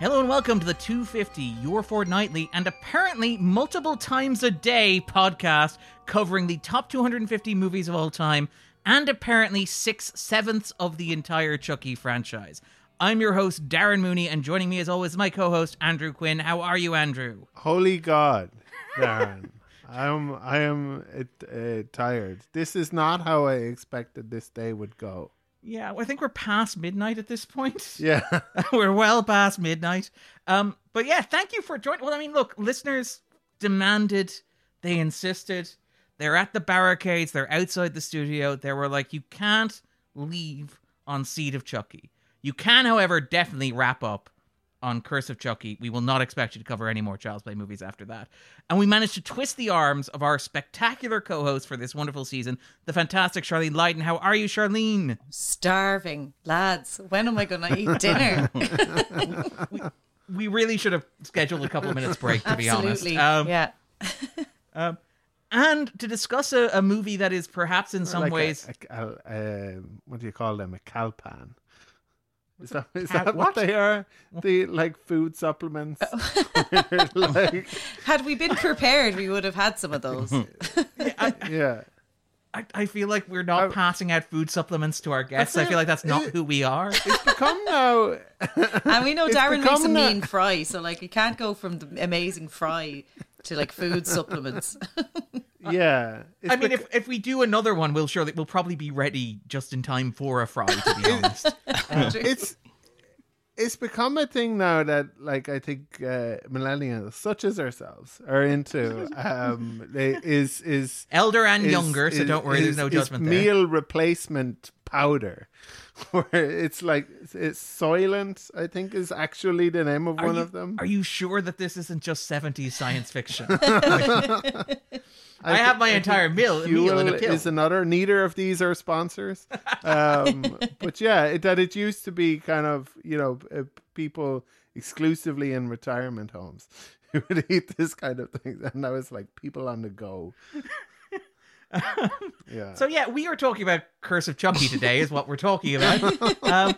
Hello and welcome to the 250 Your Ford Nightly and apparently multiple times a day podcast covering the top 250 movies of all time and apparently six sevenths of the entire Chucky franchise. I'm your host, Darren Mooney, and joining me as always is my co host, Andrew Quinn. How are you, Andrew? Holy God, Darren. I am I am uh, tired. This is not how I expected this day would go. Yeah, I think we're past midnight at this point. Yeah. We're well past midnight. Um, but yeah, thank you for joining. Well, I mean, look, listeners demanded, they insisted. They're at the barricades. They're outside the studio. They were like, "You can't leave on Seed of Chucky." You can, however, definitely wrap up on Curse of Chucky. We will not expect you to cover any more Child's Play movies after that. And we managed to twist the arms of our spectacular co-host for this wonderful season, the fantastic Charlene Lyden. How are you, Charlene? Starving, lads. When am I going to eat dinner? we really should have scheduled a couple of minutes break to be honest Absolutely. um, yeah. and to discuss a, a movie that is perhaps in some Like a- ways a- a- um, what do you call them? A calpan. Is that, is cal- that what? what they are? The like food supplements. like, Had we been prepared, we would have had some of those. yeah. I, I feel like we're not I- passing out food supplements to our guests i feel- feel like that's not who we are It's become now And we know It's Darren makes a become a- mean fry, so like you can't go from the amazing fry to like food supplements. yeah. It's i mean bec- if, if we do another one we'll surely we'll probably be ready just in time for a fry to be honest it's it's become a thing now that like i think uh, millennials such as ourselves are into um they- is is elder and is- younger so is- don't worry is- there's no is judgment there meal replacement powder where it's like it's soylent i think is actually the name of Are one you- of them Are you sure that this isn't just 70s science fiction? I have my entire meal, meal in a Huel pill. is another. Neither of these are sponsors, um, but yeah, it, that it used to be kind of you know uh, people exclusively in retirement homes who would eat this kind of thing, and now it's like people on the go. yeah, So yeah, we are talking about Curse of Chucky today, is what we're talking about. um,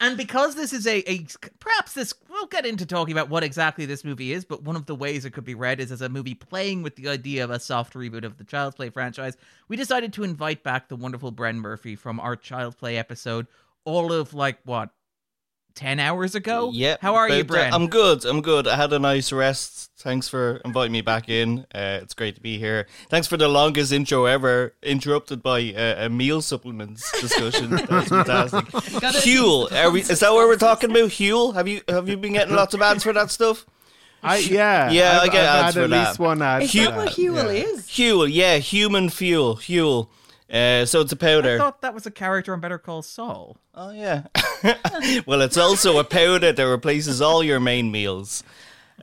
and because this is a, a perhaps this we'll get into talking about what exactly this movie is, but one of the ways it could be read is as a movie playing with the idea of a soft reboot of the Child's Play franchise. We decided to invite back the wonderful Bren Murphy from our Child's Play episode, all of like what ten hours ago. Yep. Oh, How are you, but, uh, Bren? I'm good. I'm good. I had a nice rest. Thanks for inviting me back in. Uh, it's great to be here. Thanks for the longest intro ever, interrupted by uh, a meal supplements discussion. that was fantastic. gotta- Huel, are we, is that what we're talking about? Huel, have you have you been getting lots of ads for that stuff? I, yeah, Yeah, I I've, get I've had ads for at that. least one ad. Is for that what Huel is? Huel, yeah, human fuel. Huel. Uh, so it's a I powder. thought that was a character on Better Call Saul. Oh yeah. well, it's also a powder that replaces all your main meals.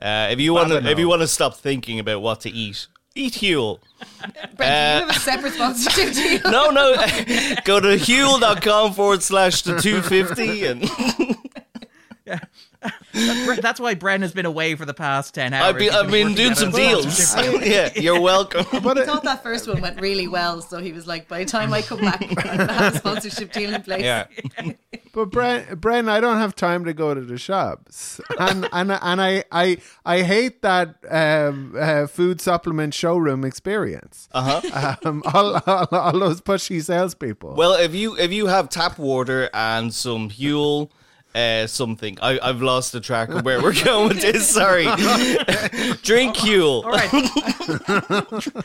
Uh, if you want to, if you want to stop thinking about what to eat, eat Huel. Uh, Brent, do you have a separate sponsorship to you? No, no, go to huel.com forward slash the two fifty and Bre- That's why Bren has been away for the past ten hours. I've been He's I've been working doing out some a sponsorship deals. yeah, you're welcome. But He it, thought that first one went really well, so he was like, by the time I come back, I have a sponsorship deal in place. Yeah, But Bren, Bren, I don't have time to go to the shops, and and and I I I hate that um, uh, food supplement showroom experience. Uh-huh. Um, all, all all those pushy salespeople. Well, if you if you have tap water and some Huel, uh, something I I've lost the track of where we're going with this. Sorry, drink Huel. All right.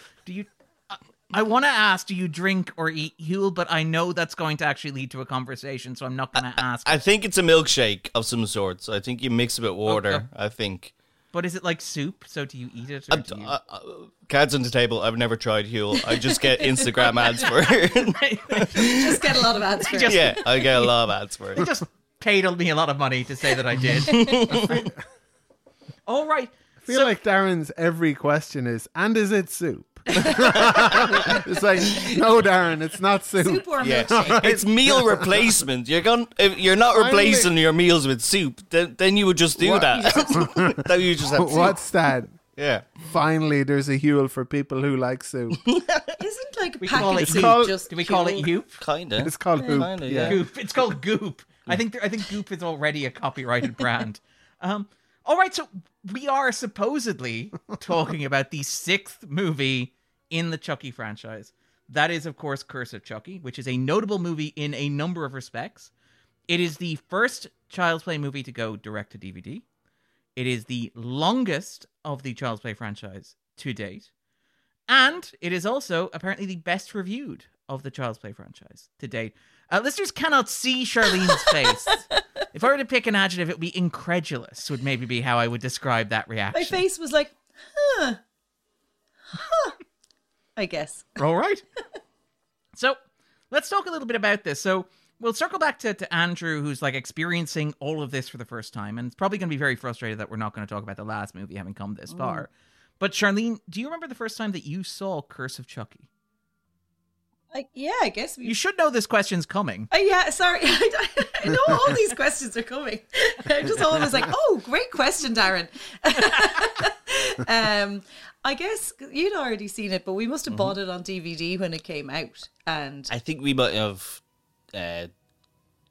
do you? I- I want to ask, do you drink or eat Huel? But I know that's going to actually lead to a conversation, so I'm not going to ask. I think it's a milkshake of some sort. So I think you mix it with water. Okay. I think. but is it like soup? So do you eat it? Or do you... Uh, uh, cards on the table. I've never tried Huel. I just get Instagram ads for it. Just get a lot of ads for it. Just- yeah, I get a lot of ads for it. just paid me a lot of money to say that I did. All right. I feel like Darren's every question is, and is it soup? it's like, no, Darren, it's not soup. Soup or Yeah, milkshake. it's meal replacement. You're going if you're not replacing your meals with soup, then, then you would just do What? that. then you just have soup. What's that? Yeah. Finally, there's a Huel for people who like soup. Isn't like We call packet it soup call- just Do we call it fuel? goop? Kinda. It's called hoop. Kinda, yeah. yeah. Goop. It's called Goop. I think I think Goop is already a copyrighted brand. Um, all right, so we are supposedly talking about the sixth movie in the Chucky franchise. That is, of course, Curse of Chucky, which is a notable movie in a number of respects. It is the first Child's Play movie to go direct to DVD. It is the longest of the Child's Play franchise to date. And it is also apparently the best reviewed of the Child's Play franchise to date. Uh, listeners cannot see Charlene's face. If I were to pick an adjective, it would be incredulous, would maybe be how I would describe that reaction. My face was like, huh, huh. I guess. All right. so let's talk a little bit about this. So we'll circle back to, to Andrew, who's like experiencing all of this for the first time, and it's probably going to be very frustrated that we're not going to talk about the last movie having come this far. But Charlene, do you remember the first time that you saw Curse of Chucky? Like, yeah, I guess we. You should know this question's coming. Oh, yeah, sorry. I, I know all these questions are coming. I'm just always like, oh, great question, Darren. um, I guess you'd already seen it, but we must have bought it on DVD when it came out. And I think we might have uh,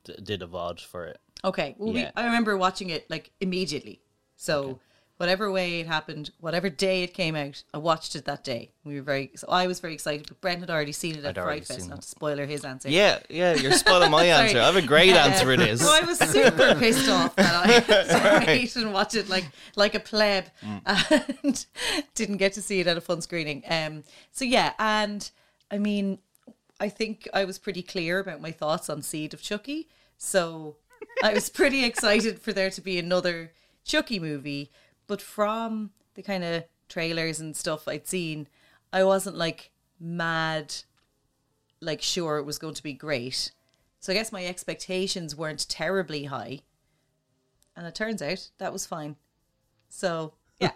d- did a VOD for it. okay, well, Yeah. we, I remember watching it like immediately. So whatever way it happened, whatever day it came out, I watched it that day. We were very, so I was very excited, but Brent had already seen it at I'd already Fright Fest, seen not it. to spoiler his answer. Yeah, yeah, you're spoiling my Sorry. answer. I have a great Uh, answer. It is. No, I was super pissed off that I sorry, and watched it like like a pleb and didn't get to see it at a fun screening. Um, so yeah, and I mean, I think I was pretty clear about my thoughts on Seed of Chucky. So I was pretty excited for there to be another Chucky movie, but from the kind of trailers and stuff I'd seen, I wasn't like mad like sure it was going to be great. So I guess my expectations weren't terribly high. And it turns out that was fine. So yeah.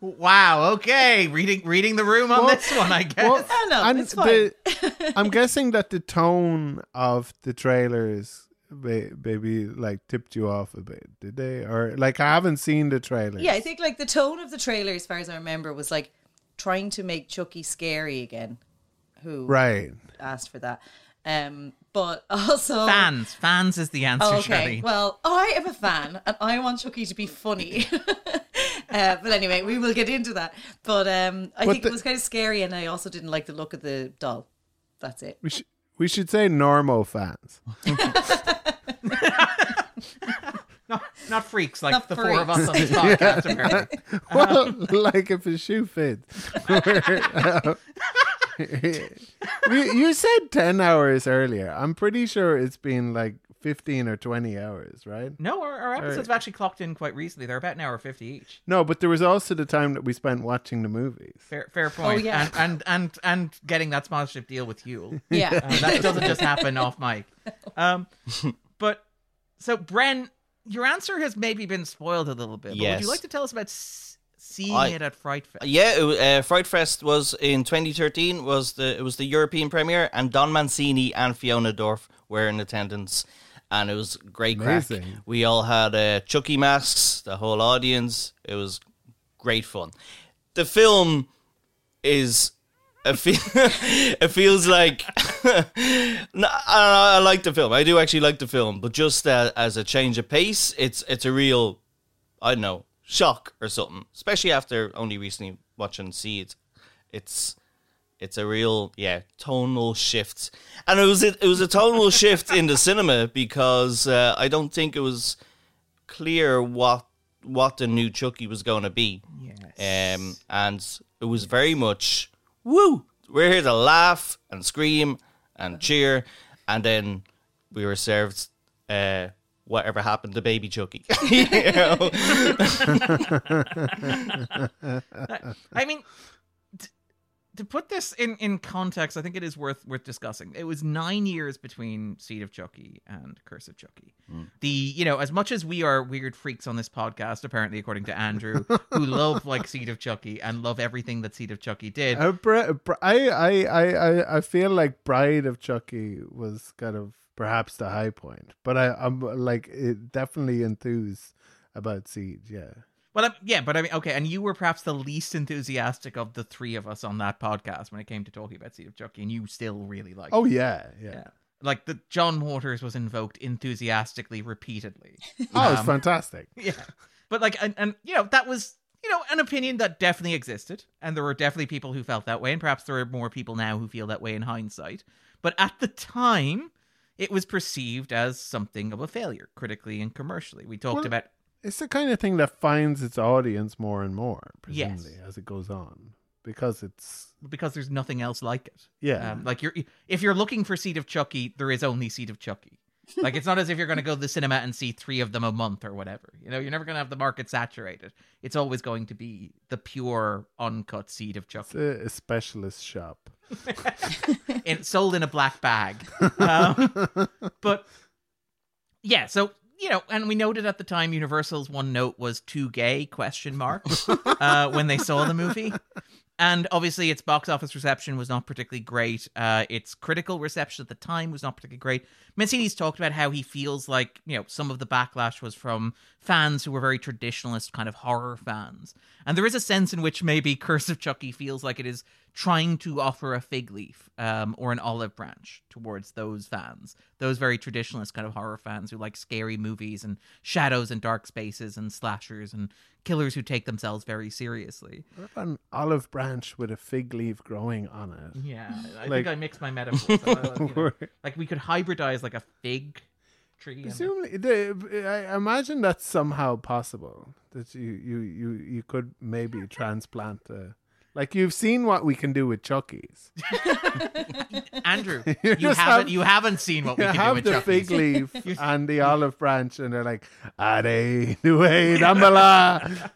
Wow. Okay. Reading reading the room on Well, this one, I guess. Well, I know, and Oh, it's the- I'm guessing that the tone of the trailers may- maybe like tipped you off a bit, did they? Or like I haven't seen the trailers. yeah, I think like the tone of the trailer, as far as I remember, was like trying to make Chucky scary again. Who Right. asked for that? Um but also Fans. Fans is the answer, Oh, Charlene. okay. Well, I am a fan and I want Chucky to be funny. uh, but anyway, we will get into that. But um I But think the- it was kind of scary and I also didn't like the look of the doll. That's it. We should we should say normo fans. not, not freaks like Not the four of us freaks. on this podcast. apparently. well, like if a shoe fits. you, you said ten hours earlier. I'm pretty sure it's been like fifteen or twenty hours, right? No, our, our episodes have actually clocked in quite recently. They're about an hour fifty each. No, but there was also the time that we spent watching the movies. Fair, fair point. yeah. and, and and and getting that sponsorship deal with Huel. Yeah. Um, that doesn't just happen off mic. Um, but so Bren, your answer has maybe been spoiled a little bit. But Would Yes. you like to tell us about s- seeing I- it at Fright Fest? Yeah, it, wa- uh, Fright Fest was in 2013. Was the it was the European premiere, and Don Mancini and Fiona Dorf were in attendance, and it was great crack. Amazing. We all had uh, Chucky masks, the whole audience. It was great fun. The film is it, fe- it feels like no, I, don't know, I like the film. I do actually like the film, but just uh, as a change of pace, it's it's a real I don't know shock or something. Especially after only recently watching Seeds, it's it's a real yeah tonal shift, and it was it, was a tonal shift in the cinema because uh, I don't think it was clear what what the new Chucky was going to be. Yes. Um, and it was very much woo. We're here to laugh and scream and cheer, and then we were served uh, whatever happened to Baby Chucky. You know? I mean, d- to put this in, in context, I think it is worth worth discussing. It was nine years between Seed of Chucky and Curse of Chucky. Hmm. The you know, as much as we are weird freaks on this podcast, apparently according to Andrew, who love like Seed of Chucky and love everything that Seed of Chucky did. Uh, Bri- Bri- I, I, I, I, I feel like Bride of Chucky was kind of perhaps the high point, but I, I'm like it definitely enthused about Siege. Yeah, Well, I- yeah, but I mean, okay, and you were perhaps the least enthusiastic of the three of us on that podcast when it came to talking about Seed of Chucky, and you still really liked. Oh yeah, yeah. Yeah. Like the John Waters was invoked enthusiastically, repeatedly. Oh, it's Um, fantastic. yeah. But like, and, and you know, that was you know an opinion that definitely existed, and there were definitely people who felt that way, and perhaps there are more people now who feel that way in hindsight. But at the time, it was perceived as something of a failure critically and commercially. We talked Well, about It's the kind of thing that finds its audience more and more, Yes. presumably as it goes on, because it's because there's nothing else like it. yeah. Um, like you're if you're looking for Seed of Chucky, there is only Seed of Chucky. Like it's not as if you're going to go to the cinema and see three of them a month or whatever. You know, you're never going to have the market saturated. It's always going to be the pure, uncut Seed of it's Chucky, a, a specialist shop. and sold in a black bag. Um, but yeah, so you know, and we noted at the time Universal's one note was too gay question mark uh, when they saw the movie. And obviously, its box office reception was not particularly great. Uh, its critical reception at the time was not particularly great. Mancini's talked about how he feels like you know some of the backlash was from fans who were very traditionalist kind of horror fans, and there is a sense in which maybe Curse of Chucky feels like it is trying to offer a fig leaf um, or an olive branch towards those fans, those very traditionalist kind of horror fans who like scary movies and shadows and dark spaces and slashers and killers who take themselves very seriously. What about an olive branch with a fig leaf growing on it? Yeah, I Like- think I mixed my metaphors. Uh, you know, like we could hybridize like a fig tree. and- Presumably, the, I imagine that's somehow possible. That you you you you could maybe transplant a. Like you've seen what we can do with Chuckies. Andrew, You you haven't just have- you haven't seen what we You can do have with the Chucky's. fig leaf and the olive branch, and they're like, "Are they the way Dumbala?"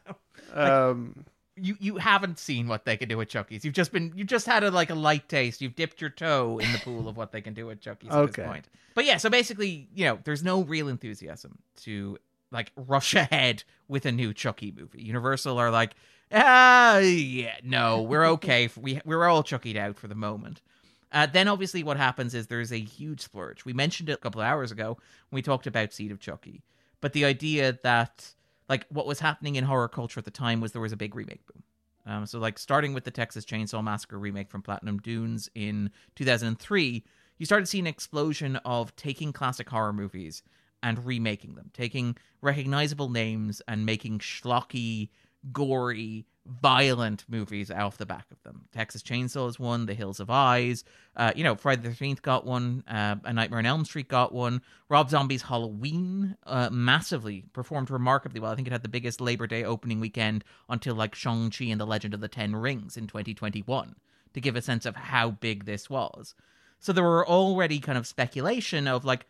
Um, you you haven't seen what they can do at Chucky's. You've just been you just had a like a light taste. You've dipped your toe in the pool of what they can do at Chucky's at Okay. this point. But yeah, so basically, you know, there's no real enthusiasm to like rush ahead with a new Chucky movie. Universal are like, ah, yeah, no, we're okay. F- we we're all Chuckyed out for the moment. Uh, then obviously what happens is there's a huge splurge. We mentioned it a couple of hours ago when we talked about Seed of Chucky. But the idea that like what was happening in horror culture at the time was there was a big remake boom. Um, so like starting with the Texas Chainsaw Massacre remake from Platinum Dunes in 2003, you started seeing an explosion of taking classic horror movies and remaking them, taking recognizable names and making schlocky, gory, violent movies off the back of them. Texas Chainsaw is one, The Hills of Eyes, uh, you know, Friday the 13th got one, uh, A Nightmare on Elm Street got one, Rob Zombie's Halloween uh, massively performed remarkably well. I think it had the biggest Labor Day opening weekend until like Shang-Chi and The Legend of the Ten Rings in 2021 to give a sense of how big this was. So there were already kind of speculation of like,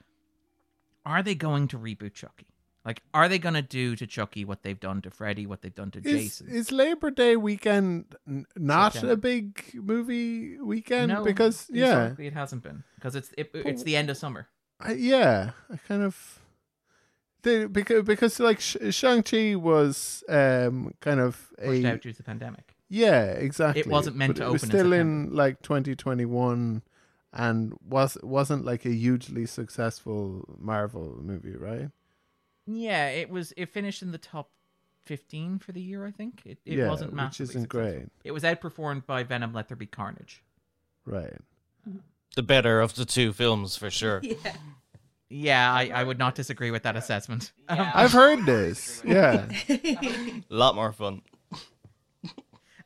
are they going to reboot Chucky? Like, are they going to do to Chucky what they've done to Freddy, what they've done to is, Jason? is Labor Day weekend n- not September. a big movie weekend? no, because yeah, historically it hasn't been because it's it, it's the end of summer. I, yeah, I kind of they, because because like Sh- Shang Chi was um kind of pushed a out due to the pandemic. yeah exactly. wasn't meant but to it was open in still in like 2021, and was wasn't like a hugely successful Marvel movie, right? Yeah, it was. It finished in the top fifteen for the year. I think it, it Yeah, wasn't which massively isn't successful. great. It was outperformed by Venom: Let There Be Carnage. Right. The better of the two films for sure. Yeah. Yeah, I, I would not disagree with that assessment. Um, I've heard this. Yeah. A lot more fun.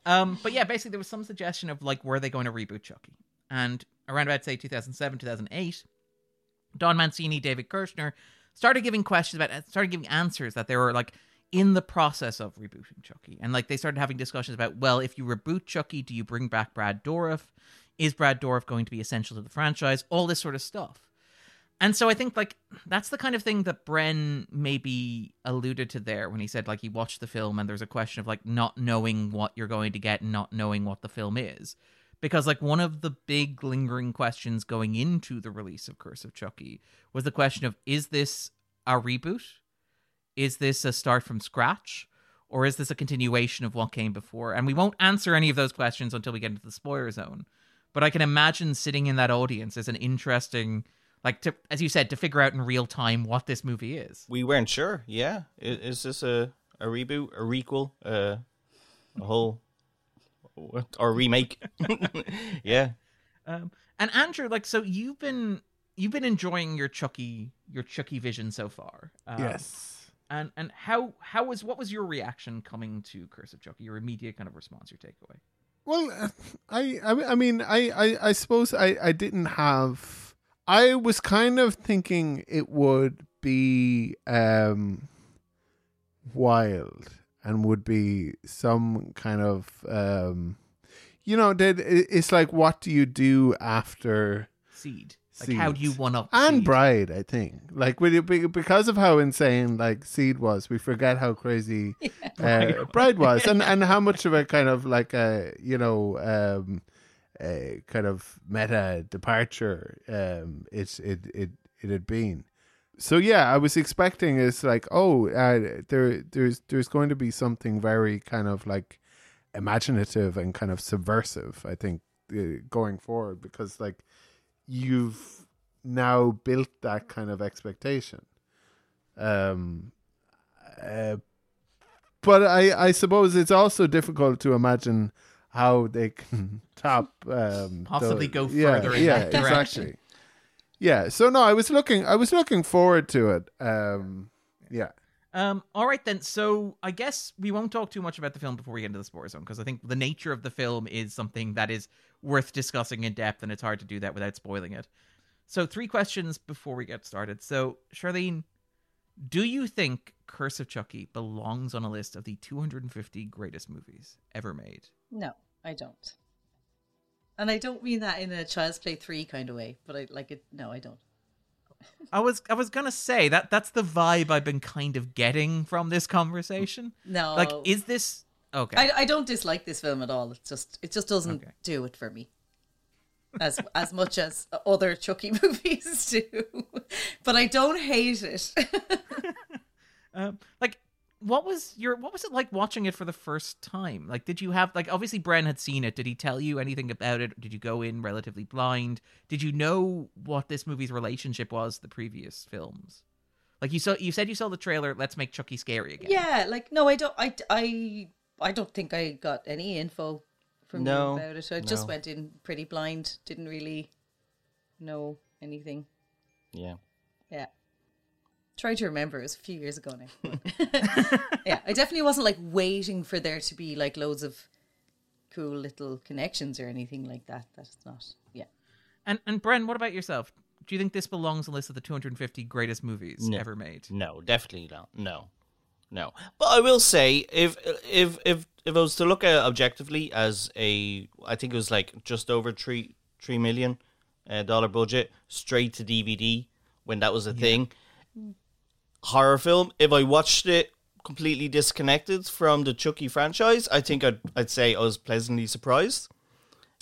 Um, but yeah, basically there was some suggestion of like, were they going to reboot Chucky? And around about say 2007, 2008, Don Mancini, David Kirshner started giving questions about, started giving answers that they were like in the process of rebooting Chucky, and like they started having discussions about, well, if you reboot Chucky, do you bring back Brad Dourif? Is Brad Dourif going to be essential to the franchise? All this sort of stuff. And so I think like that's the kind of thing that Bren maybe alluded to there when he said like he watched the film and there's a question of like not knowing what you're going to get and not knowing what the film is. because like one of the big lingering questions going into the release of Curse of Chucky was the question of is this a reboot? Is this a start from scratch? Or is this a continuation of what came before? And we won't answer any of those questions until we get into the spoiler zone. But I can imagine sitting in that audience is an interesting, like, to, as you said, to figure out in real time what this movie is. We weren't sure. Yeah, I- is, this a a reboot, a requel, uh, a whole what or remake? yeah, Um, and Andrew, like, so you've been you've been enjoying your Chucky your Chucky vision so far. Um, yes. And and how how was what was your reaction coming to Curse of Chucky? Your immediate kind of response, your takeaway. Well, uh, I, I, I mean, I, I, I suppose I, I didn't have. I was kind of thinking it would be um, wild and would be some kind of, um, you know, did it- it's like what do you do after Seed. Like how do you Seed. one up and Seed? Bride? I think like with it be- because of how insane like Seed was, we forget how crazy uh, Bride was, and and how much of a kind of like a you know um, a kind of meta departure um, it's it it it had been. So yeah, I was expecting it's like oh uh, there there's there's going to be something very kind of like imaginative and kind of subversive. I think uh, going forward because like you've now built that kind of expectation. Um, uh, but I, I suppose it's also difficult to imagine how they can top um, Possibly tho- go yeah, further in yeah, that direction. exactly. Yeah. So no, I was looking. I was looking forward to it. Um, yeah. Um, all right then. So I guess we won't talk too much about the film before we get into the spoiler zone because I think the nature of the film is something that is worth discussing in depth, and it's hard to do that without spoiling it. So three questions before we get started. So Charlene, do you think Curse of Chucky belongs on a list of the 250 greatest movies ever made? No, I don't. And I don't mean that in a Child's Play 3 kind of way, but I like it. No, I don't. I was I was gonna say that that's the vibe I've been kind of getting from this conversation. No. Like, is this okay? Oh. I, I don't dislike this film at all. It's just it just doesn't Okay. do it for me. As as much as other Chucky movies do. But I don't hate it. Um, like, what was your what was it like watching it for the first time? Like, did you have like obviously Bren had seen it? Did he tell you anything about it? Did you go in relatively blind? Did you know what this movie's relationship was to the previous films? Like you saw, you said you saw the trailer. Let's make Chucky scary again. yeah, like no, I don't I I I don't think I got any info from No, you about it. I just no. went in pretty blind, didn't really know anything. yeah. Yeah. Try to remember. It was a few years ago now. yeah, I definitely wasn't like waiting for there to be like loads of cool little connections or anything like that. That's not. Yeah. And and Bren, what about yourself? Do you think this belongs on the list of the 250 greatest movies No. ever made? No, definitely not. No, no. But I will say, if if if if I was to look at it objectively as a, I think it was like just over three three million uh, dollar budget straight to DVD when that was a thing. Horror film. If I watched it completely disconnected from the Chucky franchise, I think I'd I'd say I was pleasantly surprised.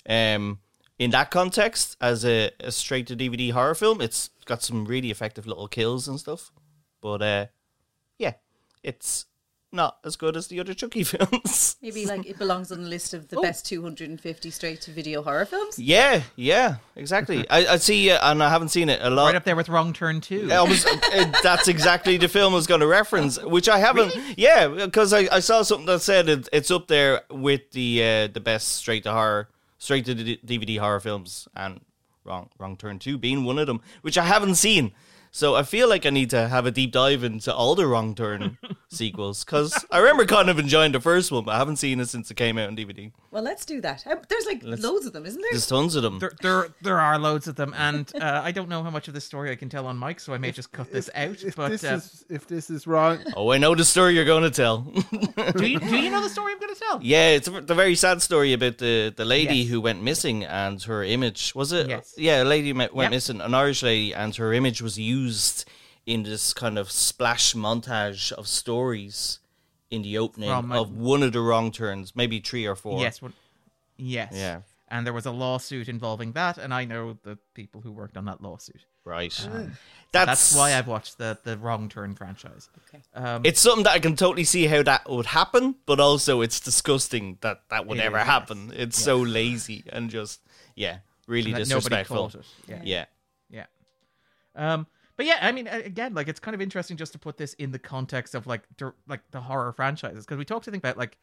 Um. In that context, as a, a straight to DVD horror film, it's got some really effective little kills and stuff. But uh, yeah, it's not as good as the other Chucky films. Maybe like it belongs on the list of the Oh. best 250 straight to video horror films. yeah, yeah, exactly. I, I see, uh, and I haven't seen it a lot. Right up there with Wrong Turn Two. I was, uh, that's exactly the film I was going to reference, which I haven't. Yeah, because I, I saw something that said it, it's up there with the uh, the best straight to horror, straight to the DVD horror films, and wrong wrong turn two being one of them, which I haven't seen. So I feel like I need to have a deep dive into all the wrong turn sequels because I remember kind of enjoying the first one, but I haven't seen it since it came out on DVD. Well, let's do that. Um, There's like loads of them, isn't there? There's tons of them. There, there, there are loads of them, and uh, I don't know how much of this story I can tell on Mike, so I may just cut this out. If But this uh, is if this is wrong, Oh, I know the story you're going to tell. uh, do you do you know the story I'm going to tell? Yeah, it's a, the very sad story about the, the lady Yes. who went missing and her image was it? Yes. Yeah, a lady me- went Yep. missing, an Irish lady, and her image was used in this kind of splash montage of stories in the opening From, uh, of one of the wrong turns, maybe three or four. Yes. What, yes. Yeah. and there was a lawsuit involving that, and I know the people who worked on that lawsuit. Right. that's, Ah. That's why I've watched the the Wrong Turn franchise. Um, It's something that I can totally see how that would happen, but also it's disgusting that that would It ever is, yes. happen. It's so lazy and just yeah, really and that nobody disrespectful. caught it. Yeah. Yeah. Yeah. Um, but yeah, I mean, a- again, like it's kind of interesting just to put this in the context of like dir- like the horror franchises because we talked to think about like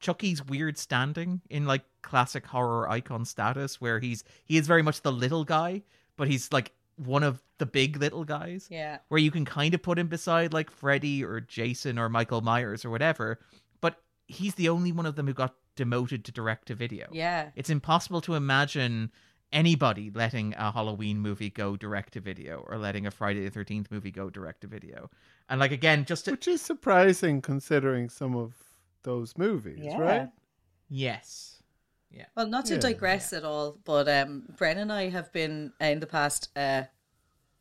Chucky's weird standing in like classic horror icon status, where he's he is very much the little guy, but he's like one of the big little guys Yeah. where you can kind of put him beside like Freddy or Jason or Michael Myers or whatever, but he's the only one of them who got demoted to direct to video. Yeah. It's impossible to imagine anybody letting a Halloween movie go direct to video or letting a Friday the 13th movie go direct to video. And like again, just to, Which is surprising considering some of those movies, Yeah. right? yes. Well, not to Yeah. digress at all, but um, Bren and I have been uh, in the past uh,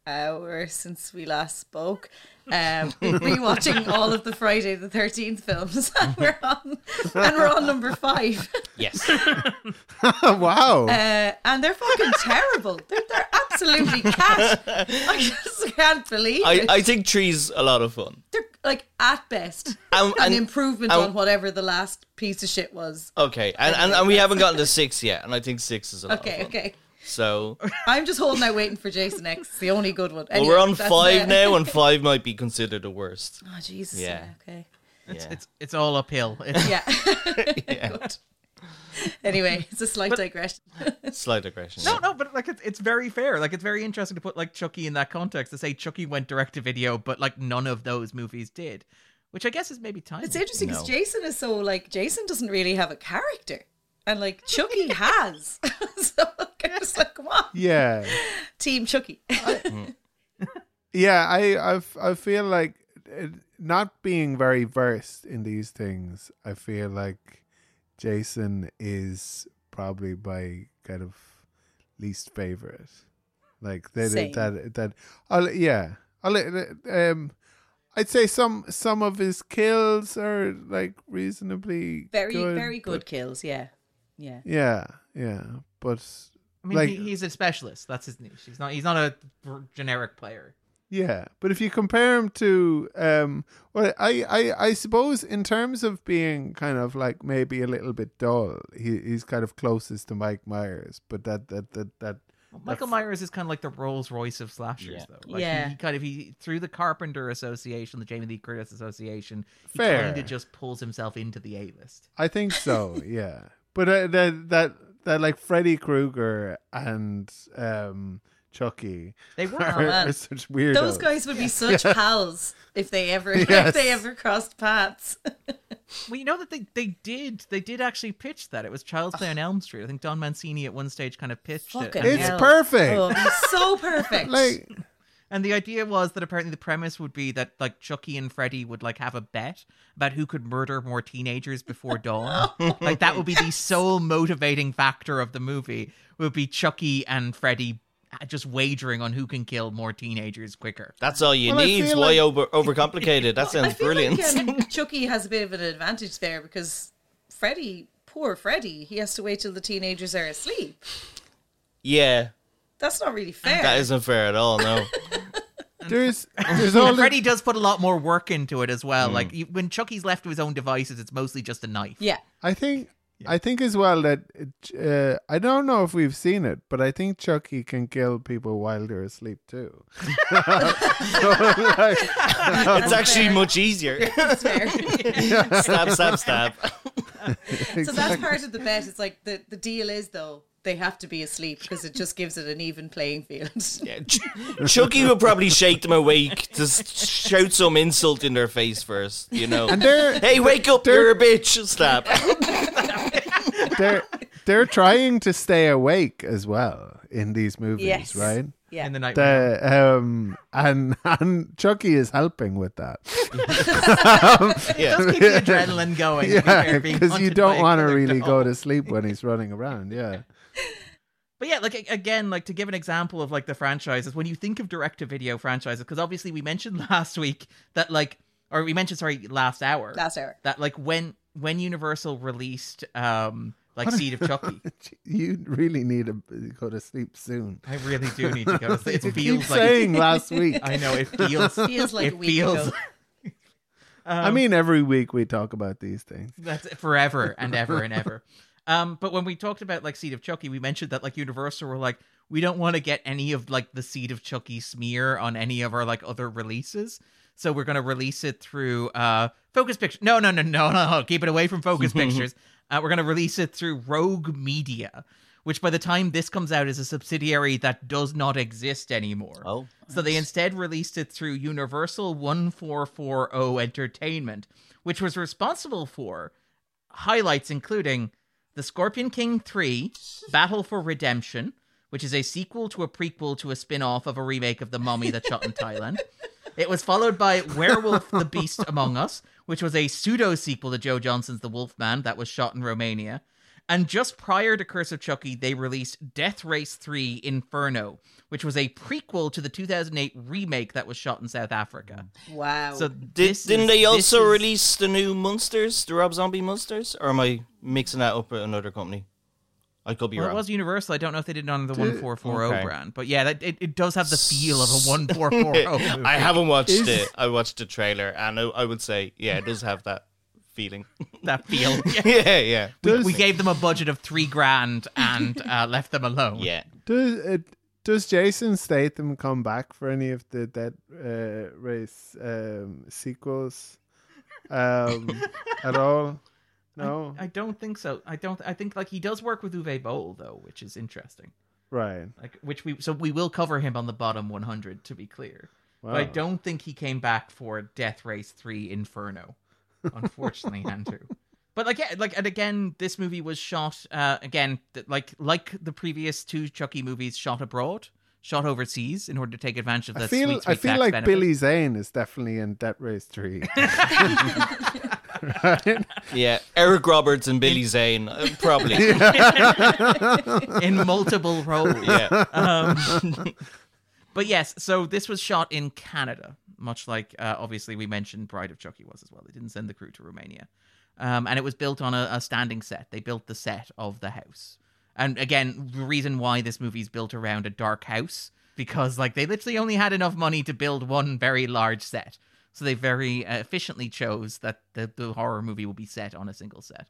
hour since we last spoke, um, rewatching all of the Friday the Thirteenth films, and we're on, and we're on number five, Yes. wow. uh, and they're fucking terrible. They're, they're absolutely cat. I just can't believe I, it. I think trees a lot of fun. they're like at best Um, an and- improvement and- on whatever the last piece of shit was. Okay. And, and and we haven't gotten to six yet, and I think six is a lot Okay, of fun. okay. So I'm just holding out waiting for Jason X. It's the only good one. well, Anyway, we're on that's, five uh, now, and five might be considered the worst. Oh Jesus! Yeah. Yeah. Okay. It's, Yeah. it's it's all uphill. It's, Yeah. Yeah. Good. Anyway, it's a slight digression. Slight aggression. No, no, but like it's, it's very fair. Like it's very interesting to put like Chucky in that context to say Chucky went direct to video, but like none of those movies did, which I guess is maybe time. It's interesting because No. Jason is so like Jason doesn't really have a character, and like Chucky has. so like, I'm just like, come on, yeah. Team Chucky. Yeah, I I've, I feel like uh, not being very versed in these things. I feel like Jason is probably my kind of least favorite. Like that Same. that that I'll, yeah. I'll, um I'd say some some of his kills are like reasonably Very, good, very good but- kills. Yeah. Yeah. yeah, yeah, but I mean, like- he, he's a specialist. That's his niche. He's not. He's not a generic player. Yeah, but if you compare him to, um, well, I, I, I suppose in terms of being kind of like maybe a little bit dull, he, he's kind of closest to Mike Myers. But that that that that Well, Michael Myers is kind of like the Rolls Royce of slashers, Yeah. though. Like he- Yeah. he, kind of he through the Carpenter Association, the Jamie Lee Curtis Association, he Fair. kind of just pulls himself into the A list. I think so. yeah, but uh, that that that like Freddy Krueger and um Chucky They were are, not. man. are such weirdos. Those guys would be such pals if they ever Yes. if they ever crossed paths. well, you know that they they did they did actually pitch that. It was Child's Play on Elm Street. I think Don Mancini at one stage kind of pitched it, Fucking and, It's the- hell. perfect. Oh, he's so perfect. Like and the idea was that apparently the premise would be that like Chucky and Freddy would like have a bet about who could murder more teenagers before dawn. like that would be the sole motivating factor of the movie would be Chucky and Freddy uh, just wagering on who can kill more teenagers quicker. That's all you Well, I need. Why feel like- over overcomplicated? That sounds brilliant. Like, um, Chucky has a bit of an advantage there because Freddy, poor Freddy, he has to wait till the teenagers are asleep. yeah. That's not really fair. That isn't fair at all, no. there's there's all And the- Freddy does put a lot more work into it as Hmm. well. Like you- when Chucky's left to his own devices, it's mostly just a knife. yeah. I think I think as well that uh, I don't know if we've seen it, but I think Chucky can kill people while they're asleep too. So, like, it's actually much easier. That's fair. so stab, stab, stab. that's part of the bet. It's like the, the deal is though they have to be asleep because it just gives it an even playing field. Yeah, Ch- Chucky will probably shake them awake to s- shout some insult in their face first, you know. and they're hey, wake up, you're a bitch. Stab. they're they're trying to stay awake as well in these movies, Yes. right? Yeah. In the night. The um and and Chucky is helping with that. It Yeah. does keep the adrenaline going. Yeah, because because you don't want to really go to sleep when he's running around. Yeah. But yeah, like a- again, like to give an example of like the franchises, when you think of direct to video franchises, because obviously we mentioned last week that like, or we mentioned sorry last hour Last hour. that like when when Universal released um like Seed of Chucky. You really need to go to sleep soon. I really do need to go. to sleep. It Keep feels like saying last week. I know it feels. Feels like it a week feels ago. I mean, every week we talk about these things. That's it, forever and ever and ever. Um, but when we talked about like Seed of Chucky, we mentioned that like Universal were like, we don't want to get any of like the Seed of Chucky smear on any of our like other releases. So we're gonna release it through uh Focus Pictures. No, no, no, no, no. Keep it away from Focus Pictures. Uh, we're gonna release it through Rogue Media, which by the time this comes out is a subsidiary that does not exist anymore. Oh, So they instead released it through Universal 1440 Entertainment, which was responsible for highlights including The Scorpion King 3, Battle for Redemption, which is a sequel to a prequel to a spin off of a remake of The Mummy that shot in Thailand. It was followed by Werewolf the Beast Among Us, which was a pseudo sequel to Joe Johnson's The Wolfman that was shot in Romania. And just prior to Curse of Chucky, they released Death Race 3 Inferno, which was a prequel to the 2008 remake that was shot in South Africa. Wow. So Mm. Did, this didn't is- they this also is- release the new monsters, the Rob Zombie monsters? Or am I mixing that up with another company? I could be Well, it wrong. was Universal. I don't know if they did it under the 1440 okay. brand, but yeah, that, it, it does have the feel of a 1440. I haven't watched it. I watched the trailer, and I, I would say, yeah, it does have that feeling. that feel. Yeah. yeah, yeah, Does, We gave them a budget of three grand and uh, left them alone. yeah. does, uh, does Jason Statham come back for any of the Dead uh, Race um, sequels um, at all? No, I don't think so. I don't. I think like he does work with Uwe Boll though, which is interesting. right. Like which we so we will cover him on the bottom 100 to be clear. But I Wow. don't think he came back for Death Race 3 Inferno, unfortunately, Andrew. But like yeah, like and again, this movie was shot uh, again th- like like the previous two Chucky movies, shot abroad, shot overseas in order to take advantage of the I feel sweet, sweet I feel tax like benefit. Billy Zane is definitely in Dead Race Three. Right? Yeah, Eric Roberts and Billy Zane, uh, probably. Yeah. in multiple roles. Um, but yes, so this was shot in Canada, much like uh, obviously we mentioned Bride of Chucky was as well. They didn't send the crew to Romania. Um, and it was built on a, a standing set. They built the set of the house. And again, the reason why this movie is built around a dark house, because like they literally only had enough money to build one very large set. So they very uh, efficiently chose that the, the horror movie will be set on a single set.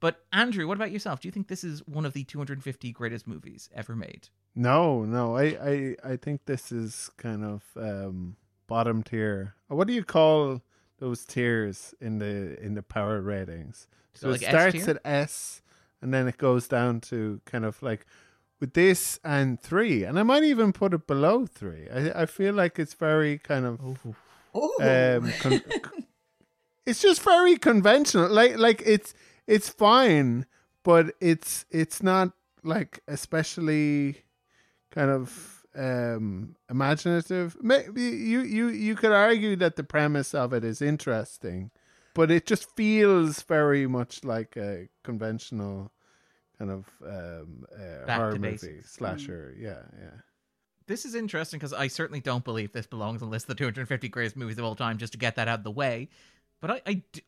But Andrew, what about yourself? Do you think this is one of the 250 greatest movies ever made? No, no. I, I, I think this is kind of um, bottom tier. What do you call those tiers in the in the power ratings? So, So, like, it S starts tier? at S, and then it goes down to kind of like with this and three, and I might even put it below three. I, I feel like it's very kind of Oh. Ooh. uh, um, con- it's just very conventional. Like like it's it's fine, but it's it's not like especially kind of um imaginative. Maybe you you you could argue that the premise of it is interesting, but it just feels very much like a conventional kind of um uh, Back horror to movie basics. Mm. slasher. Yeah, yeah. This is interesting because I certainly don't believe this belongs on the list of the 250 greatest movies of all time, just to get that out of the way. But I, I d-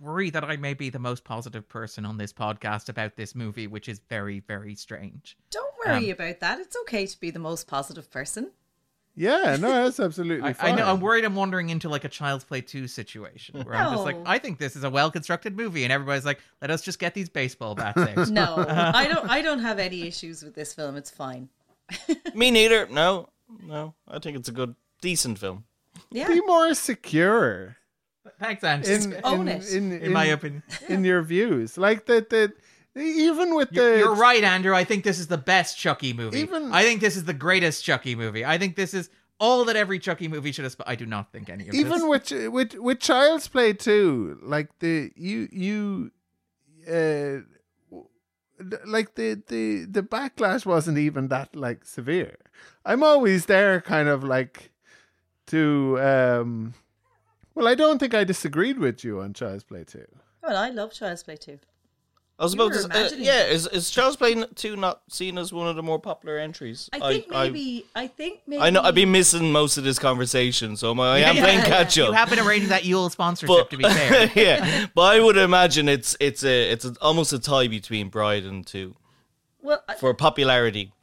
worry that I may be the most positive person on this podcast about this movie, which is very, very strange. Don't worry about that. It's okay to be the most positive person. Yeah, no, that's absolutely I, fine. I know I'm worried I'm wandering into like a Child's Play 2 situation where I'm just like, No. I think this is a well constructed movie, and everybody's like, let us just get these baseball bats out. No, I don't. I don't have any issues with this film. It's fine. Me neither. No, no. I think it's a good, decent film. Yeah. Be more secure. Thanks, Andrew. in, own in, it. In, in my opinion. in your views, like that, that even with You're, the you're right, Andrew. I think this is the best Chucky movie. Even- I think this is the greatest Chucky movie. I think this is all that every Chucky movie should have. Sp- I do not think any of this. even with with with Child's Play too, like the you you, uh, th- like the the the backlash wasn't even that like severe. I'm always there, kind of like to um. Well, I don't think I disagreed with you on Child's Play too. Well, I love Child's Play too. I was You about were to. say, Uh, imagining yeah, is, is Child's Play n- two not seen as one of the more popular entries? I think maybe. I, think maybe. I, know I've been missing most of this conversation, so I'm- I am Yeah, playing yeah, catch up. You have been arranging that Yule sponsorship, But- to be fair. yeah, but I would imagine it's it's a it's a, almost a tie between Bride and Two Well, I, for popularity.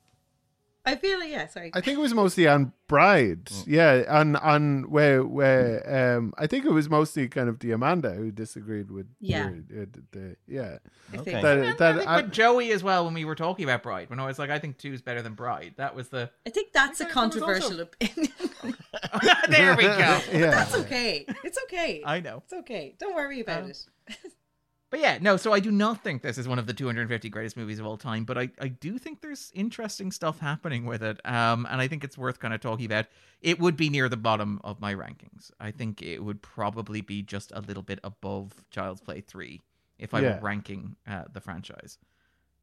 I feel like yeah. Sorry. I think it was mostly on Bride. Mm. Yeah, on on where where um I think it was mostly kind of the Amanda who disagreed with Yeah. your- uh, the, the- yeah. I think. okay. That, And I that think I- with Joey as well, when we were talking about Bride, when I was like, I think two's better than Bride. That was the. I think that's a Okay, so it's also- controversial opinion. there we go. yeah. It's okay. It's okay. I know. It's okay. Don't worry about Um, it. But yeah, no, so I do not think this is one of the 250 greatest movies of all time, but I, I do think there's interesting stuff happening with it. Um, and I think it's worth kind of talking about. It would be near the bottom of my rankings. I think it would probably be just a little bit above Child's Play 3 if I Yeah. were ranking uh, the franchise.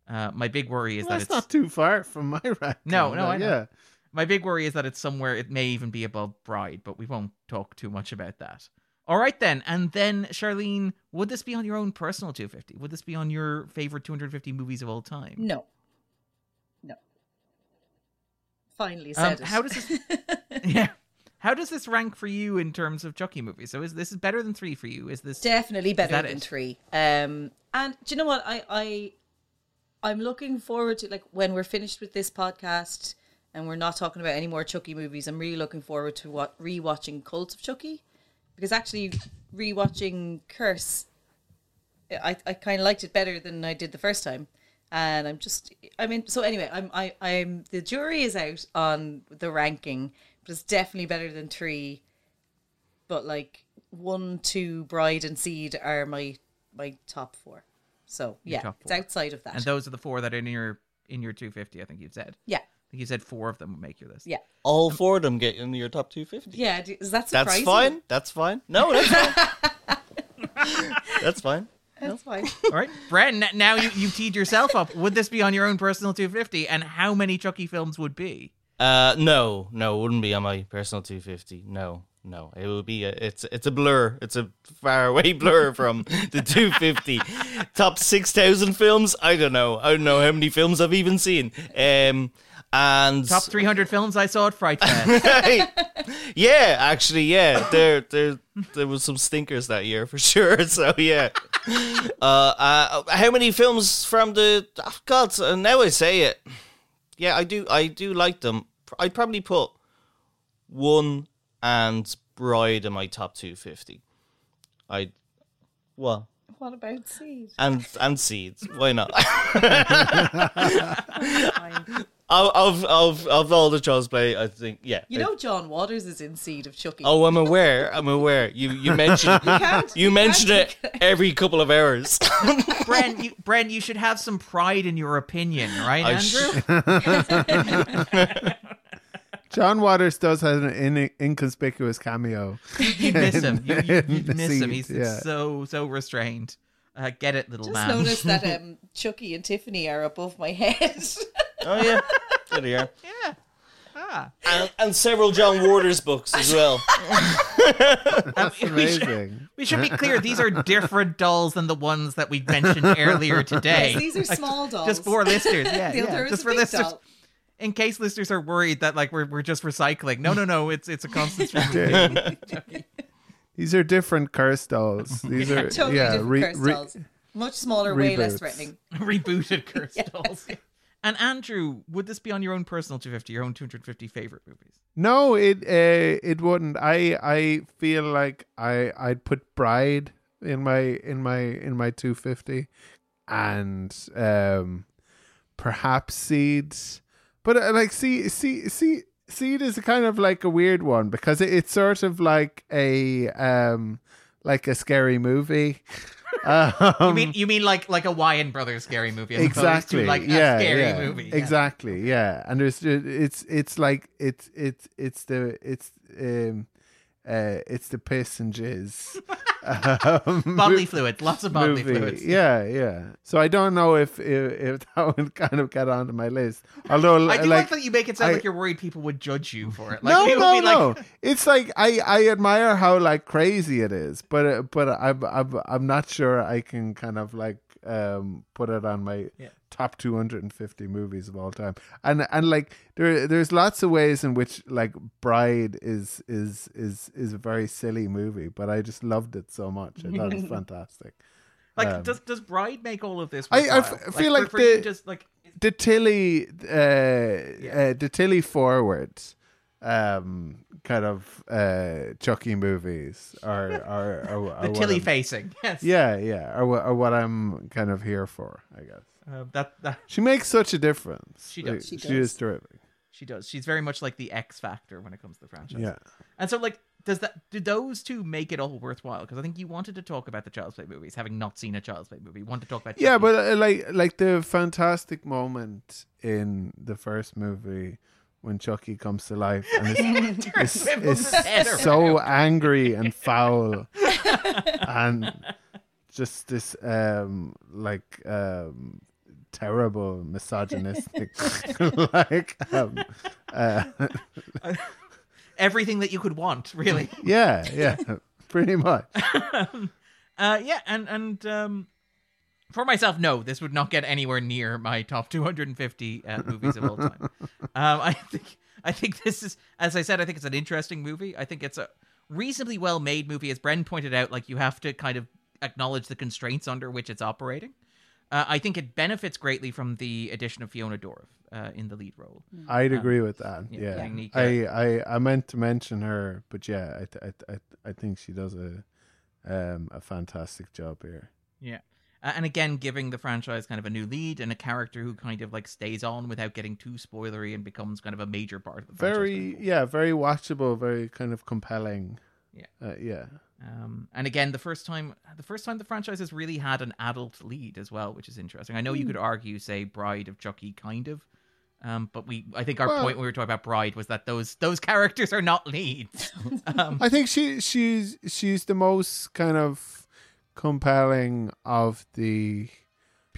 Uh, my big worry is Well, that it's that's not too far from my rank. No, no, I know. yeah. my big worry is that it's somewhere it may even be above Bride, but we won't talk too much about that. All right then, and then Charlene, would this be on your own personal 250? Would this be on your favorite 250 movies of all time? No. No. Finally Um, said it. how does this- yeah. How does this rank for you in terms of Chucky movies? So is this is better than three for you? Is this Definitely better that than it? three. Um, and do you know what? I, I, I'm looking forward to like when we're finished with this podcast and we're not talking about any more Chucky movies. I'm really looking forward to what rewatching Cult of Chucky because actually rewatching Curse, I, I kind of liked it better than I did the first time. And I'm just, I mean, so anyway, I'm, I, I'm, the jury is out on the ranking, but it's definitely better than three but like one, two, bride and seed are my my top four. So yeah, top it's four. outside of that. and those are the four that are in your in your 250? I think you've said. yeah, I think you said four of them would make your list. yeah, All four of them get in your top 250. yeah. d- Is that That's surprising? fine. That's fine. No, that's fine. that's fine. That's fine. All right, Bren. n- Now you you teed yourself up. Would this be on your own personal 250? And how many Chucky films would be? Uh, no, no, it wouldn't be on my personal 250. No, no, it would be. A, it's it's a blur. It's a far away blur from the 250. Top 6,000 films. I don't know. I don't know how many films I've even seen. Um, and Top 300 films I saw at Fright Fest. yeah, actually, yeah, there, there, there was some stinkers that year for sure. So yeah, uh, uh, how many films from the oh, God? uh, Now I say it. Yeah, I do. I do like them. I'd probably put one and Bride in my top two fifty. I, well, what about seed? and and Seeds. Why not? Fine. of, of of of all the Charles Play, I think yeah. You know, John Waters is in seed of Chucky. Oh, I'm aware. I'm aware. You you mentioned can't- you you mentioned can't- it every couple of hours. Bren, you, Bren, you should have some pride in your opinion, right, I sh- Andrew? John Waters does have an in- inconspicuous cameo. you miss him. You, you, you In miss him. He's Seed, yeah. so so restrained. Uh, get it, little Just man. noticed that um, Chucky and Tiffany are above my head. oh yeah, there they are. yeah. Ah. And, and several John Waters books as well. Uh, That's Amazing. We should be clear, these are different dolls than the ones that we mentioned earlier today. Yes, these are small dolls. just for listeners, yeah, The other yeah. is just a for big listeners. doll. In case listeners are worried that like we're, we're just recycling. No, no, no, it's it's a constant stream. These are different curse dolls. These are Totally yeah, different re- curse re- dolls. Much smaller, way less reboots. threatening. rebooted cursed dolls. And Andrew, would this be on your own personal 250, your own 250 favorite movies? No, it uh, it wouldn't. I I feel like I I'd put Bride in my in my in my 250 and um perhaps Seeds. But uh, like see see see Seed is kind of like a weird one because it, it's sort of like a um like a scary movie. You mean you mean like like a Wyan Brothers scary movie as Um, exactly opposed to like a yeah, scary yeah. movie. Yeah. exactly yeah and there's ju- it's it's like it's it's it's the it's um uh it's the piss and jizz um, Bodily mo- fluid, lots of bodily movie. fluids. yeah yeah so i don't know if if, if that would kind of get onto my list although I do like, like that you make it sound I- like you're worried people would judge you for it. Like, no, it would no, be like, no. It's like I, I admire how like crazy it is, but uh, but I'm I'm I'm not sure I can kind of like um, put it on my Yeah. top 250 movies of all time. And and like there there's lots of ways in which like Bride is is is is a very silly movie, but I just loved it so much. I thought it was fantastic. Like, does does Bride make all of this? Um, I- I worthwhile? f- feel for- like for you the- just like the Tilly, uh, uh, the Tilly forward, um, kind of uh, Chucky movies are are, are, are the what Tilly I'm- facing. Yes, Yeah, yeah, are, wha- are what I'm kind of here for, I guess. Um, that that She makes such a difference. She does. She, She is does. terrific. she does. She's very much like the X factor when it comes to the franchise. Yeah. And so, like, does that do those two make it all worthwhile? Because I think you wanted to talk about the Child's Play movies, having not seen a Child's Play movie. You want to talk about Yeah, Chucky. but uh, like like the fantastic moment in the first movie when Chucky comes to life and is, is, is Better. so angry and foul and just this um like um terrible misogynistic like um, uh, everything that you could want, really. yeah yeah pretty much Uh, yeah, and and um, for myself, no, this would not get anywhere near my top 250 uh, movies of all time. um, I think I think this is, as I said, I think it's an interesting movie. I think it's a reasonably well made movie, as Bren pointed out. Like you have to kind of acknowledge the constraints under which it's operating. Uh, I think it benefits greatly from the addition of Fiona Dorff uh, in the lead role. I'd agree with that. Yeah, yeah. Unique, I, I I meant to mention her, but yeah, I th- I th- I, th- I think she does a um a fantastic job here. Yeah. Uh, and again, giving the franchise kind of a new lead and a character who kind of like stays on without getting too spoilery and becomes kind of a major part of the franchise. Very yeah, very watchable, very kind of compelling. Yeah. uh, yeah, Um, and again, the first time, the first time the franchise has really had an adult lead as well, which is interesting. I know Hmm. you could argue, say, Bride of Chucky, kind of, um, but we, I think our Well- point when we were talking about Bride was that those those characters are not leads. um, I think she she's she's the most kind of compelling of the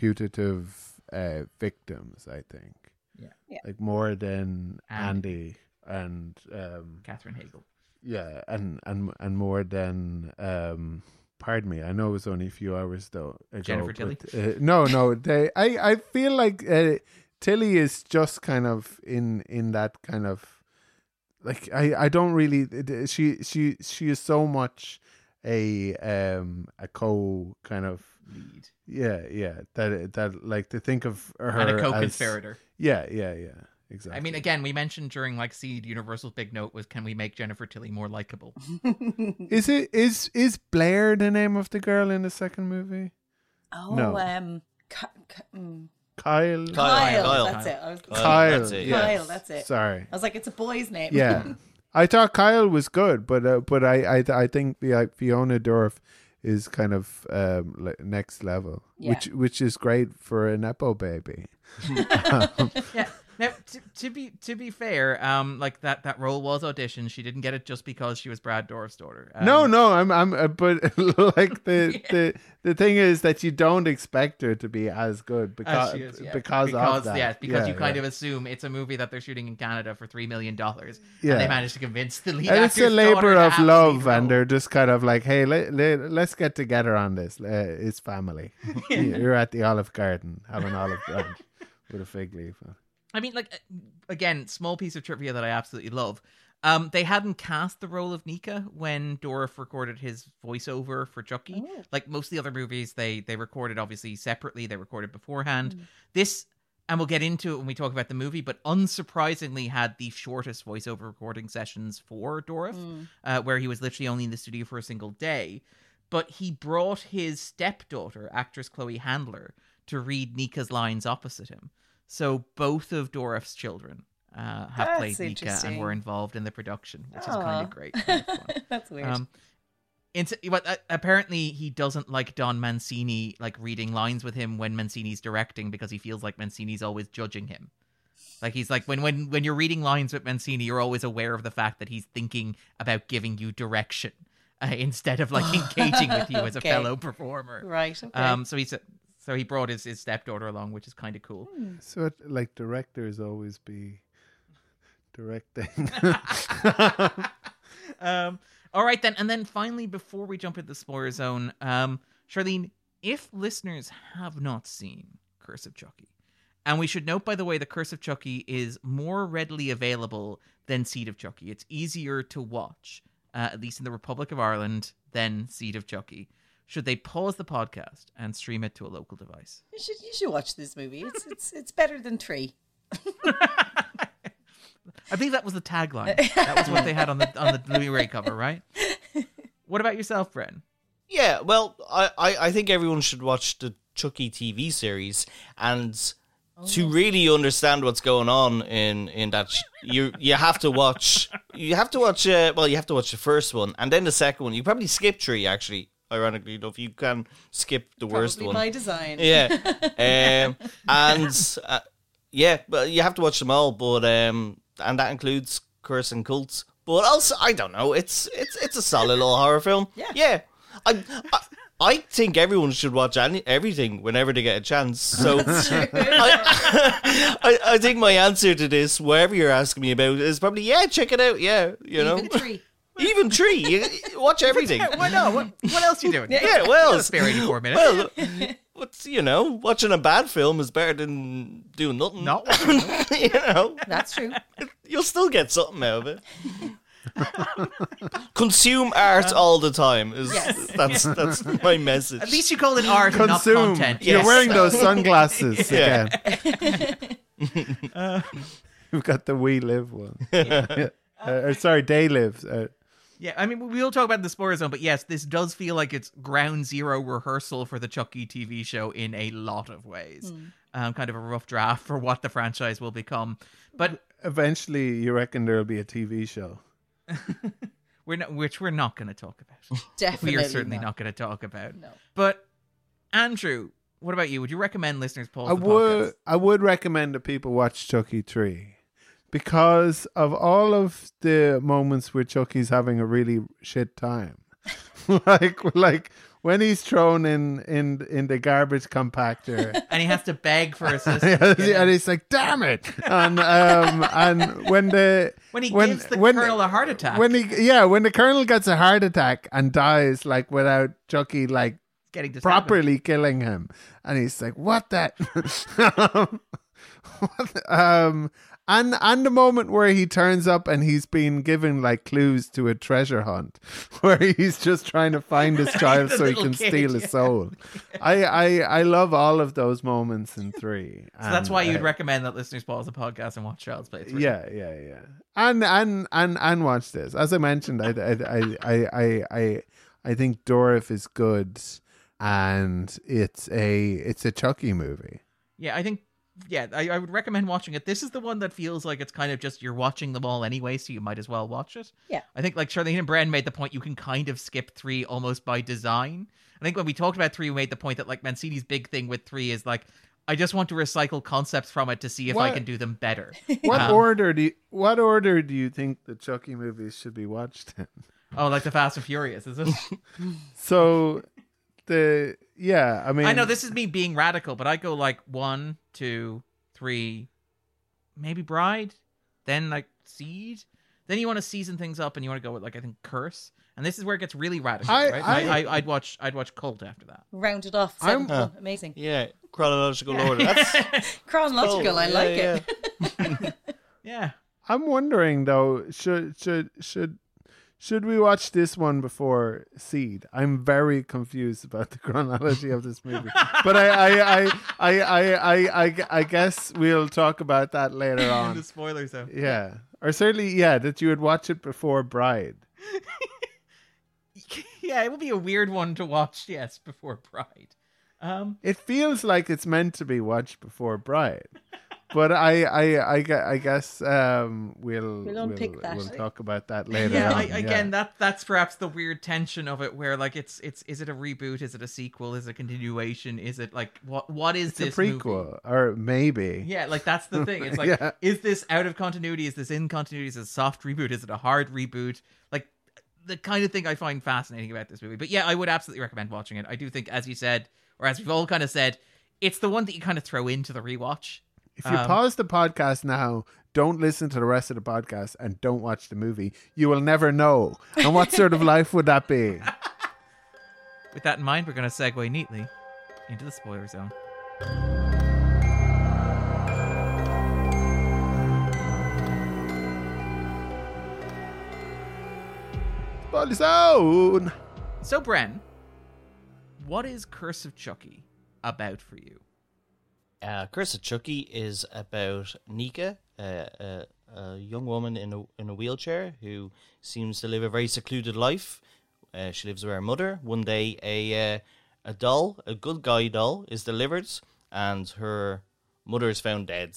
putative uh, victims. I think. Yeah. Yeah. like more than Andy Andy. and um Catherine Hagel. Yeah, and and and more than um pardon me, I know it was only a few hours though ago. Jennifer Tilly? Tilly. Uh, no, no, they I I feel like uh, Tilly is just kind of in in that kind of like I I don't really it- she she she is so much a um a co kind of Lead yeah yeah that that like to think of her and a as- co-conspirator. yeah yeah yeah exactly I mean, again, we mentioned during like Seed Universal's big note was can we make Jennifer Tilly more likable? Is it is is Blair the name of the girl in the second movie? Oh, No. um, Ky- Ky- mm, Kyle. Kyle, Kyle, Kyle. that's it. I was, Kyle, that's it, yes. Kyle, that's it. Sorry. I was like, it's a boy's name. Yeah, I thought Kyle was good, but uh, but I I I think the, like, Fiona Dorf is kind of um like next level, Yeah. which which is great for an Epo baby. Um, yeah. Now, to, to be to be fair, um, like that that role was auditioned. She didn't get it just because she was Brad Dorff's daughter. Um, no, no, I'm I'm uh, but like the the the thing is that you don't expect her to be as good because As uh, she is, yeah. because, because of that. yeah, because you kind yeah. of assume it's a movie that they're shooting in Canada for three million dollars, Yeah. and they managed to convince the lead. and it's a actor's daughter labor to of have the lead love role. and they're just kind of like hey let, let, us get together on this uh, it's family you're at the olive garden have an olive garden with a fig leaf I mean, like uh, again, small piece of trivia that I absolutely love. Um, they hadn't cast the role of Nika when Dorff recorded his voiceover for Chucky. Mm. Like most of the other movies, they they recorded obviously separately. They recorded beforehand. Mm. This, and we'll get into it when we talk about the movie. But unsurprisingly, had the shortest voiceover recording sessions for Dorff, Mm. Oh, uh, where he was literally only in the studio for a single day. But he brought his stepdaughter, actress Chloe Handler, to read Nika's lines opposite him. So both of Dorff's children uh, have That's played Nika and interesting. were involved in the production, which is kind Aw. of great. kind of fun. that's weird. um, it's, but uh, apparently he doesn't like Don Mancini like reading lines with him when Mancini's directing because he feels like Mancini's always judging him. Like he's like when when when you're reading lines with Mancini, you're always aware of the fact that he's thinking about giving you direction uh, instead of like engaging with you as a Okay. fellow performer. right. Okay. Um, so he's so he brought his, his stepdaughter along, which is kind of cool. so it, like directors always be directing Um, all right then, and then finally, before we jump into the spoiler zone, um, Charlene, if listeners have not seen Curse of Chucky, and we should note, by the way, the Curse of Chucky is more readily available than Seed of Chucky. It's easier to watch, uh, at least in the Republic of Ireland, than Seed of Chucky. Should they pause the podcast and stream it to a local device? You should you should watch this movie. It's it's it's better than three. I believe that was the tagline. That was what they had on the on the Blu-ray cover, right? What about yourself, Bren? Yeah, well, I, I, I think everyone should watch the Chucky TV series, and Oh. to really understand what's going on in in that, sh- you you have to watch you have to watch uh, well you have to watch the first one and then the second one. You probably skip three actually. Ironically enough, you can skip the worst Probably one. by design. Yeah, um, and uh, yeah, but you have to watch them all. But um, and that includes Curse and Cults. But also, I don't know. It's it's it's a solid little horror film. Yeah. yeah. I, I I think everyone should watch any, everything whenever they get a chance. So I, I I think my answer to this, wherever you're asking me about, is probably yeah, check it out. Yeah, you know, Even three. even tree, you, you watch everything. Yeah, why not? What, what else you doing? Yeah, well, Let's spare 84 minutes. well, what's you know, watching a bad film is better than doing nothing. Not you know, That's true. you'll still get something out of it. Consume art all the time is Yes. that's that's my message. At least you called it art and not Consume. content. You're Yes. wearing those sunglasses Yeah. again. We've got the We Live one. Uh, or sorry, Day Lives. Uh, Yeah, I mean, we will talk about the spoiler zone, but yes, this does feel like it's ground zero rehearsal for the Chucky TV show in a lot of ways. Um, kind of a rough draft for what the franchise will become, but eventually, you reckon there'll be a TV show. we're not, which we're not going to talk about. Definitely. we are certainly not, going to talk about. No. But Andrew, what about you? Would you recommend listeners pause I the would podcast? I would recommend that people watch Chucky 3 because of all of the moments where Chucky's having a really shit time. like like when he's thrown in in in the garbage compactor. And he has to beg for assistance. and he's like, "Damn it!" And um, and when the When he gives the colonel a heart attack. when he yeah, when the colonel gets a heart attack and dies, like without Chucky like getting distracted. properly killing him, and he's like, "What that?" um, what the- um, and and the moment where he turns up and he's been given like clues to a treasure hunt, where he's just trying to find his child The so he little can kid, steal yeah. his soul. I, I I love all of those moments in three. So that's And, why you'd uh, recommend that listeners pause the podcast and watch Child's Play. three. yeah, yeah, yeah. And and and and watch this. As I mentioned, I I I I I I, I think Dorif is good, and it's a it's a Chucky movie. Yeah, I think yeah, I, I would recommend watching it. This is the one that feels like it's kind of just you're watching them all anyway, so you might as well watch it. Yeah. I think like Charlene and Brand made the point you can kind of skip three almost by design. I think when we talked about three, we made the point that like Mancini's big thing with three is like I just want to recycle concepts from it to see if I What- can do them better. What Um, order do you, what order do you think the Chucky movies should be watched in? oh, like the Fast and Furious, is it? So the yeah, I mean, I know this is me being radical, but I go like one, two, three, maybe bride, then like seed. Then you want to season things up, and you want to go with like I think curse, and this is where it gets really radical, I- right? I- I, I, I'd watch I'd watch cult after that. Round it off. Seventh one. Amazing. yeah, chronological order. That's Chronological, I Oh, Yeah, like yeah. it. Yeah, I'm wondering though, should should should should we watch this one before Seed? I'm very confused about the chronology of this movie, but I I I I I I, I, I guess we'll talk about that later and the on. spoilers though. Yeah, or certainly yeah that you would watch it before Bride. yeah, it would be a weird one to watch. Yes, before bride. Um, It feels like it's meant to be watched before Bride. But I, I, I, gue- I guess um, we'll We'll unpick that. we'll talk about that later. yeah, on. I, again, that that's perhaps the weird tension of it, where like it's it's is it a reboot? Is it a sequel? Is it a continuation? Is it like what what is it's a this prequel, movie? or maybe. Yeah, like that's the thing. It's like, Yeah. is this out of continuity? Is this in continuity? Is it a soft reboot? Is it a hard reboot? Like the kind of thing I find fascinating about this movie. But yeah, I would absolutely recommend watching it. I do think, as you said, or as we've all kind of said, it's the one that you kind of throw into the rewatch. If you Um, pause the podcast now, don't listen to the rest of the podcast and don't watch the movie, you will never know. And what sort of life would that be? With that in mind, we're going to segue neatly into the spoiler zone. Spoil his own. So, Bren, what is Curse of Chucky about for you? Uh, Curse of Chucky is about Nika, uh, uh, a young woman in a in a wheelchair who seems to live a very secluded life. Uh, she lives with her mother. One day, a uh, a doll, a good guy doll, is delivered, and her mother is found dead.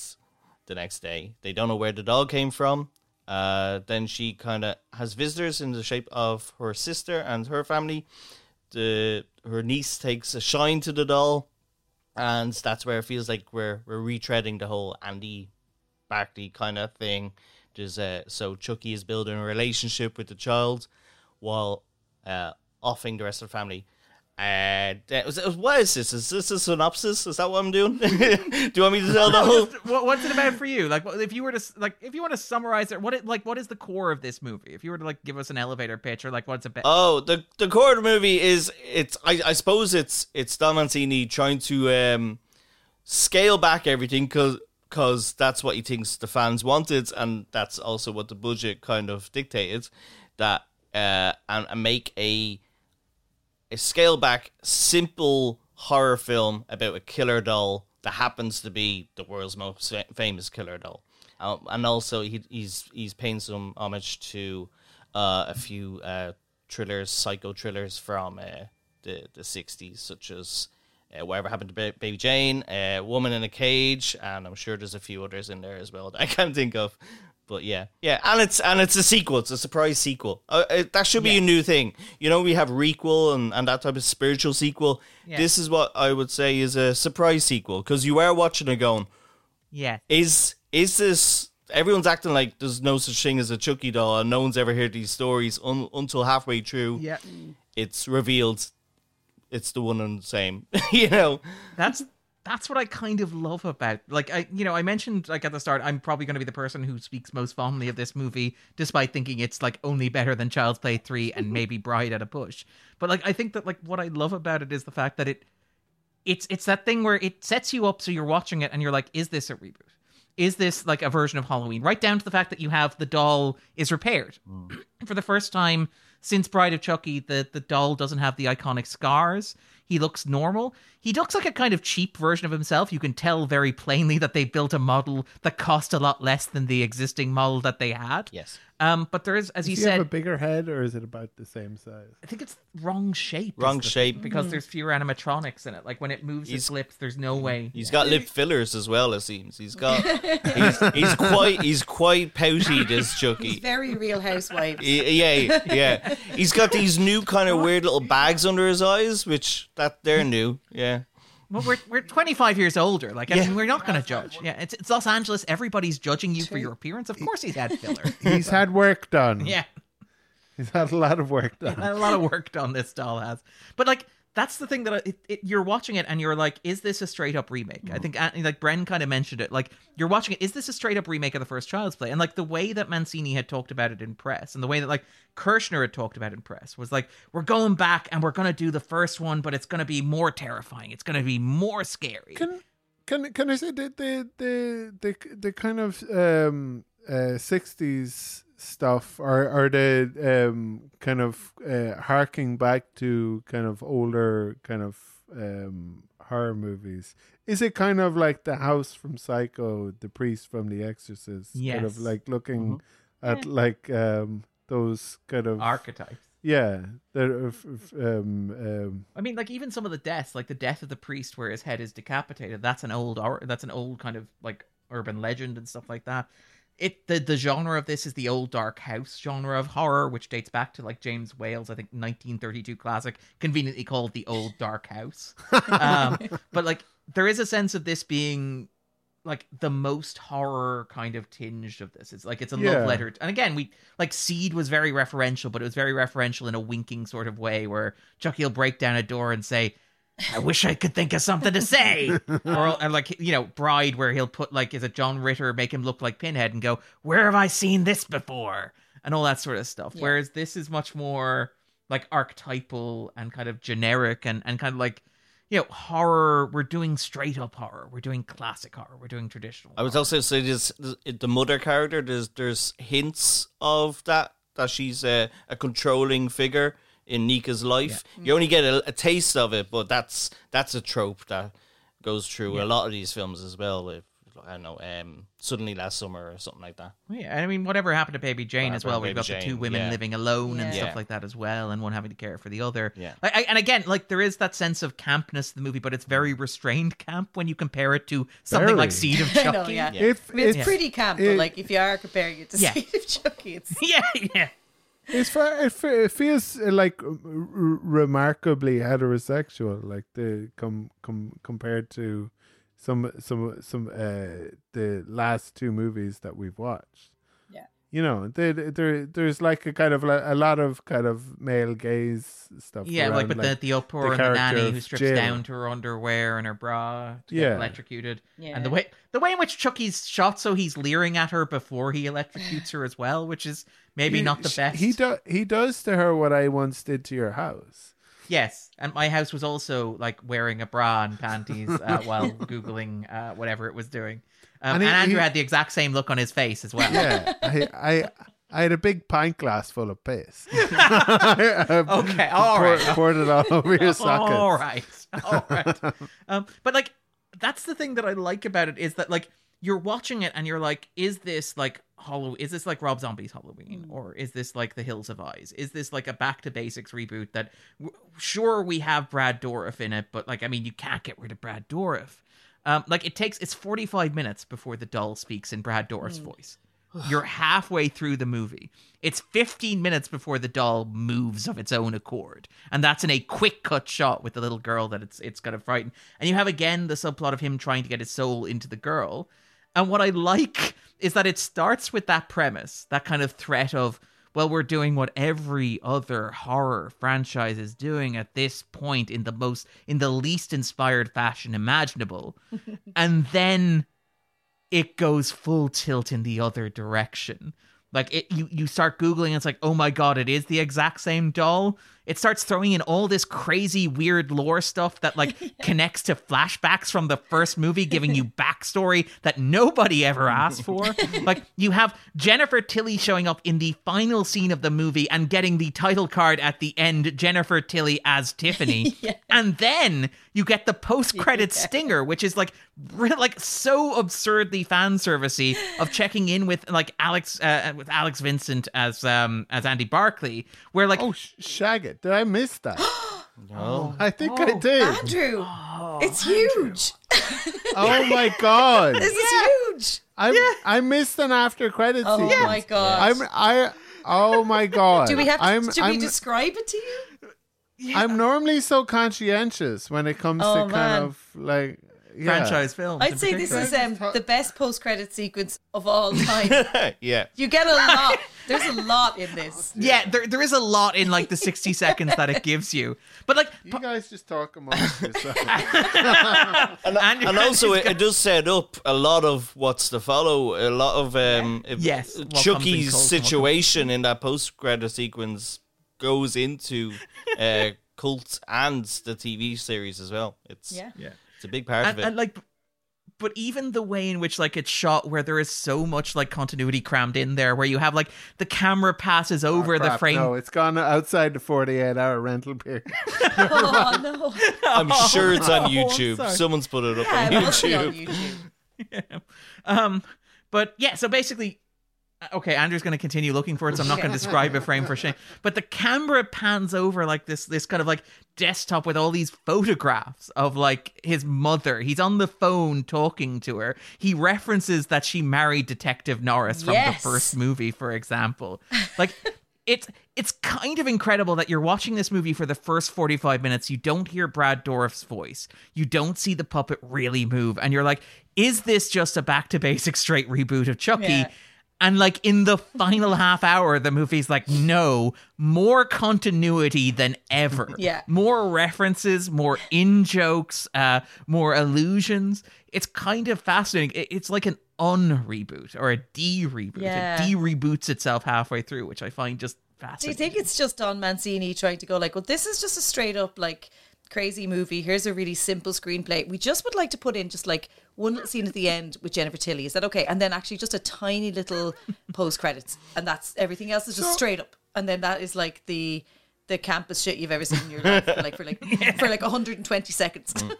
The next day, they don't know where the doll came from. Uh, then she kind of has visitors in the shape of her sister and her family. The uh, her niece takes a shine to the doll and that's where it feels like we're we're retreading the whole Andy Barkley kind of thing. Just uh, so Chucky is building a relationship with the child while uh, offing the rest of the family. Uh, that was, what is this? Is this a synopsis? Is that what I'm doing? Do you want me to tell the whole? Just, what, what's it about for you? Like, what- if you were to s- like, if you want to summarize it, what it like, what is the core of this movie? If you were to like give us an elevator pitch or like what's about? Oh, the the core of the movie is it's I, I suppose it's it's Don Mancini trying to um scale back everything because that's what he thinks the fans wanted and that's also what the budget kind of dictated that uh and, and make a a scale back simple horror film about a killer doll that happens to be the world's most fa- famous killer doll. Um, and also he, he's he's paying some homage to uh, a few uh, thrillers, psycho thrillers from uh, the the 60s such as uh, whatever happened to ba- Baby Jane, uh, Woman in a Cage, and I'm sure there's a few others in there as well that I can't think of. But yeah, yeah, and it's and it's a sequel. It's a surprise sequel. Uh, uh, that should be a new thing. You know, we have requel and, and that type of spiritual sequel. Yeah. This is what I would say is a surprise sequel because you are watching it going, yeah, is is this? Everyone's acting like there's no such thing as a Chucky doll, and no one's ever heard these stories un, until halfway through. yeah. It's revealed, it's the one and same. you know, That's that's what I kind of love about like I you know I mentioned like at the start I'm probably going to be the person who speaks most fondly of this movie despite thinking it's like only better than Child's Play 3 and maybe Bride at a Push. But like I think that like what I love about it is the fact that it it's it's that thing where it sets you up so you're watching it and you're like is this a reboot? Is this like a version of Halloween? Right down to the fact that you have the doll is repaired. Mm. For the first time since Bride of Chucky, the, the doll doesn't have the iconic scars. He looks normal. He looks like a kind of cheap version of himself. You can tell very plainly that they built a model that cost a lot less than the existing model that they had. yes. Um, but there is, as you Does he said, have a bigger head, or is it about the same size? I think it's wrong shape. is Wrong the thing, shape. Mm. because there's fewer animatronics in it. Like when it moves He's- its lips, there's no way. He's got lip fillers as well. It seems he's got. he's, he's quite. He's quite pouty. This Chucky. Very real housewives. Y- Yeah, yeah. He's got these new kind of weird little bags under his eyes, which that they're new. Yeah. Well, we're we're 25 years older. Like I mean, Yeah. we're not going to judge. Yeah, it's it's Los Angeles. Everybody's judging you for your appearance. Of course, he's had filler. He's had work done. yeah. He's had a lot of work done. a lot of work done this doll has but like that's the thing that I- it, it, you're watching it and you're like is this a straight up remake i think uh, like bren kind of mentioned it like you're watching it is this a straight up remake of the first child's play and like the way that mancini had talked about it in press and the way that like kirschner had talked about it in press was like we're going back and we're going to do the first one but it's going to be more terrifying it's going to be more scary Can can can I say the the the the, the kind of um uh sixties stuff or or the um kind of uh harking back to kind of older kind of um horror movies is it kind of like the house from psycho the priest from the exorcist kind Yes. of like looking at like um those kind of archetypes yeah the f- f- um um I mean, like even some of the deaths, like the death of the priest where his head is decapitated. That's an old, or that's an old kind of like urban legend and stuff like that. It the the genre of this is the old dark house genre of horror, which dates back to like James Whale's, I think, 1932 classic, conveniently called the old dark house. um, but like there is a sense of this being like the most horror kind of tinge of this. It's like it's a Yeah. love letter. And again, we like Seed was very referential, but it was very referential in a winking sort of way where Chucky will break down a door and say, I wish I could think of something to say. or and like you know, Bride where he'll put like is it John Ritter make him look like Pinhead and go, Where have I seen this before? And all that sort of stuff. Yeah. Whereas this is much more like archetypal and kind of generic and, and kind of like you know, horror. We're doing straight up horror. We're doing classic horror. We're doing traditional. I was also saying this, the mother character. There's there's hints of that that she's a, a controlling figure in Nika's life. You only get a, a taste of it, but that's that's a trope that goes through a lot of these films as well. If, I don't know, um, suddenly last summer or something like that. Yeah, I mean, whatever happened to Baby Jane as Whatever well? happened to We've got Baby the two Jane, women yeah. living alone and Yeah. stuff like that as well, and one having to care for the other. Yeah. I, I, and again, like there is that sense of campness in the movie, but it's very restrained camp when you compare it to something Very. like Seed of I know, Chucky. yeah. Yeah. If I mean, it's if- pretty camp, but it- like if you are comparing it to Yeah. Seed of Chucky, it's yeah, yeah. It's fa- it, fe- it feels uh, like r- r- remarkably heterosexual, like the com, com compared to some some some uh the last two movies that we've watched. Yeah. you know, there there there's like a kind of li- a lot of kind of male gaze stuff. Yeah, like around, with the, the uproar the and the character nanny who of strips Jill. down to her underwear and her bra to get Yeah. electrocuted. And Yeah. the way the way in which Chucky's shot, so he's leering at her before he electrocutes her as well, which is maybe He- not the sh- best. He does he does to her what I once did to your house. Yes, and my house was also like wearing a bra and panties uh, while googling uh, whatever it was doing. Um, and, And he- Andrew he- had the exact same look on his face as well. Yeah, I I I had a big pint glass full of piss. Okay, all Pour- right. poured it all over your sockets. All right, all right. um, but like, that's the thing that I like about it is that like you're watching it and you're like, is this like Halloween? Is this like Rob Zombie's Halloween, or is this like The Hills Have Eyes? Is this like a Back to Basics reboot? That w- sure we have Brad Dourif in it, but like, I mean, you can't get rid of Brad Dourif. Um, like it takes it's 45 minutes before the doll speaks in Brad Dourif's voice. You're halfway through the movie. It's 15 minutes before the doll moves of its own accord, and that's in a quick cut shot with the little girl that it's it's kind of frightened. And you have again the subplot of him trying to get his soul into the girl. And what I like is that it starts with that premise, that kind of threat of, well, we're doing what every other horror franchise is doing at this point in the most, in the least inspired fashion imaginable. and then it goes full tilt in the other direction. Like it, you, you start googling, and it's like, oh my god, it is the exact same doll. It starts throwing in all this crazy, weird lore stuff that like connects to flashbacks from the first movie, giving you backstory that nobody ever asked for. like you have Jennifer Tilly showing up in the final scene of the movie and getting the title card at the end, Jennifer Tilly as Tiffany, and then you get the post credit stinger, which is like re- like so absurdly fan servicey of checking in with like Alex uh, with Alex Vincent as um as Andy Barclay, where like Oh, sh- shag it. Did I miss that? No. I think Oh, I did. Andrew. it's huge. Oh my god. This is huge. I I missed an after credit Oh sequence. my god. I'm I Oh my god. do we have to, I'm do I'm, we describe it to you? I'm normally so conscientious when it comes Oh, to kind man. of like yeah. franchise films. in I'd say this particular. is um, the best post credit sequence of all time. yeah. you get a lot. There's a lot in this. yeah, there there is a lot in like the sixty seconds that it gives you, but like You guys just talk amongst yourselves. Andrew- and also it, it does set up a lot of what's to follow a lot of um if- Yes, what comes in cult chucky's and what situation in that post-credit sequence goes into uh cult and the tv series as well it's Yeah. Yeah. it's a big part and, of it and like but even the way in which like it's shot where there is so much like continuity crammed in there where you have like the camera Ah, passes over the Crap, frame No, it's gone outside the 48 hour rental period. Oh no. i'm sure it's on youtube Oh, sorry. someone's put it up Oh, Yeah, on it must be youtube on YouTube. Um, but yeah, so basically, uh, okay, Andrew's going to continue looking for it, so I'm not going to describe it frame for shame. But the camera pans over like this, this kind of like desktop with all these photographs of like his mother. He's on the phone talking to her. He references that she married Detective Norris from Yes. the first movie, for example. Like. It's it's kind of incredible that you're watching this movie for the first 45 minutes. You don't hear Brad Dourif's voice. You don't see the puppet really move, and you're like, "Is this just a back to basic straight reboot of Chucky?" Yeah. And like in the final half hour, the movie's like, no, more continuity than ever. Yeah. More references, more in jokes, uh, more illusions. It's kind of fascinating. It- It's like an un reboot or a de reboot. Yeah. It de reboots itself halfway through, which I find just Do you fascinating. think it's just Don Mancini trying to go like, well, this is just a straight up like crazy movie. Here's a really simple screenplay. We just would like to put in just like one little scene at the end with Jennifer Tilly. Is that okay? And then actually just a tiny little post credits, and that's everything else is just straight up. And then that is like the the campus shit you've ever seen in your life, for like for like for like 120 seconds. Mm.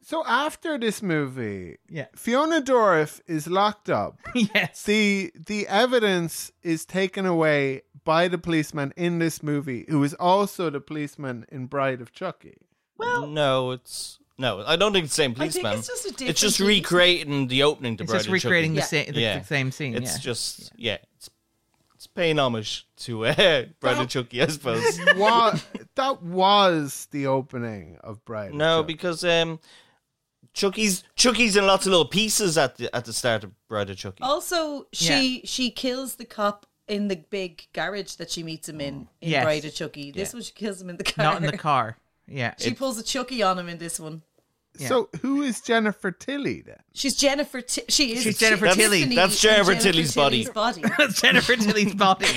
So after this movie, Yeah. Fiona Dorif is locked up. yes. the the evidence is taken away by the policeman in this movie, who is also the policeman in Bride of Chucky. no, it's no. I don't think it's the same I think policeman. it's just a It's different just policeman. recreating the opening to It's Bride just and Chucky. recreating the, Yeah. sa- the, Yeah. the same scene. It's yeah. just yeah. it's it's paying homage to uh, Bride and Chucky, I suppose. Wa- that was the opening of Bride. of No, Chucky. because um, Chucky's Chucky's in lots of little pieces at the at the start of Bride Oh, of Chucky. Also, she she kills the cop in the big garage that she meets him in in Yes. Bride of Chucky. This one she kills him in the car. not in the car. Yeah. She pulls a Chucky on him in this one. so who is Jennifer Tilly then? She's Jennifer. T- she is. She's Jennifer she's Tilly. Tiffany That's in Jennifer Tilly's body. body. That's Jennifer Tilly's body.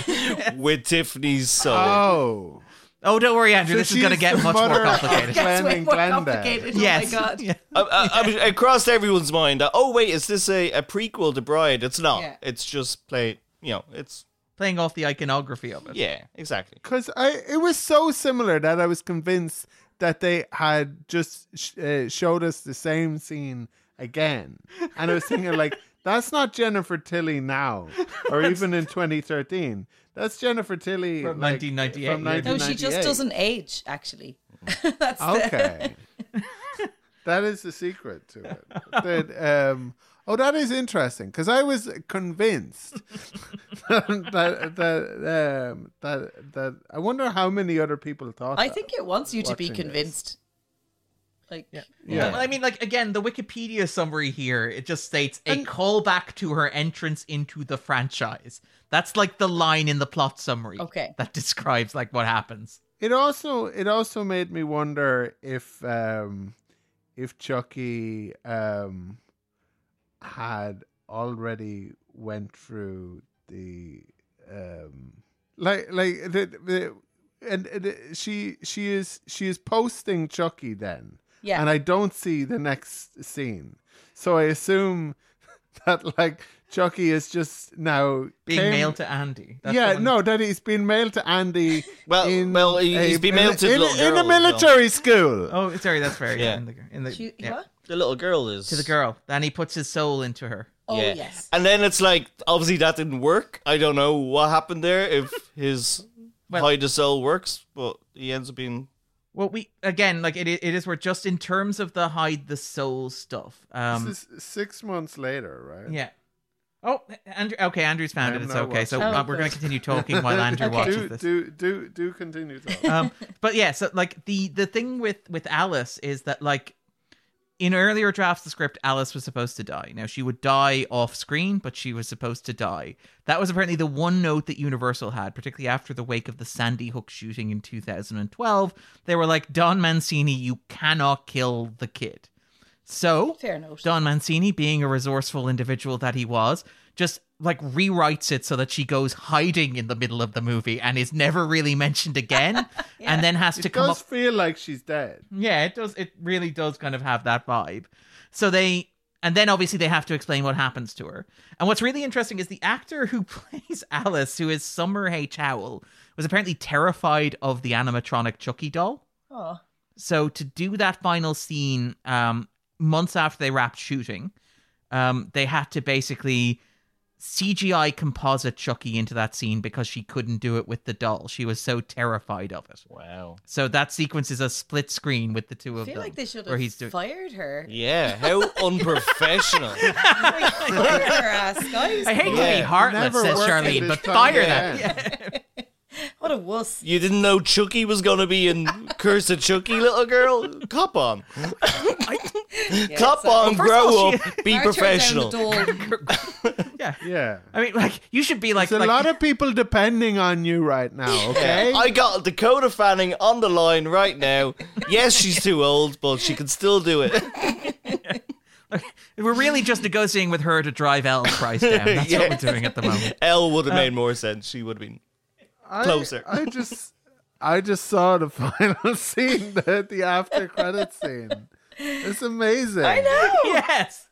with Tiffany's soul. Oh, Oh, don't worry, Andrew. So this is going to she's get the much more mother of- complicated. Yeah. That's way Glenn more and Glenda. complicated. yes. Oh my god. Yeah. I, I, I, was- it crossed everyone's mind. that, Oh wait, is this a, a prequel to Bride? It's not. Yeah. It's just play. You know, it's Playing off the iconography of it. yeah, exactly. because I it was so similar that I was convinced that they had just sh- uh, showed us the same scene again, and I was thinking like. That's not Jennifer Tilly now, or even in 2013. That's Jennifer Tilly From like, 1998, From yeah. No, she 1998. just doesn't age. Actually, that's the, Okay. that is the secret to it. That, um, oh, that is interesting because I was convinced that that um, that that I wonder how many other people thought. I that. think it wants you to be Watching this. convinced. Like, Well, I mean, like again, the Wikipedia summary here it just states a callback to her entrance into the franchise. That's like the line in the plot summary. Okay. That describes like what happens. it also it also made me wonder if um, if Chucky um, had already went through the um, like like the, the and, and she she is she is posting Chucky then yeah. and I don't see the next scene. So I assume that like Chucky is just now Being came- mailed to Andy. That's yeah, the one- no, that he's been mailed to Andy. Well- in well, he- a- he's been mailed to in, little in a girls, no. military school. Oh, sorry, that's fair. Yeah. Yeah. In the, in the, She- yeah. what? The little girl is To the girl. Then he puts his soul into her. Oh yeah. yes. And then it's like obviously that didn't work. I don't know what happened there. If his Well- hide the soul works, but he ends up being Well, we again, like it, i- it is. We're just in terms of the hide the soul stuff. Um, this is six months later, right? yeah. Oh, Andrew. Okay, Andrew's found I'm it. It's not okay. So watching uh, it. we're going to continue talking while Andrew Oh. Okay. watches Do this. do do do continue talking. um, but yeah, so like the the thing with with Alice is that like in earlier drafts of the script, Alice was supposed to die. Now she would die off screen, but she was supposed to die. That was apparently the one note that Universal had, particularly after the wake of the Sandy Hook shooting in 2012. They were like, Don Mancini, you cannot kill the kid. So Fair enough. Don Mancini, being a resourceful individual that he was, just like rewrites it so that she goes hiding in the middle of the movie and is never really mentioned again, and then has to it come does up. feel like she's dead. Yeah, it does. It really does kind of have that vibe. So they, and then obviously they have to explain what happens to her. And what's really interesting is the actor who plays Alice, who is Summer H. Howell, was apparently terrified of the animatronic Chucky doll. Oh. So to do that final scene, um, months after they wrapped shooting, um, they had to basically CGI composite Chucky into that scene because she couldn't do it with the doll. She was so terrified of it. wow. So that sequence is a split screen with the two I of feel them. like they should where have he's doing. fired her. Yeah, how unprofessional. Like, fire her ass, guys. I hate to be Yeah. heartless, Never says work at Charlene, this but time fire that. again. What a wuss. you didn't know Chucky was gonna be in Curse of Chucky, little girl. Cop on, cop so- on, first of grow all, she- up, be Fire her professional. down the door. Yeah. Yeah. I mean, like you should be like There's a like- lot of people depending on you right now, okay? I got Dakota Fanning on the line right now. Yes, she's too old, but she can still do it. we're really just negotiating with her to drive L's price down. That's what Yeah. we're doing at the moment. L would have made more sense. She would have been I- Closer. I, just I just saw the final scene, the, the after credit scene. It's amazing. I know. yes.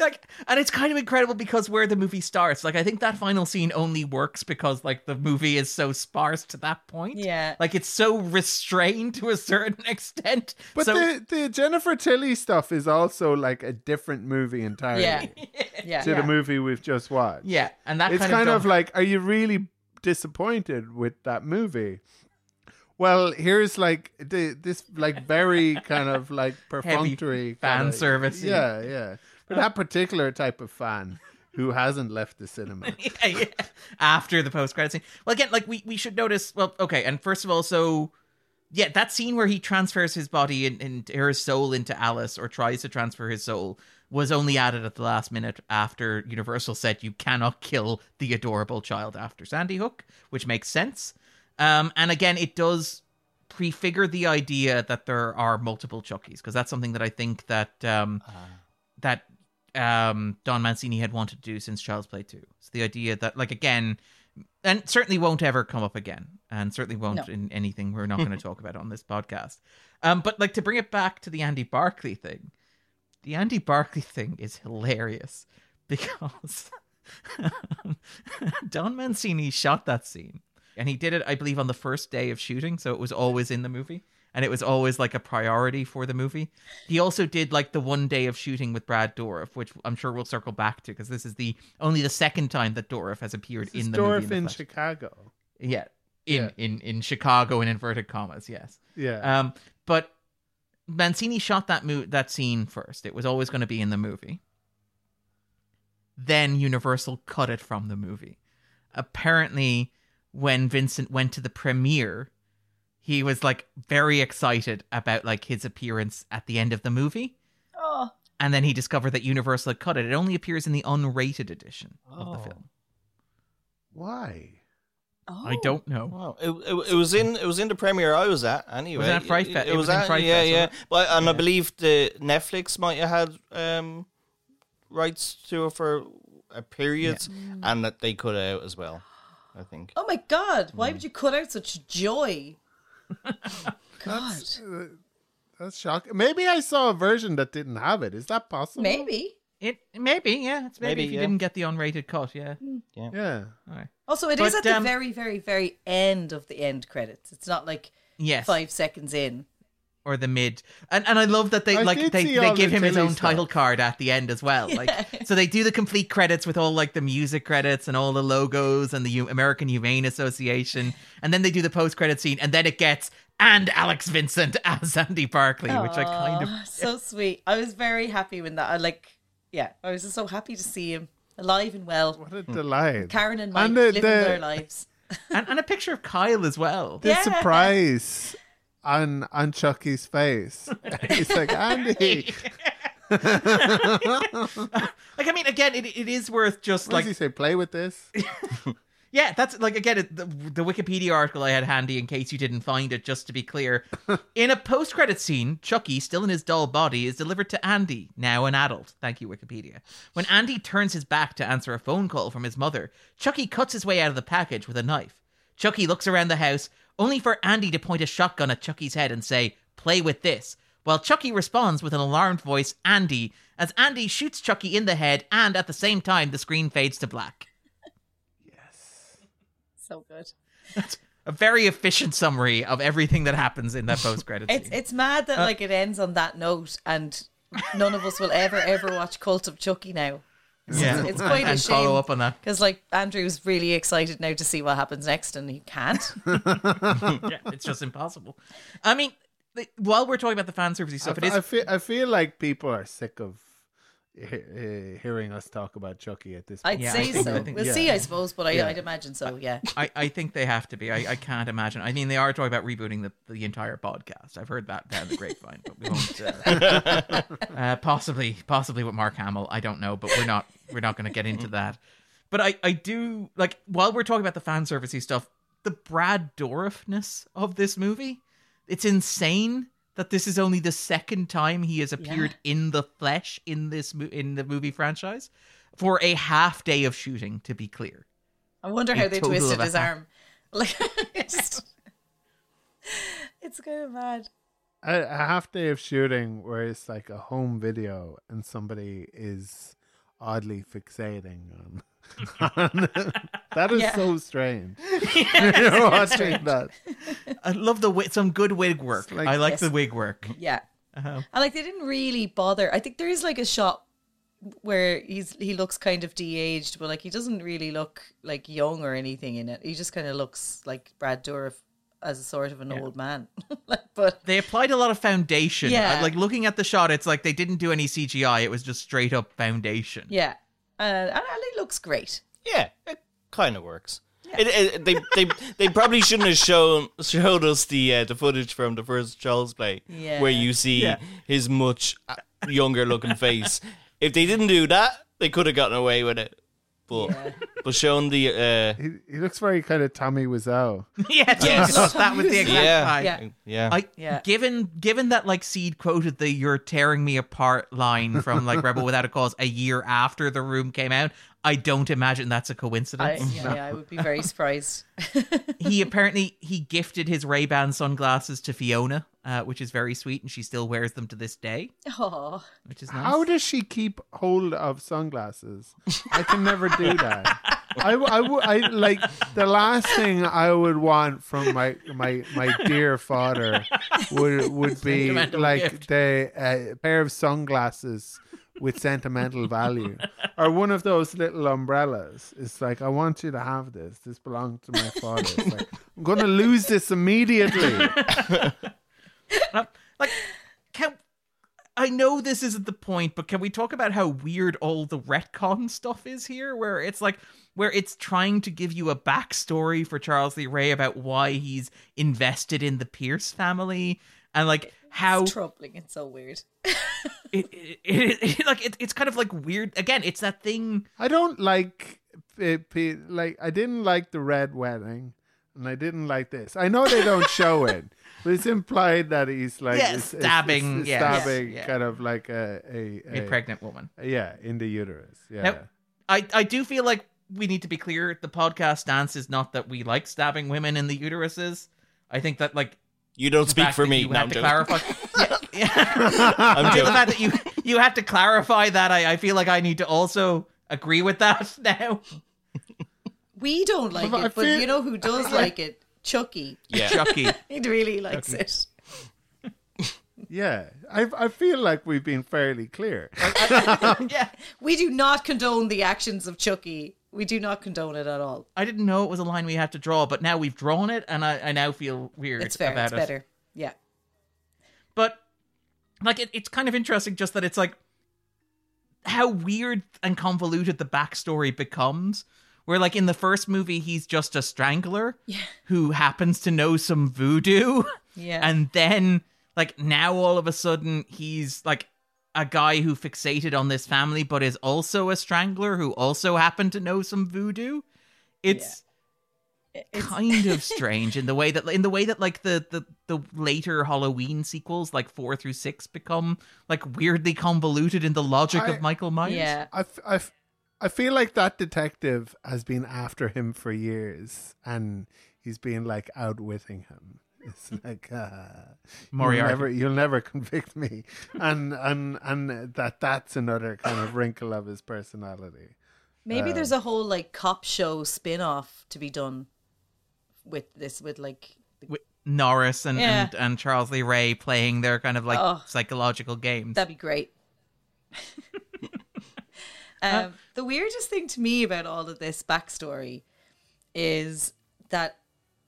like, and it's kind of incredible because where the movie starts, like I think that final scene only works because like the movie is so sparse to that point. Yeah. like it's so restrained to a certain extent. But so, the, the Jennifer Tilly stuff is also like a different movie entirely Yeah. Yeah. to the movie we've just watched. yeah, and that it's kind, kind of, of like, are you really disappointed with that movie? Well, here's like the, this like very kind of like perfunctory fan kinda- service-y. Yeah, yeah. For that particular type of fan who hasn't left the cinema. Yeah, yeah. after the post credit scene. Well, again, like we we should notice. Well, okay, and first of all, so yeah, that scene where he transfers his body and, and her soul into Alice, or tries to transfer his soul, was only added at the last minute after Universal said you cannot kill the adorable child after Sandy Hook, which makes sense. Um, and again, it does prefigure the idea that there are multiple Chuckies because that's something that I think that um, that um, Don Mancini had wanted to do since Child's Play 2. So the idea that, like, again, and certainly won't ever come up again, and certainly won't No. in anything we're not going to talk about on this podcast. Um, but like to bring it back to the Andy Barclay thing, the Andy Barclay thing is hilarious because Don Mancini shot that scene, and he did it, I believe, on the first day of shooting, so it was always in the movie. And it was always like a priority for the movie. He also did like the one day of shooting with Brad Dourif, which I'm sure we'll circle back to because this is the only the second time that Dourif has appeared This is in the Dorf movie. in Flash. Chicago. Yeah. In, Yeah. in in Chicago in inverted commas, yes. Yeah. Um, but Mancini shot that mo- that scene first. It was always going to be in the movie. Then Universal cut it from the movie. Apparently, when Vincent went to the premiere, he was like very excited about like his appearance at the end of the movie, Oh, and then he discovered that Universal had cut it. It only appears in the unrated edition of Oh. the film. Why? oh. I don't know. Wow, it, it, it was in it was in the premiere I was at anyway. Was it at Fright Fest? It was in at- Fright yeah, Fest, yeah. wasn't But and I Yeah. believe the Netflix might have had um, rights to it for a period, Mm. and that they cut it out as well. I think. Oh my god! Why would you cut out such joy? God, That's shocking. Maybe I saw a version that didn't have it. Is that possible? maybe. It maybe yeah, it's maybe, Maybe, if you yeah. Hmm. didn't get the unrated cut, yeah. Yeah. All right. Also, it is But, at the um, very, very, very end of the end credits. It's not like Yes. five seconds in. or the mid and and I love that they I like did they, see they all give the him his Tilly own title stuff. card at the end as well like so they do the complete credits with all like the music credits and all the logos and the U- American Humane Association and then they do the post credit scene and then it gets and Alex Vincent as Andy Barkley which I kind of Aw, Ah, so sweet. I was very happy when that. I like, yeah, I was just so happy to see him alive and well. What a Hmm. delight. Karen and Mike And the- living the- their lives. and, and a picture of Kyle as well the Yeah. surprise on on Chucky's face. He's like, Andy. like I mean again it, it is worth just What like does he say? Play with this? Yeah, that's like again it- the, the Wikipedia article I had handy in case you didn't find it. Just to be clear, in a post-credit scene, Chucky, still in his doll body, is delivered to Andy, now an adult. Thank you, Wikipedia. When Andy turns his back to answer a phone call from his mother, Chucky cuts his way out of the package with a knife. Chucky looks around the house, only for Andy to point a shotgun at Chucky's head and say, "Play with this." While Chucky responds with an alarmed voice, "Andy," as Andy shoots Chucky in the head, and at the same time, the screen fades to black. So good. a very efficient summary of everything that happens in that post credits It's scene. it's mad that like it ends on that note, and none of us will ever ever watch Cult of Chucky now. yeah, it's quite a and shame. follow up on that. Because like Andrew's really excited now to see what happens next, and he can't. Yeah, it's just impossible. I mean, the, while we're talking about the fan servicey I, stuff, it is I feel I feel like people are sick of he- he- hearing us talk about Chucky at this point. I'd Yeah, I say think- so. I think- we'll yeah. see, I suppose, but I, Yeah. I'd imagine so. Yeah. I, I think they have to be. I, I can't imagine. I mean, they are talking about rebooting the, the entire podcast. I've heard that down the grapevine, but we won't. Uh, uh, possibly, possibly with Mark Hamill. I don't know, but we're not we're not going to get into that. But I I do like while we're talking about the fan servicey stuff, the Brad Dourifness of this movie. It's insane that this is only the second time he has appeared in the flesh in this mo- in the movie franchise for a half day of shooting. To be clear. I wonder A how they total twisted of a his half. arm. Like, it's just- It's kind of mad. a, a half day of shooting where it's like a home video and somebody is oddly fixating on, on- that is Yeah. so strange you're watching that I love the wig, some good wig work. like- I like Yes. the wig work. Yeah. Uh-huh. And like they didn't really bother. I think there is like a shot where he's he looks kind of de-aged, but like he doesn't really look like young or anything in it. He just kind of looks like Brad Dourif as a sort of an old man. like, but They applied a lot of foundation. Yeah. I- like looking at the shot, it's like they didn't do any CGI. It was just straight up foundation. yeah, uh, and, and he looks great. Yeah, it kind of works. It, it, they they they probably shouldn't have shown showed us the uh, the footage from the first Charles play Yeah. where you see Yeah. his much uh, younger looking face. If they didn't do that, they could have gotten away with it. But Yeah. but showing the uh, he, he looks very kind of tommy Wiseau. yeah Yes. that was the exact yeah, vibe. yeah I, Yeah. Given given that like Seed quoted the "You're tearing me apart" line from like Rebel Without a Cause a year after the room came out, I don't imagine that's a I, coincidence. yeah, I would be very surprised. he apparently he gifted his Ray Ban sunglasses to Fiona, uh, which is very sweet, and she still wears them to this day, Oh, which is nice. how does she keep hold of sunglasses i can never do that I, w- I, w- I like the last thing I would want from my my my dear father would would be Sentimental like gift. the uh, pair of sunglasses with sentimental value or one of those little umbrellas. It's like I want you to have this. This belonged to my father. It's like I'm gonna lose this immediately. Uh, like can I know this isn't the point, but can we talk about how weird all the retcon stuff is here where it's like where it's trying to give you a backstory for Charles Lee Ray about why he's invested in the Pierce family and like how it's troubling and so weird. it, it, it, it- like it, it's kind of like weird again it's that thing I don't like p- p- like I didn't like the red wedding, and I didn't like this. I know they don't show it, but it's implied that he's like Yeah, it's- it's- stabbing, it's yes, stabbing, yeah. kind of like a a, a pregnant woman yeah in the uterus. Yeah, Now, I, I do feel like we need to be clear. The podcast stance is not that we like stabbing women in the uteruses. I think that like You don't the speak fact for that me. You No, had I'm to joking. clarify. yeah, yeah. I'm So the joking. fact that you you had to clarify that, I, I feel like I need to also agree with that now. We don't like But I it, but feel- you know who does like it? Chucky. Yeah, Chucky, He really likes it. yeah. I I feel like we've been fairly clear. yeah, We do not condone the actions of Chucky. We do not condone it at all. I didn't know it was a line we had to draw, but now we've drawn it, and I, I now feel weird It's fair. about It's it. better. Yeah. but like it, it's kind of interesting just that it's like how weird and convoluted the backstory becomes where like in the first movie he's just a strangler who happens to know some voodoo Yeah. and then like now all of a sudden he's like a guy who fixated on this family but is also a strangler who also happened to know some voodoo it's kind of strange in the way that in the way that like the, the the later Halloween sequels like 4 through 6 become like weirdly convoluted in the logic I- of Michael Myers. yeah. I, f- I, f- I feel like that detective has been after him for years and he's been like outwitting him. It's like uh, Moriarty. You'll never, you'll never convict me, and and and that that's another kind of wrinkle of his personality. Maybe there's a whole like cop show spin off to be done with this, with like. With Norris and, Yeah. and and Charles Lee Ray playing their kind of like Oh. psychological games. That'd be great. um, the weirdest thing to me about all of this backstory is that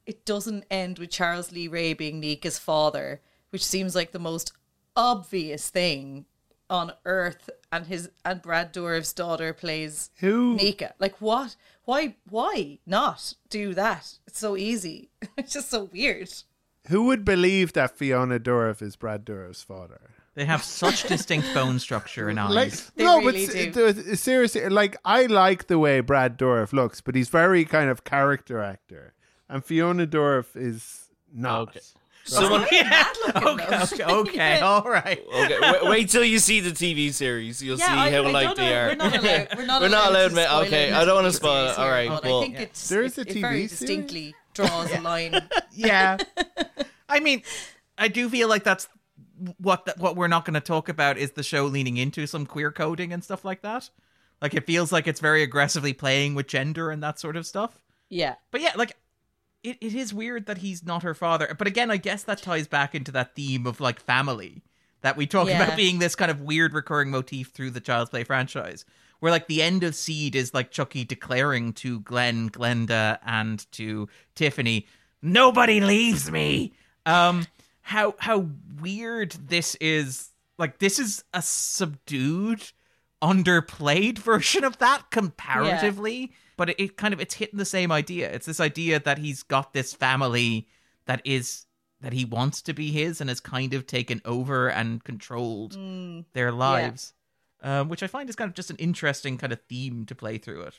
it doesn't end with Charles Lee Ray being Nika's father, which seems like the most obvious thing on earth. And his and Brad Dourif's daughter plays Who Nika. Like what? Why? Why not do that? It's so easy. It's just so weird. who would believe that Fiona Dourif is Brad Dourif's father? they have such distinct bone structure and eyes. Like They no, really but do. s- th- th- seriously, like I like the way Brad Dourif looks, but he's very kind of character actor, and Fiona Dourif is not. Okay. someone. yeah. looking, Okay, though. okay, okay, Yeah. all right. Okay, wait, wait till you see the TV series. You'll I- see how I like don't they know. are. We're not allowed. We're not We're allowed, not allowed to ma- spoil okay, any I don't wanna TV spoil it. series All here, right, but well- I think it's There is it- a it TV very series? distinctly draws a line. Yeah. I mean, I do feel like that's what the, what we're not going to talk about is the show leaning into some queer coding and stuff like that. Like it feels like it's very aggressively playing with gender and that sort of stuff. Yeah. But yeah, like it, it is weird that he's not her father. But again, I guess that ties back into that theme of like family that we talk Yeah. about being this kind of weird recurring motif through the Child's Play franchise, where like the end of Seed is like Chucky declaring to Glenn, Glenda, and to Tiffany, "Nobody leaves me." Um, how how weird this is. Like this is a subdued, underplayed version of that comparatively, but it, it kind of it's hitting the same idea. It's this idea that he's got this family that is that he wants to be his and has kind of taken over and controlled Mm. their lives, um, which I find is kind of just an interesting kind of theme to play through it.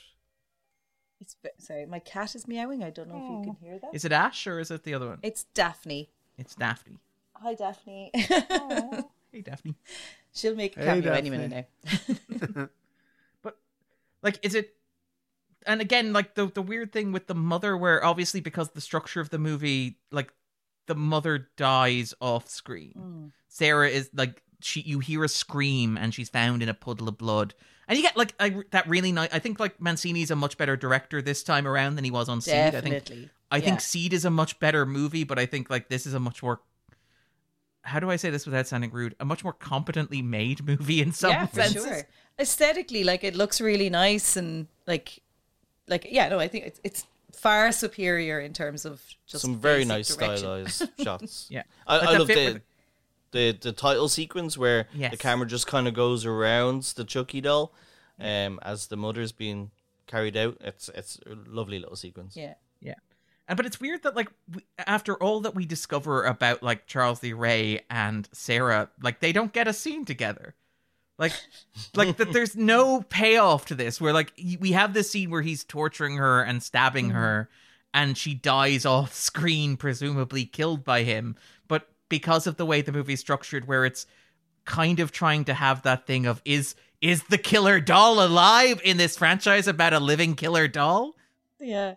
It's, ve- sorry, my cat is meowing. I don't know if you can hear that. Is it Ash or is it the other one? It's Daphne. It's Daphne. Hi, Daphne. Hey, Daphne. She'll make a Hey, cameo Daphne. any minute now. like is it and again like the the weird thing with the mother where obviously because the structure of the movie like the mother dies off screen Hmm, sarah is like she you hear a scream and she's found in a puddle of blood and you get like I, that really nice i think like mancini's a much better director this time around than he was on seed i think Definitely. i yeah. think seed is a much better movie but i think like this is a much more how do i say this without sounding rude a much more competently made movie in some yeah, for senses sure. Aesthetically, like it looks really nice and like, like yeah, no, I think it's it's far superior in terms of just Some very basic nice direction. stylized shots. Yeah. I, Like I that love bit the, where the the title sequence where Yes. the camera just kind of goes around the Chucky doll, um, as the mother's being carried out. It's it's a lovely little sequence. Yeah, And but it's weird that like w after all that we discover about like Charles Lee Ray and Sarah, like they don't get a scene together. Like, like that. There's no payoff to this. Where like y- we have this scene where he's torturing her and stabbing her, and she dies off screen, presumably killed by him. But because of the way the movie's structured, where it's kind of trying to have that thing of is is the killer doll alive in this franchise about a living killer doll? yeah.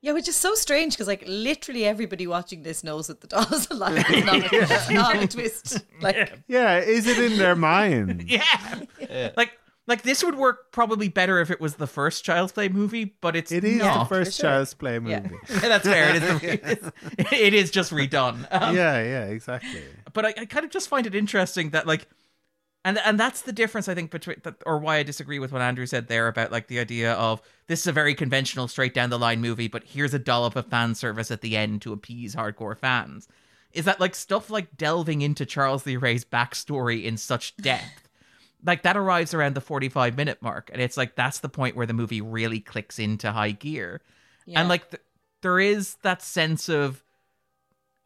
Yeah, which is so strange because, like, literally everybody watching this knows that the doll is alive. It's not, a- it's not a twist. Like, Yeah, is it in their mind? Yeah. Yeah. Like like this would work probably better if it was the first Child's Play movie, but it's It is the not. first sure. Child's Play Yeah. movie. Yeah, that's fair. It is, the, it is- it is just redone. Yeah, Um, yeah, exactly. But I, I kind of just find it interesting that like, and and that's the difference I think between that, or why I disagree with what Andrew said there about like the idea of this is a very conventional, straight down the line movie, but here's a dollop of fan service at the end to appease hardcore fans. Is that like stuff like delving into Charles Lee Ray's backstory in such depth? like that arrives around the 45 minute mark and it's like that's the point where the movie really clicks into high gear Yeah. and like th- there is that sense of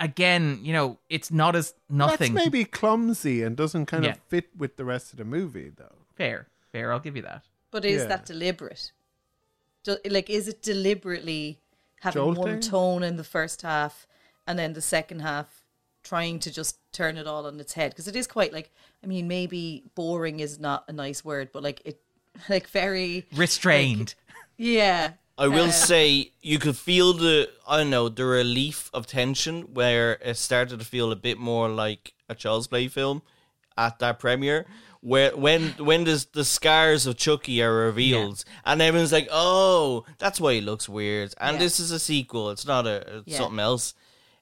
again you know it's not as nothing That's maybe clumsy and doesn't kind of Yeah. fit with the rest of the movie, though. fair fair i'll give you that But is Yeah. that deliberate? Do, like, is it deliberately having one Jolting? tone in the first half and then the second half trying to just turn it all on its head? Because it is quite like, I mean, maybe boring is not a nice word, but like it, like very, restrained yeah, I will say you could feel the I don't know the relief of tension where it started to feel a bit more like a Child's Play film at that premiere. Where when when the the scars of Chucky are revealed and everyone's like, oh, that's why he looks weird, and Yeah. this is a sequel. It's not a it's Yeah. something else.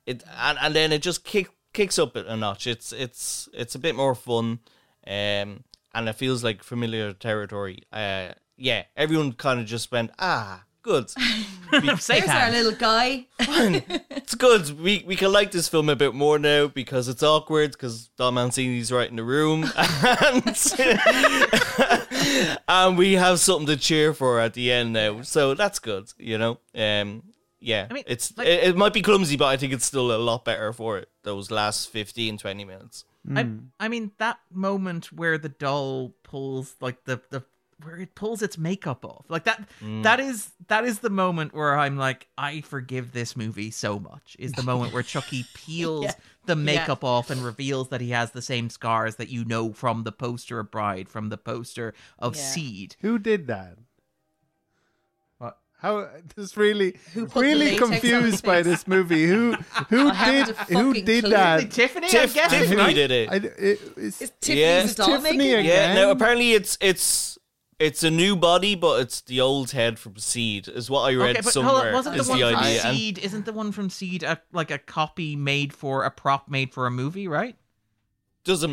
It and, and then it just kick, kicks up a notch. It's it's it's a bit more fun, um, and it feels like familiar territory. Uh, yeah, everyone kind of just went ah good. safe there's our hand. little guy. It's good. We we can like this film a bit more now because it's awkward because Don Mancini's right in the room, and, and we have something to cheer for at the end now. So that's good, you know. Um, yeah, I mean, it's like- it, it might be clumsy, but I think it's still a lot better for it. Those last 15, 20 minutes. Mm. I, I mean that moment where the doll pulls like the the where it pulls its makeup off like that that is that is the moment where i'm like i forgive this movie so much is the moment where chucky peels the makeup off and reveals that he has the same scars that you know from the poster of bride from the poster of Yeah. seed Who did that? What? How this really put really the latex on confused his by face? this movie? Who who did haven't a who fucking did clue. Like that? Tiffany, Uh, Tiff- I guess. Tiffany right? did it. I, it, it's, Is Yeah. Tiffany's It's a doll Tiffany making? again. Yeah, no, apparently it's it's it's a new body, but it's the old head from Seed, is what I read Okay, but hold on, somewhere. wasn't the is one the from idea. And Seed? Isn't the one from Seed a, like a copy made for a prop made for a movie? Right? doesn't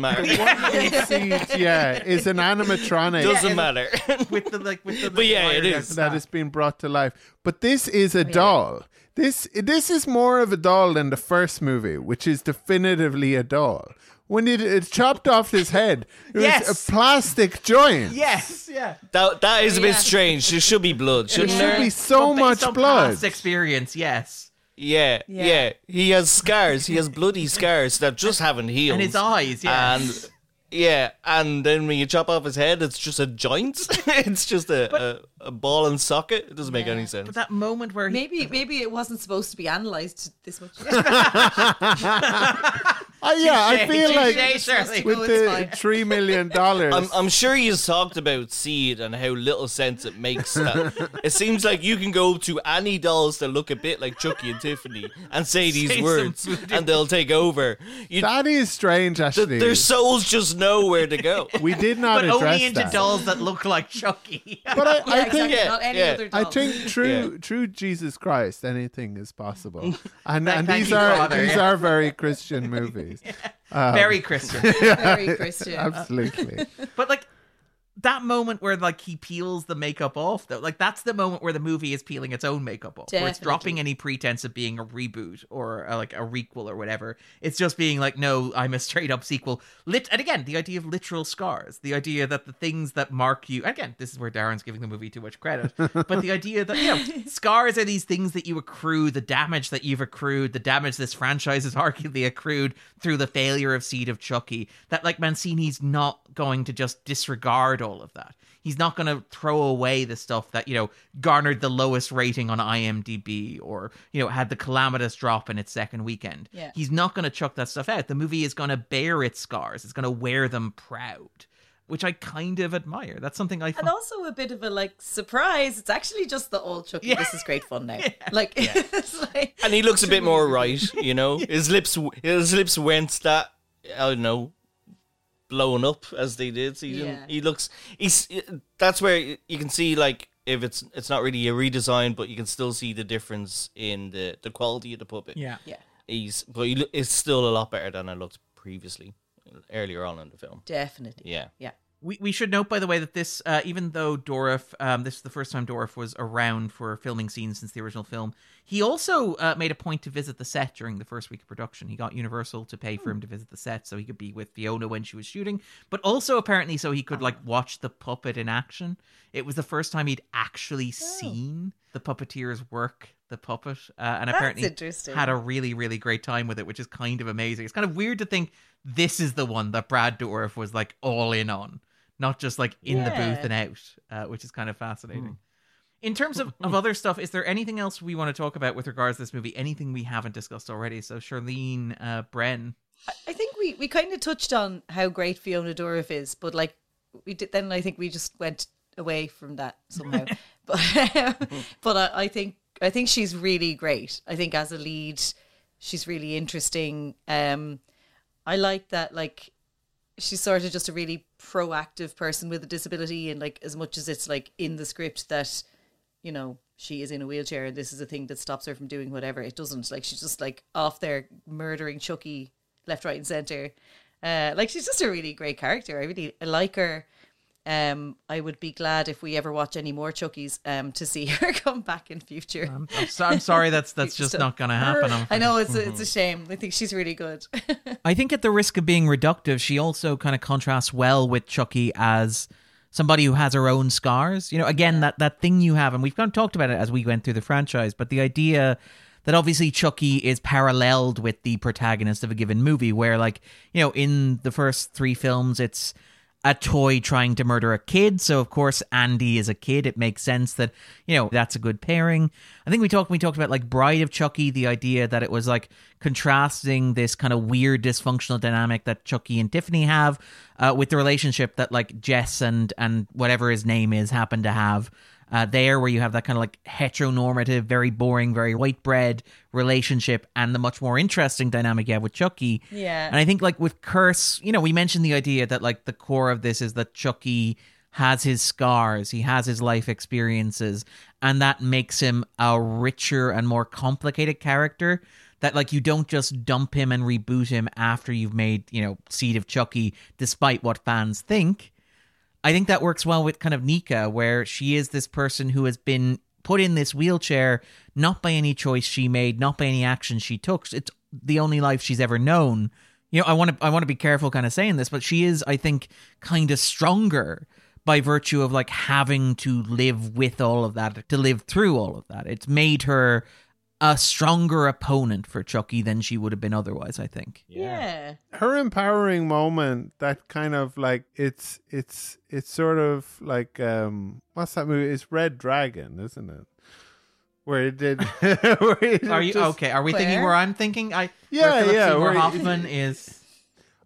matter. it's- yeah, it's an animatronic. Doesn't matter. With the like with the. But yeah, it wires out is. the that back. has been brought to life. But this Oh, is a doll. This this is more of a doll than the first movie, which is definitively a doll. When it, it chopped off his head, it was Yes. a plastic joint. Yes. Yeah. that that is a bit Yeah. strange. There should be blood, There shouldn't should there? be Well, so based much on blood. Past experience. Yes. Yeah, yeah, Yeah. He has scars. He has bloody scars that just haven't healed. And his eyes. Yeah. And yeah, and then when you chop off his head, it's just a joint. it's just a, a, a ball and socket. It doesn't make any sense. but that moment where he Maybe maybe it wasn't supposed to be analysed this much. Uh, yeah, I feel Touche, like touche, Shirley. with No, it's the fine. three Um, million dollars. I'm, I'm sure you talked about seed and how little sense it makes. That it seems like you can go to any dolls that look a bit like Chucky and Tiffany and say these Say some words, bloody- and they'll take over. You, that is strange, th- actually. their souls just know where to go. we did not but address only into that. dolls that look like Chucky. But I, I Yeah, think exactly. Not any yeah. other doll. I think true true Jesus Christ, anything is possible. And Thank- and thank these you, are Father, these yeah. are very Christian movies. Very Christian. very Christian. Absolutely. But like that moment where like he peels the makeup off, though, like that's the moment where the movie is peeling its own makeup off, where it's Definitely. dropping any pretense of being a reboot or uh like a requel or whatever. It's just being like, no, I'm a straight up sequel. Lit, and again, the idea of literal scars, the idea that the things that mark you. Again, this is where Darren's giving the movie too much credit, but the idea that you know, scars are these things that you accrue, the damage that you've accrued, the damage this franchise has arguably accrued through the failure of Seed of Chucky. That like Mancini's not going to just disregard all of that. He's not going to throw away the stuff that, you know, garnered the lowest rating on IMDb or, you know, had the calamitous drop in its second weekend. Yeah. He's not going to chuck that stuff out. The movie is going to bear its scars, it's going to wear them proud, which I kind of admire. That's something I And find. also a bit of a like surprise. It's actually just the old Chucky. Yeah. This is great fun now. Like, it's like And he looks a bit more right, you know. His lips, his lips went that I don't know, blown up as they did. So he didn't. Yeah. He looks. He's. That's where you can see like if it's it's not really a redesign, but you can still see the difference in the the quality of the puppet. Yeah. yeah, He's, but he, lo- it's still a lot better than I looked previously, earlier on in the film. definitely. Yeah. Yeah. We, we should note, by the way, that this, uh, even though Dorif, um, this is the first time Dorif was around for filming scenes since the original film, he also uh, made a point to visit the set during the first week of production. He got Universal to pay for him to visit the set so he could be with Fiona when she was shooting, but also apparently so he could, like, watch the puppet in action. It was the first time he'd actually seen the puppeteer's work, the puppet, uh, and apparently interesting. had a really, really great time with it, which is kind of amazing. It's kind of weird to think this is the one that Brad Dourif was, like, all in on not just like in the Yeah. Hmm. booth and out, uh, which is kind of fascinating. In terms of, of other stuff, is there anything else we want to talk about with regards to this movie? Anything we haven't discussed already? So, Charlene, uh, Bren, I think we we kind of touched on how great Fiona Dourif is, but like we did then I think we just went away from that somehow. but but I, I think I think she's really great. I think as a lead, she's really interesting. Um, I like that like she's sort of just a really proactive person with a disability, and like as much as it's like in the script that you know she is in a wheelchair and this is a thing that stops her from doing whatever it doesn't like she's just like off there murdering chucky left right and center uh like she's just a really great character i really I like her um i would be glad if we ever watch any more chuckies um to see her come back in future I'm, I'm, so, I'm sorry that's that's just not going to happen. I'm hmm. i know it's a, it's a shame i think she's really good I think at the risk of being reductive, she also kind of contrasts well with Chucky as somebody who has her own scars. You know, again, that, that thing you have, and we've kind of talked about it as we went through the franchise, but the idea that obviously Chucky is paralleled with the protagonist of a given movie, where, like, you know, in the first three films, it's a toy trying to murder a kid. So of course Andy is a kid. It makes sense that you know that's a good pairing. I think we talked we talked about like Bride of Chucky, the idea that it was like contrasting this kind of weird dysfunctional dynamic that Chucky and Tiffany have uh, with the relationship that like Jess and and whatever his name is happen to have. uh, there, where you have that kind of like heteronormative, very boring, very white bread relationship, and the much more interesting dynamic you have with Chucky. Yeah. And I think like with Curse, you know, we mentioned the idea that like the core of this is that Chucky has his scars, he has his life experiences, and that makes him a richer and more complicated character. That like you don't just dump him and reboot him after you've made, you know, Seed of Chucky, despite what fans think. I think that works well with kind of Nika, where she is this person who has been put in this wheelchair not by any choice she made, not by any action she took. It's the only life she's ever known. You know, I want to I want to be careful kind of saying this, but she is, I think, kind of stronger by virtue of like having to live with all of that, to live through all of that. It's made her a stronger opponent for Chucky than she would have been otherwise, I think. Yeah. her empowering moment that kind of like it's it's it's sort of like um what's that movie it's red dragon isn't it where it did where it Are you just- okay? Are we thinking Claire? where I'm thinking? I Yeah, where Philip yeah, Seymour where- Hoffman is.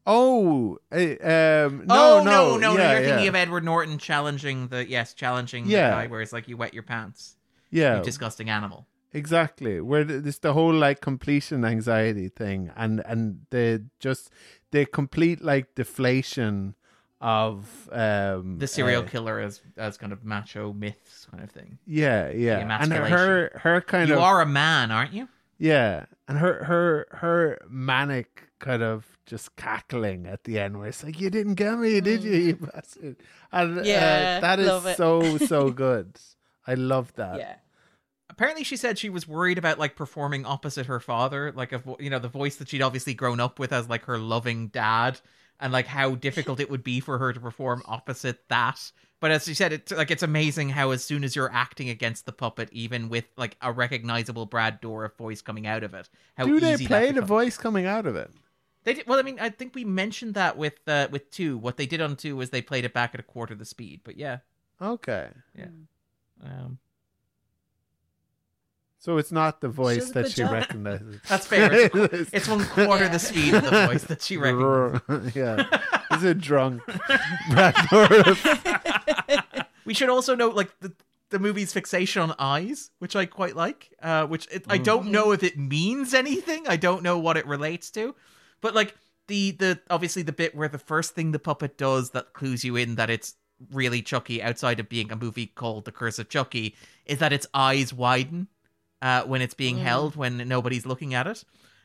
oh eh, um no oh, no, no, no, yeah, You're thinking yeah. of Edward Norton challenging the yes, challenging Yeah. the guy where it's like you wet your pants, yeah you disgusting animal. exactly where th- it's the whole like completion anxiety thing and and the just the complete like deflation of um The serial uh, killer as as kind of macho myths kind of thing. yeah yeah and emasculation. her her kind You of are a man, aren't you? Yeah, and her her her manic kind of just cackling at the end, where it's like, "You didn't get me, did you, you Mm. bastard?" And Yeah, uh, that love is it. so so good. I love Uh, that. Yeah. Apparently, she said she was worried about like performing opposite her father, like a vo- you know the voice that she'd obviously grown up with as like her loving dad, and like how difficult it would be for her to perform opposite that. But as she said, it's like it's amazing how as soon as you're acting against the puppet, even with like a recognizable Brad Dourif voice coming out of it, how Do they easy that play the becomes. voice coming out of it? They did, well, I mean, I think we mentioned that with uh, with two. What they did on two was they played it back at a quarter the speed. But yeah, Okay, um, so it's not the voice does a that good she job. recognizes. that's fair. It's, a qu- it's one quarter the speed of the voice that she recognized. yeah, it's a drunk Brad Dourif. We should also note like the the movie's fixation on eyes, which I quite like. Uh, which it, I don't know if it means anything. I don't know what it relates to, but like the the obviously the bit where the first thing the puppet does that clues you in that it's really Chucky outside of being a movie called The Curse of Chucky is that its eyes widen uh, when it's being held when nobody's looking at it.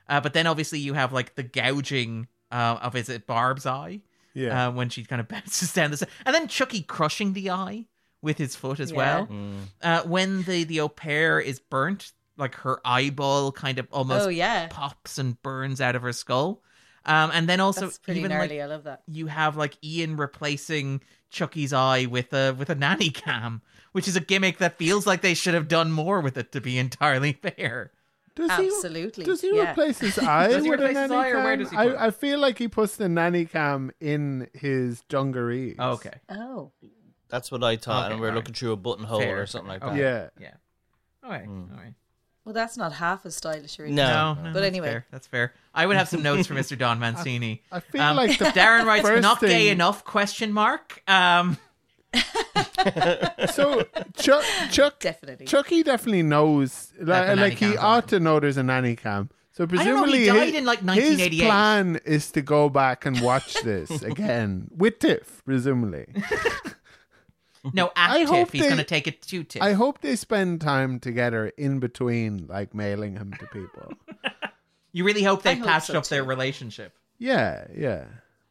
Uh, but then obviously you have like the gouging uh, of is it Barb's eye Yeah, uh, when she kind of bounces down the s- and then Chucky crushing the eye with his foot as Yeah. well. Mm. Uh, when the the au pair is burnt, like her eyeball kind of almost Oh yeah. pops and burns out of her skull. Um, and then also That's pretty even gnarly. like I love that. you have like Ian replacing Chucky's eye with a with a nanny cam, which is a gimmick that feels like they should have done more with it. To be entirely fair, Does he- Absolutely. Does he yeah. replace his eye Does he with a replace his nanny eye, or cam? where does he put it? I, I feel like he puts the nanny cam in his dungarees. oh, okay, Oh. That's what I thought, Okay, and we're alright. looking through a buttonhole Fair. or something like that. Okay. Yeah. yeah, all right, all right. Well, that's not half as stylish. Really. No. No, no, But that's anyway. fair. that's fair. I would have some notes for Mr. Don Mancini. I feel like the Um, Darren writes, first "Not gay thing- enough?" Question mark. Um, So Chuck, Chuck, Definitely. Chucky definitely knows. That the Like, nanny like he cam's ought to know there's a nanny cam. So don't know, he presumably, died his, in, like, his 1988. plan is to go back and watch this again with Tiff. Presumably, no, I active. hope He's they- going to take it to Tiff. I hope they spend time together in between, like mailing him to people. You really hope I they hope patched so, up their too. relationship. yeah, yeah.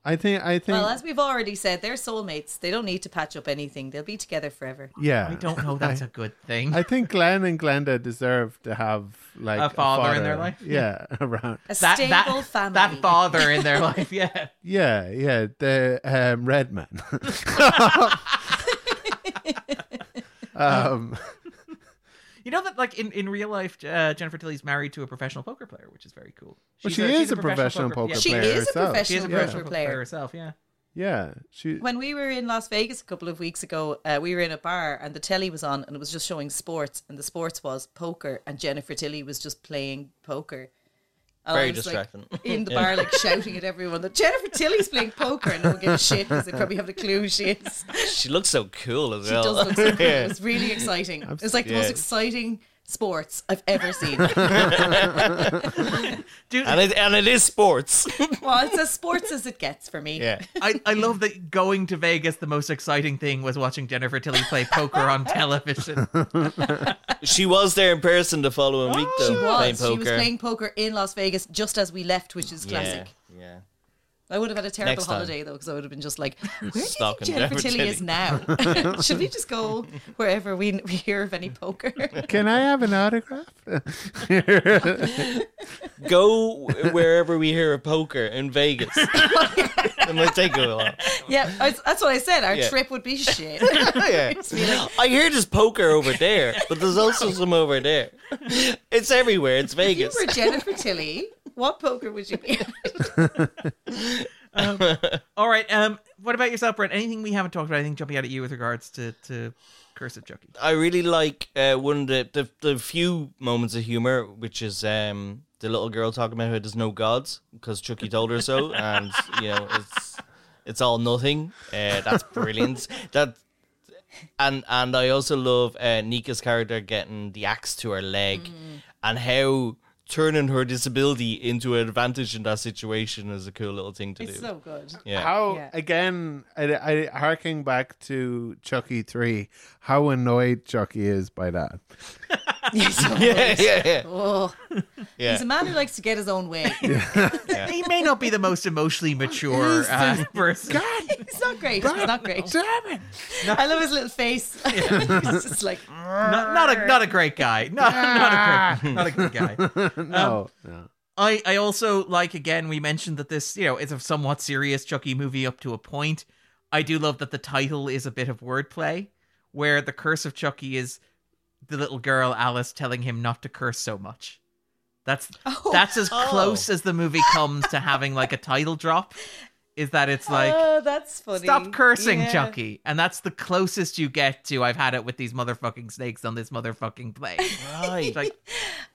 I think. I think. Well, as we've already said, they're soulmates. They don't need to patch up anything. They'll be together forever. yeah. I don't know. That's a good thing. I think Glenn and Glenda deserve to have like A father in their life? Yeah, around. A that stable that family. that father in their life. Yeah. Yeah, yeah. The um, red man. um, You know that, like in, in real life, uh, Jennifer Tilly's married to a professional poker player, which is very cool. Well, She's she is a professional poker yeah, She player. is a herself. She is a professional professional poker poker player. player herself. Yeah. Yeah, she. When we were in Las Vegas a couple of weeks ago, uh, we were in a bar and the telly was on and it was just showing sports and the sports was poker and Jennifer Tilly was just playing poker. I Very was, like, distracting. in the bar, like shouting at everyone that Jennifer Tilly's playing poker and no one gives a shit because they probably haven't a clue who she is. She looks so cool as She well. does look so cool. Yeah. It was really exciting. It was like the yeah. most exciting sports I've ever seen. Dude, And it, and it is sports. well, it's as sports as it gets for me. yeah. I, I love that going to Vegas, the most exciting thing was watching Jennifer Tilly play poker on television. She was there in person the following week, though, Oh, She playing was. poker. She was playing poker in Las Vegas just as we left, which is classic. Yeah. yeah. I would have had a terrible Next time. holiday though, because I would have been just like, "Where do you think Stalking Jennifer Jennifer Tilly is Tilly." now? Should we just go wherever we, we hear of any poker?" Can I have an autograph? Go wherever we hear of poker in Vegas. it might take a while. yeah, I, that's what I said. Our Yeah. trip would be shit. Oh, Yeah. I hear there's poker over there, but there's also some over there. It's everywhere. It's if you Vegas. were Jennifer Tilly, what poker would you be? All right. Um, what about yourself, Brent? Anything we haven't talked about? Anything jumping out at you with regards to to Curse of Chucky? I really like uh, one of the, the the few moments of humor, which is um, the little girl talking about how there's no gods because Chucky told her so, and you know it's it's all nothing. Uh, that's brilliant. that and and I also love uh, Nika's character getting the axe to her leg, Mm. and how turning her disability into an advantage in that situation is a cool little thing to it's do. so good. yeah. How Yeah. again? I, I harking back to Chucky three. How annoyed Chucky is by that. yeah, yeah, yeah, Oh, yeah. he's a man who likes to get his own way. He may not be the most emotionally mature uh, person. It's not great. It's not great. Damn it! I love his little face. It's just like, Not, not a not a great guy. No, not a great, not a good guy. No, Um, no. I, I also like again we mentioned that this you know it's a somewhat serious Chucky movie up to a point. I do love that the title is a bit of wordplay, where the curse of Chucky is the little girl Alice telling him not to curse so much. That's Oh. that's as Oh. close as the movie comes to having like a title drop. Is that it's like oh, that's funny. Stop cursing, Yeah. Chucky. And that's the closest you get to I've had it with these motherfucking snakes on this motherfucking plane. Right. It's like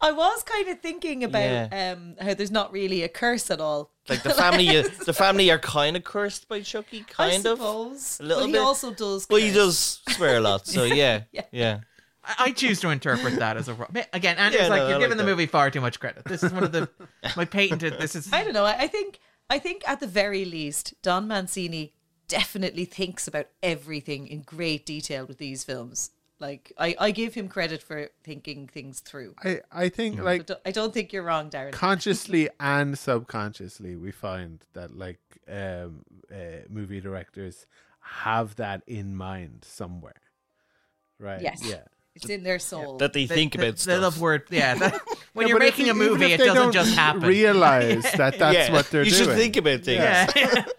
I was kind of thinking about um, how there's not really a curse at all. Like the family, the family are kind of cursed by Chucky, I kind of. suppose. a little but he bit. also does. Well, he curse. does swear a lot, so yeah, yeah. I, I choose to interpret that as a wrong. Again, Andrew's Yeah, like, no, I you're like giving the that. movie far too much credit. This is one of the my patented. This is I don't know. I, I think. I think at the very least, Don Mancini definitely thinks about everything in great detail with these films. Like I, I give him credit for thinking things through. I I think like But do- I don't think you're wrong, Darren. consciously and subconsciously we find that like um uh, movie directors have that in mind somewhere right Yes. yeah It's in their soul. That they, think they, about they stuff. love word. Yeah, that- when Yeah, you're but if making you- a even movie, if it they doesn't don't just happen. realize that that's Yeah. what they're you doing should think about things. yeah.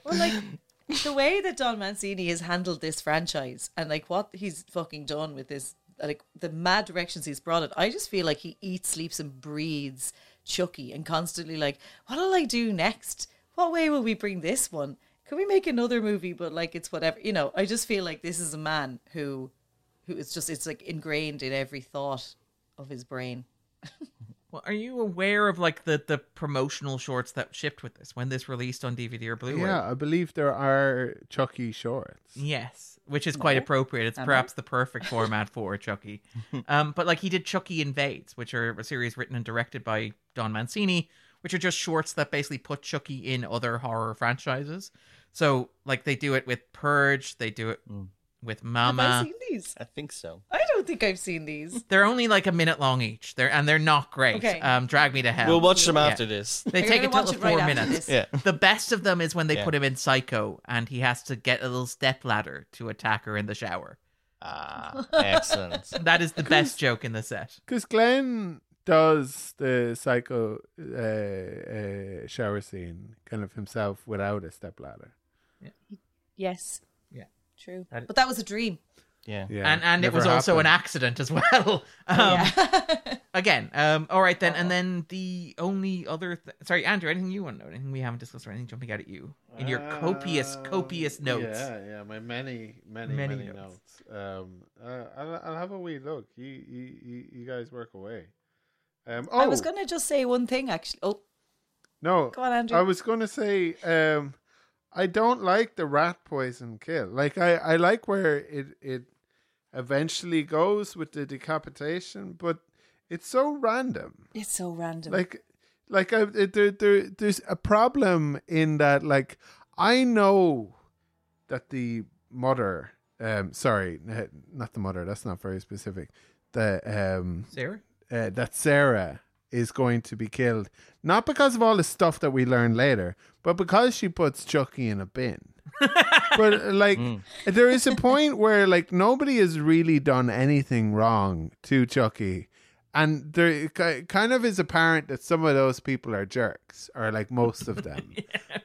Well, like the way that Don Mancini has handled this franchise and like what he's fucking done with this, like the mad directions he's brought it, I just feel like he eats, sleeps, and breathes Chucky and constantly like, what'll I do next? What way will we bring this one? Can we make another movie? But like, it's whatever, you know. I just feel like this is a man who, who is just it's like ingrained in every thought of his brain. Well, are you aware of like the the promotional shorts that shipped with this when this released on DVD or Blu-ray? yeah i believe there are chucky shorts Yes, which is quite appropriate. It's perhaps the perfect format for Chucky. Um, but like he did Chucky Invades, which are a series written and directed by Don Mancini, which are just shorts that basically put Chucky in other horror franchises. So like they do it with Purge, they do it Mm. with Have I Mama. seen these? I think so. I don't think I've seen these. They're only like a minute long each. They're and they're not great. Okay. Um, Drag Me to Hell. We'll watch them Yeah. after this. They You're take a gonna total watch of it right four after minutes. this. Yeah. The best of them is when they Yeah. put him in Psycho and he has to get a little step ladder to attack her in the shower. Ah, excellent. That is the best joke in the set. because glenn does the psycho uh, uh, shower scene kind of himself without a stepladder Yes. Yeah. True. That- But that was a dream. Yeah. yeah and and it never was also an happened. accident as well. Um, Again, um, all right then, and then the only other th- sorry, Andrew, anything you want to know? Anything we haven't discussed or anything jumping out at you in your copious, Um, copious notes? Yeah, yeah, my many, many, Many many, notes. notes. Um, uh, I'll, I'll have a wee look. You, you, you, you guys work away. Um, oh, I was going to just say one thing, actually. Oh, No. Go on, Andrew. I was going to say, um, I don't like the rat poison kill. Like, I, I like where it, it eventually goes with the decapitation, but it's so random. It's so random. Like, like I, it- there, there, there's a problem in that, like, I know that the mother, um, sorry, n- not the mother, that's not very specific. The, um, Sarah? uh, that Sarah is going to be killed, not because of all the stuff that we learn later, but because she puts Chucky in a bin. but uh, like, there is a point where like nobody has really done anything wrong to Chucky, and there it ki- kind of is apparent that some of those people are jerks, or like most of them.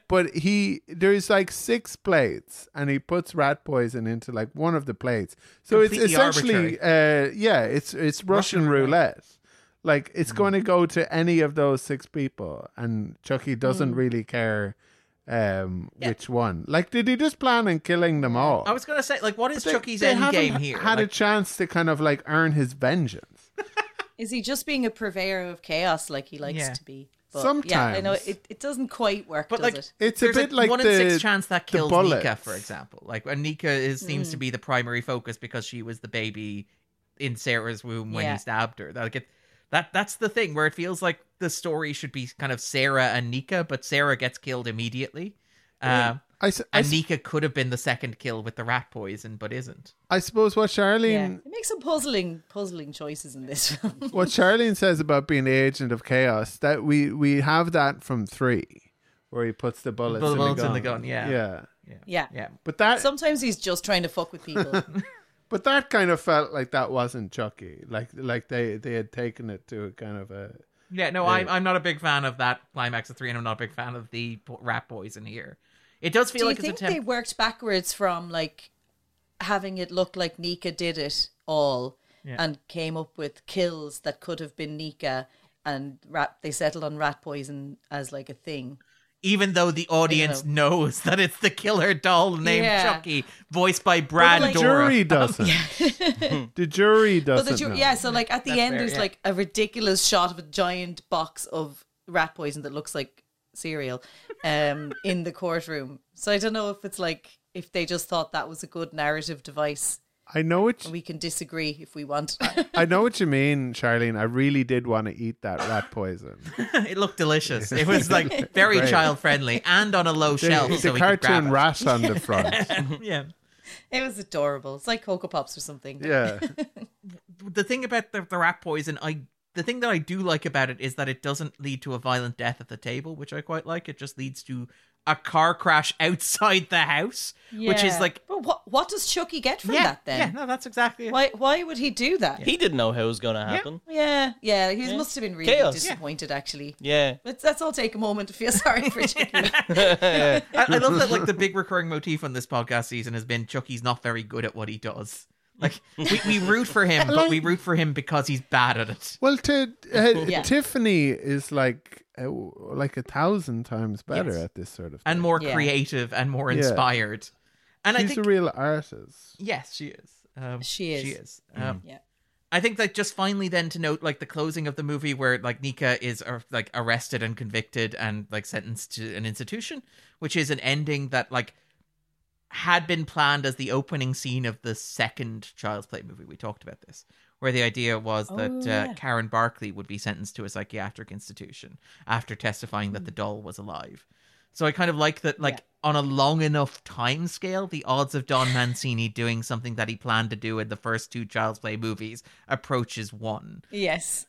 But he there's like six plates, and he puts rat poison into like one of the plates. So it's Completely essentially, uh, yeah, it's it's Russian, roulette. Like it's going to go to any of those six people, and Chucky doesn't Mm. really care um, which one. Like, did he just plan on killing them all? I was gonna say, like, what is They- Chucky's they end haven't game here? Had a Like, chance to kind of like earn his vengeance. Is he just being a purveyor of chaos like he likes Yeah. to be? But, Yeah, I Sometimes. know it, it doesn't quite work, but does like, it? It's a there's bit like one the- in six chance that the kills bullets. Nika, for example. Like, and Nika is, seems to be the primary focus because she was the baby in Sarah's womb when Yeah. he stabbed her. Like, it, that that's the thing where it feels like the story should be kind of Sarah and Nika, but Sarah gets killed immediately. Um, I, s- I and s- Nika could have been the second kill with the rat poison, but isn't. I suppose what Yeah. Charlene It makes some puzzling, puzzling choices in this film. what Charlene says about being the agent of chaos that we we have that from three, where he puts the bullets, The in, bullets the in the gun, yeah. yeah. yeah. Yeah. But that Sometimes he's just trying to fuck with people. But that kind of felt like that wasn't Chucky. Like like they they had taken it to a kind of a Yeah, no, I'm I'm not a big fan of that climax of three, and I'm not a big fan of the po- rat poison here. It does feel Do you like it's think a temp- they worked backwards from like having it look like Nika did it all and came up with kills that could have been Nika and rat they settled on rat poison as like a thing. even though the audience knows that it's the killer doll named Yeah. Chucky, voiced by Brad like- Dourif. jury doesn't. the jury But doesn't. the ju- know. yeah, so like at the That's end fair, there's yeah. like a ridiculous shot of a giant box of rat poison that looks like cereal um in the courtroom. So I don't know if it's like if they just thought that was a good narrative device. I know what you- We can disagree if we want. I know what you mean, Charlene. I really did want to eat that rat poison. it looked delicious. It was like very Great. child friendly and on a low shelf, the so the we could grab cartoon it. rat on the front. yeah. it was adorable. It's like Cocoa Pops or something. Yeah. the thing about the, the rat poison, I the thing that I do like about it is that it doesn't lead to a violent death at the table, which I quite like. It just leads to a car crash outside the house, which is Yeah. like But what what does Chucky get from yeah, that then? yeah, no, that's exactly it. Why why would he do that? He didn't know how it was going to happen. Yeah, yeah, he must have been really Chaos. disappointed actually. Yeah. Let's, let's all take a moment to feel sorry for Chucky. I, I love that like the big recurring motif on this podcast season has been Chucky's not very good at what he does. Like we, we root for him, but we root for him because he's bad at it. Well, to uh, Yeah. Tiffany is like uh, like a thousand times better Yes. at this sort of thing. And more Yeah. creative and more Yeah. inspired. And she's I think a real artist. yes, she is. Um, She is. She is. Mm. Um, Yeah. I think that just finally then to note like the closing of the movie where like Nika is uh, like arrested and convicted and like sentenced to an institution, which is an ending that like had been planned as the opening scene of the second Child's Play movie. We talked about this, where the idea was that Oh, uh, yeah. Karen Barkley would be sentenced to a psychiatric institution after testifying that the Hmm. doll was alive. So I kind of like that, like on a long enough time scale, the odds of Don Mancini doing something that he planned to do in the first two Child's Play movies approaches one. Yes.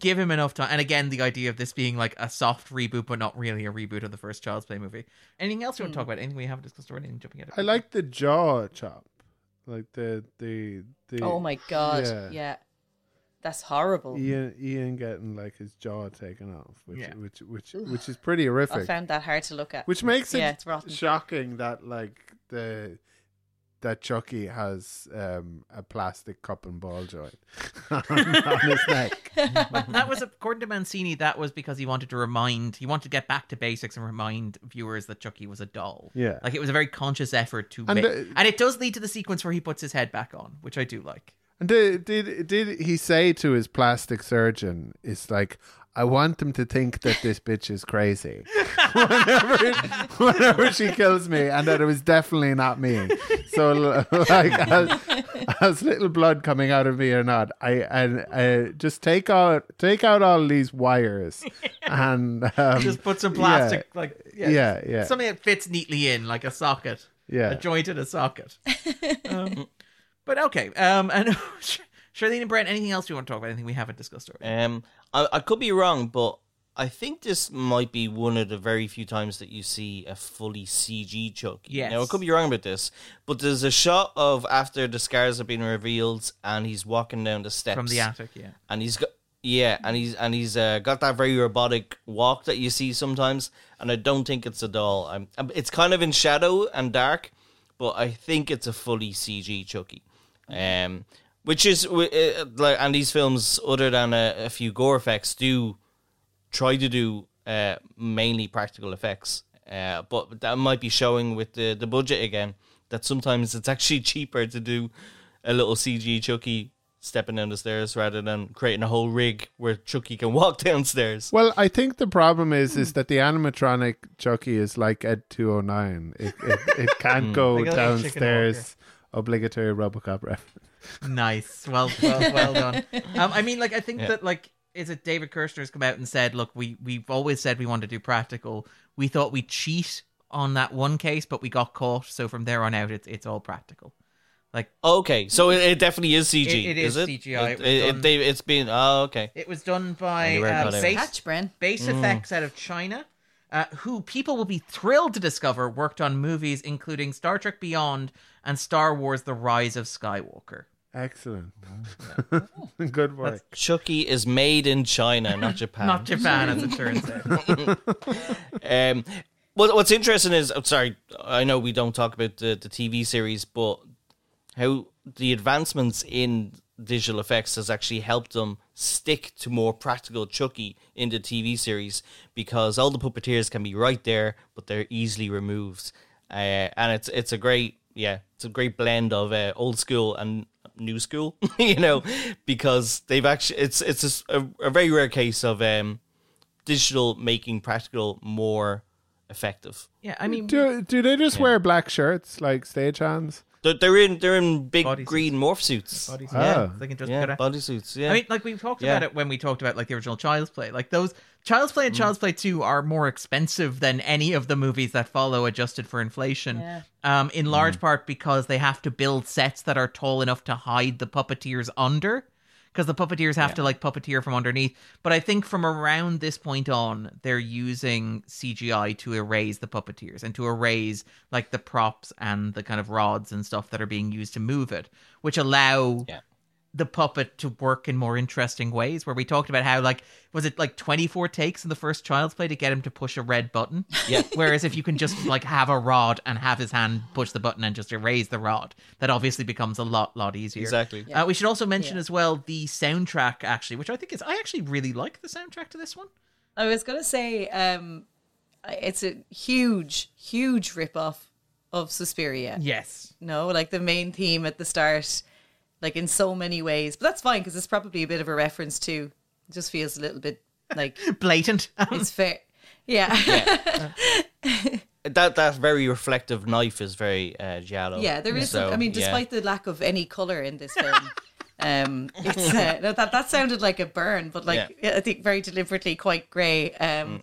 Give him enough time, and again, the idea of this being like a soft reboot, but not really a reboot of the first Child's Play movie. Anything else you Hmm. want to talk about? Anything we haven't discussed or anything jumping out? at I you? like the jaw chop, like the the the. Oh my god. Yeah. Yeah. That's horrible. Ian, Ian getting like his jaw taken off, which Yeah. which which which is pretty I horrific. found that hard to look at. Which makes it Yeah, it's rotten. shocking that like the that Chucky has um, a plastic cup and ball joint on, his neck. But that was according to Mancini. That was because he wanted to remind, he wanted to get back to basics and remind viewers that Chucky was a doll. Yeah. like it was a very conscious effort to, And, make, uh, and it does lead to the sequence where he puts his head back on, which I do like. And did, did did he say to his plastic surgeon, "It's like I want them to think that this bitch is crazy whenever, whenever she kills me, and that it was definitely not me. So, like, as, as little blood coming out of me or not, I and I just take out take out all these wires, and um, Just put some plastic, like yeah, Yeah, yeah. something that fits neatly in, like a socket, Yeah. a joint in a socket. um, but okay, um, and Charlene and Brent, anything else you want to talk about? Anything we haven't discussed already? Um, I, I could be wrong, but I think this might be one of the very few times that you see a fully CG Chucky. Yes. Now, I could be wrong about this, but there's a shot of after the scars have been revealed and he's walking down the Uh, steps From the attic, yeah. and he's got yeah, and he's and he's uh, got that very robotic walk that you see sometimes, and I don't think it's a doll. I'm, I'm- it's kind of in shadow and dark, but I think it's a fully CG Chucky, um, which is wi- uh, like and these films, other than a, a few gore effects, do try to do uh, mainly practical effects. Uh, but that might be showing with the, the budget again that sometimes it's actually cheaper to do a little CG Chucky stepping down the stairs rather than creating a whole rig where Chucky can walk downstairs. Well, I think the problem is Hmm. is that the animatronic Chucky is like Ed 209. It, it, it can't go Hmm. Like a little chicken downstairs. Obligatory RoboCop reference. Nice. Well, well, well done. Um, I mean, like, I think that, like, is it David Kirshner's come out and said, look, we, we've always said we want to do practical. We thought we'd cheat on that one case, but we got caught. So from there on out, it's, it's all practical. Okay, so it, it definitely is CG. It- it is it? CGI. It It, was it, done- they, it's been oh okay. It was done by you were uh, right. base, Catch, Bren. base Effects out of China, uh, who people will be thrilled to discover worked on movies including Star Trek Beyond and Star Wars The Rise of Skywalker. Excellent. Good work. Chucky is made in China, not Japan. Not Japan, as it turns out. Um, what, what's interesting is, I'm sorry, I know we don't talk about the, the TV series, but how the advancements in digital effects has actually helped them stick to more practical Chucky in the TV series because all the puppeteers can be right there, but they're easily removed, uh, and it's it's a great yeah, it's a great blend of uh, old school and new school, you know, because they've actually it's it's a s- a, a very rare case of um, digital making practical more effective. Yeah, I mean, Do, do they just wear black shirts like stagehands? They're, they're in they're in big Body green morph suits. bodies- Oh. yeah, they can just yeah, cut out. body suits. Yeah. I mean, like we talked Yeah. Mm. about it when we talked about like the original Child's Play. Like those Child's Play and Child's Play Two are more expensive than any of the movies that follow, adjusted for inflation. Yeah. Um, Mm. in large part because they have to build sets that are tall enough to hide the puppeteers under, because the puppeteers have to like puppeteer from underneath. But I think from around this point on, they're using CGI to erase the puppeteers and to erase like the props and the kind of rods and stuff that are being used to move it, which allow Yeah. the puppet to work in more interesting ways. Where we talked about how, like, was it like 24 takes in the first Child's Play to get him to push a red button? Yeah. Whereas if you can just, like, have a rod and have his hand push the button and just erase the rod, that obviously becomes a lot, lot easier. Exactly. Uh, we should also mention as well the soundtrack, actually, which I think is, I actually really like the soundtrack to this one. I was gonna say, um, I- it's a huge, huge rip-off of Suspiria. Yes. No, like the main theme at the start, like in so many ways. But that's fine because it's probably a bit of a reference to. It just feels a little bit like Blatant. it's fair. Yeah, That that very reflective knife is very uh, yellow. yeah. There is. So, some, I mean, yeah. despite the lack of any color in this film, um, it's uh, no, that that sounded like a burn, but like I think very deliberately quite grey. Mm. Um,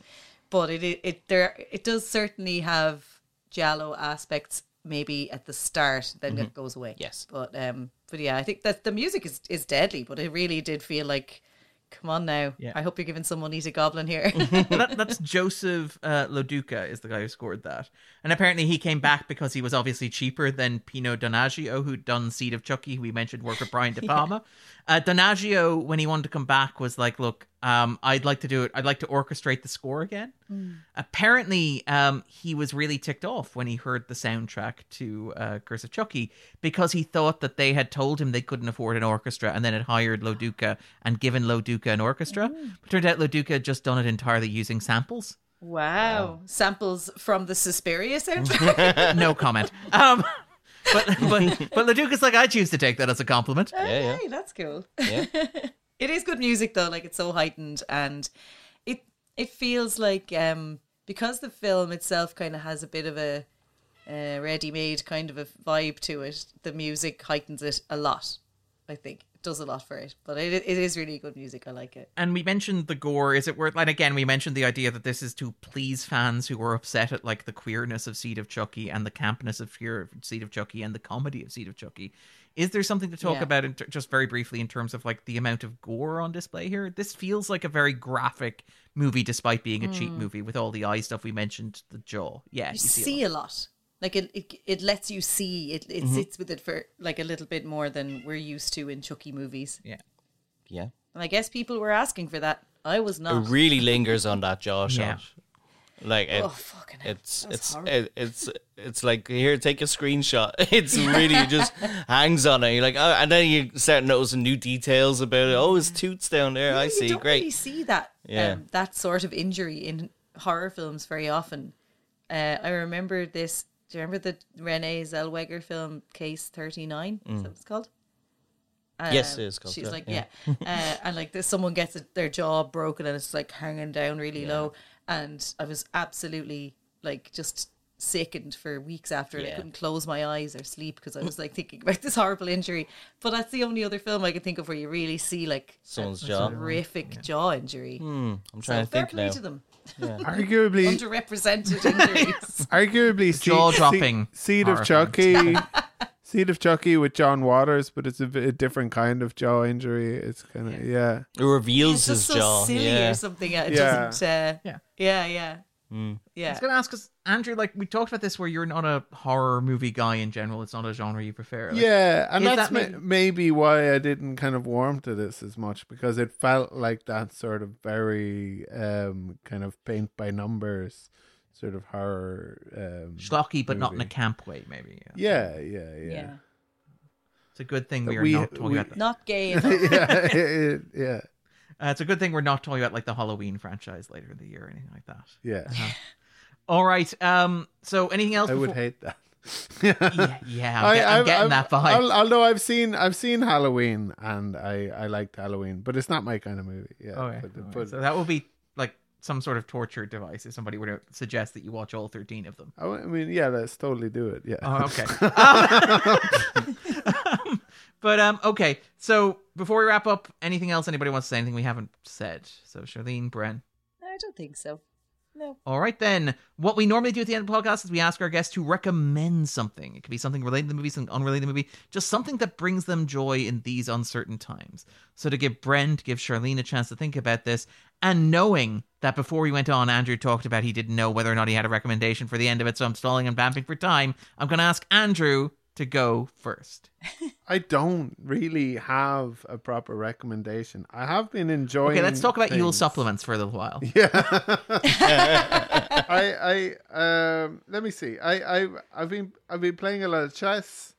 but it, it it there it does certainly have giallo aspects. Maybe at the start, then it goes away. Mm-hmm. Yes. But um, but yeah, I think that the music is is deadly, but it really did feel like, come on now. Yeah. I hope you're giving some money to Goblin here. Well, that, that's Joseph uh, Loduca is the guy who scored that, and apparently he came back because he was obviously cheaper than Pino Donaggio, who'd done Seed of Chucky, who we mentioned worked with Brian De Palma. uh, Donaggio, when he wanted to come back, was like, "Look, um, I'd like to do it. I'd like to orchestrate the score again." Apparently, um, he was really ticked off when he heard the soundtrack to uh, Curse of Chucky because he thought that they had told him they couldn't afford an orchestra and then had hired Loduca and given Loduca an orchestra. But turned out Loduca had just done it entirely using samples. wow. Samples from the Suspiria soundtrack. no comment. Um, but but but Laduca's like I choose to take that as a compliment. yeah, yeah, Hey, that's cool. yeah. It is good music though, like it's so heightened and it feels like um because the film itself kind of has a bit of a uh, ready-made kind of a vibe to it. The music heightens it a lot. I think it does a lot for it, but it it is really good music. I like it. And we mentioned the gore. Is it worth? And again, we mentioned the idea that this is to please fans who were upset at like the queerness of Seed of Chucky and the campness of Fear Seed of Chucky and the comedy of Seed of Chucky. Is there something to talk Yeah. about, in ter- just very briefly, in terms of like the amount of gore on display here? This feels like a very graphic movie, despite being a cheap movie with all the eye stuff we mentioned. The jaw, yeah, Hmm. You see a lot. Mm-hmm. Like it, it, it lets you see. It, it sits with it for like a little bit more than we're used to in Chucky movies. yeah. Yeah. And I guess people were asking for that. I was It not. really lingers on that jaw Yeah. shot. Like it, oh fucking hell. it's That was it's horrible. it, it's it's like here take a screenshot it's really it just hangs on it you're like oh, and then you start noticing new details about it oh his toots down there i Yeah, see You don't great really see that Yeah. um, that sort of injury in horror films very often. Uh, I remember this. Do you remember the Renee Zellweger film Case Thirty Nine? Mm. Is that what it's called? Yes, Um, it is called She's that, like, yeah. yeah, uh, and like this, someone gets it- their jaw broken and it's like hanging down really low. And I was absolutely like just sickened for weeks after it. I Yeah. couldn't close my eyes or sleep because I was like thinking about this horrible injury. But that's the only other film I can think of where you really see like Someone's a jaw. horrific jaw injury. i'm So trying to fair think play now to them. Arguably, Underrepresented injuries. arguably Se- Jaw-dropping Se- Seed of horror Chucky. Seed of Chucky with John Waters, but it's a, bit- a different kind of jaw injury. It's kind of yeah. it reveals it's just his so jaw silly yeah or something. It Yeah. doesn't. Uh, Yeah. yeah, yeah, yeah. Mm. I was going to ask because Andrew, like we talked about this, where you're not a horror movie guy in general. It's not a genre you prefer. Like, yeah, and is that's that ma- maybe why I didn't kind of warm to this as much because it felt like that sort of very um, kind of paint by numbers sort of horror. Um, schlocky, but not in a Movie. camp way. Maybe yeah. yeah, yeah, yeah. yeah. It's a good thing we are we- not talking we- about. The, Not gay. at all. yeah, it- it- yeah, uh, it's a good thing we're not talking about like the Halloween franchise later in the year or anything like that. yeah. All right. Um. So anything else? I would before- hate that. yeah, Yeah, yeah, I'm, get- I'm getting that vibe. I'll- Although I've seen I've seen Halloween and I I liked Halloween, but it's not my kind of movie. Yeah, Okay, but, all right. but So that will be like some sort of torture device if somebody were to suggest that you watch all thirteen of them. I w- I mean, yeah, let's totally do it. Yeah. Oh, okay. Um, um, but um, okay. So before we wrap up, anything else anybody wants to say? Anything we haven't said? So Charlene, Bren. I don't think so. No. All right, then. What we normally do at the end of the podcast is we ask our guests to recommend something. It could be something related to the movie, something unrelated to the movie, just something that brings them joy in these uncertain times. So to give Bren, to give Charlene a chance to think about this, and knowing that before we went on, Andrew talked about he didn't know whether or not he had a recommendation for the end of it, so I'm stalling and vamping for time. I'm going to ask Andrew to go first. I don't really have a proper recommendation. I have been enjoying. Okay, let's talk about Yule things. supplements for a little while. Yeah. I I um let me see. I I I've been I've been playing a lot of chess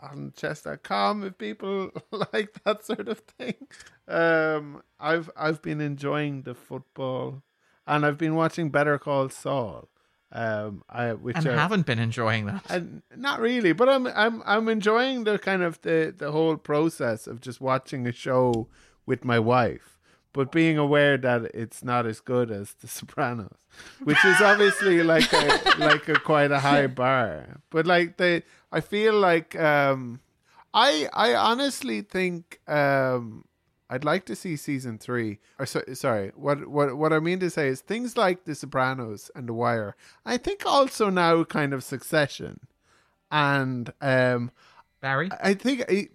on chess.com if people like that sort of thing. Um I've I've been enjoying the football and I've been watching Better Call Saul. Um I which And are, haven't been enjoying that. and not really, but I'm I'm I'm enjoying the kind of the the whole process of just watching a show with my wife, but being aware that it's not as good as The Sopranos, which is obviously like a like a quite a high bar. But like they, I feel like um, I I honestly think um, I'd like to see season three. Or so, sorry, what what what I mean to say is things like The Sopranos and The Wire. I think also now kind of Succession, and um, Barry? I think it,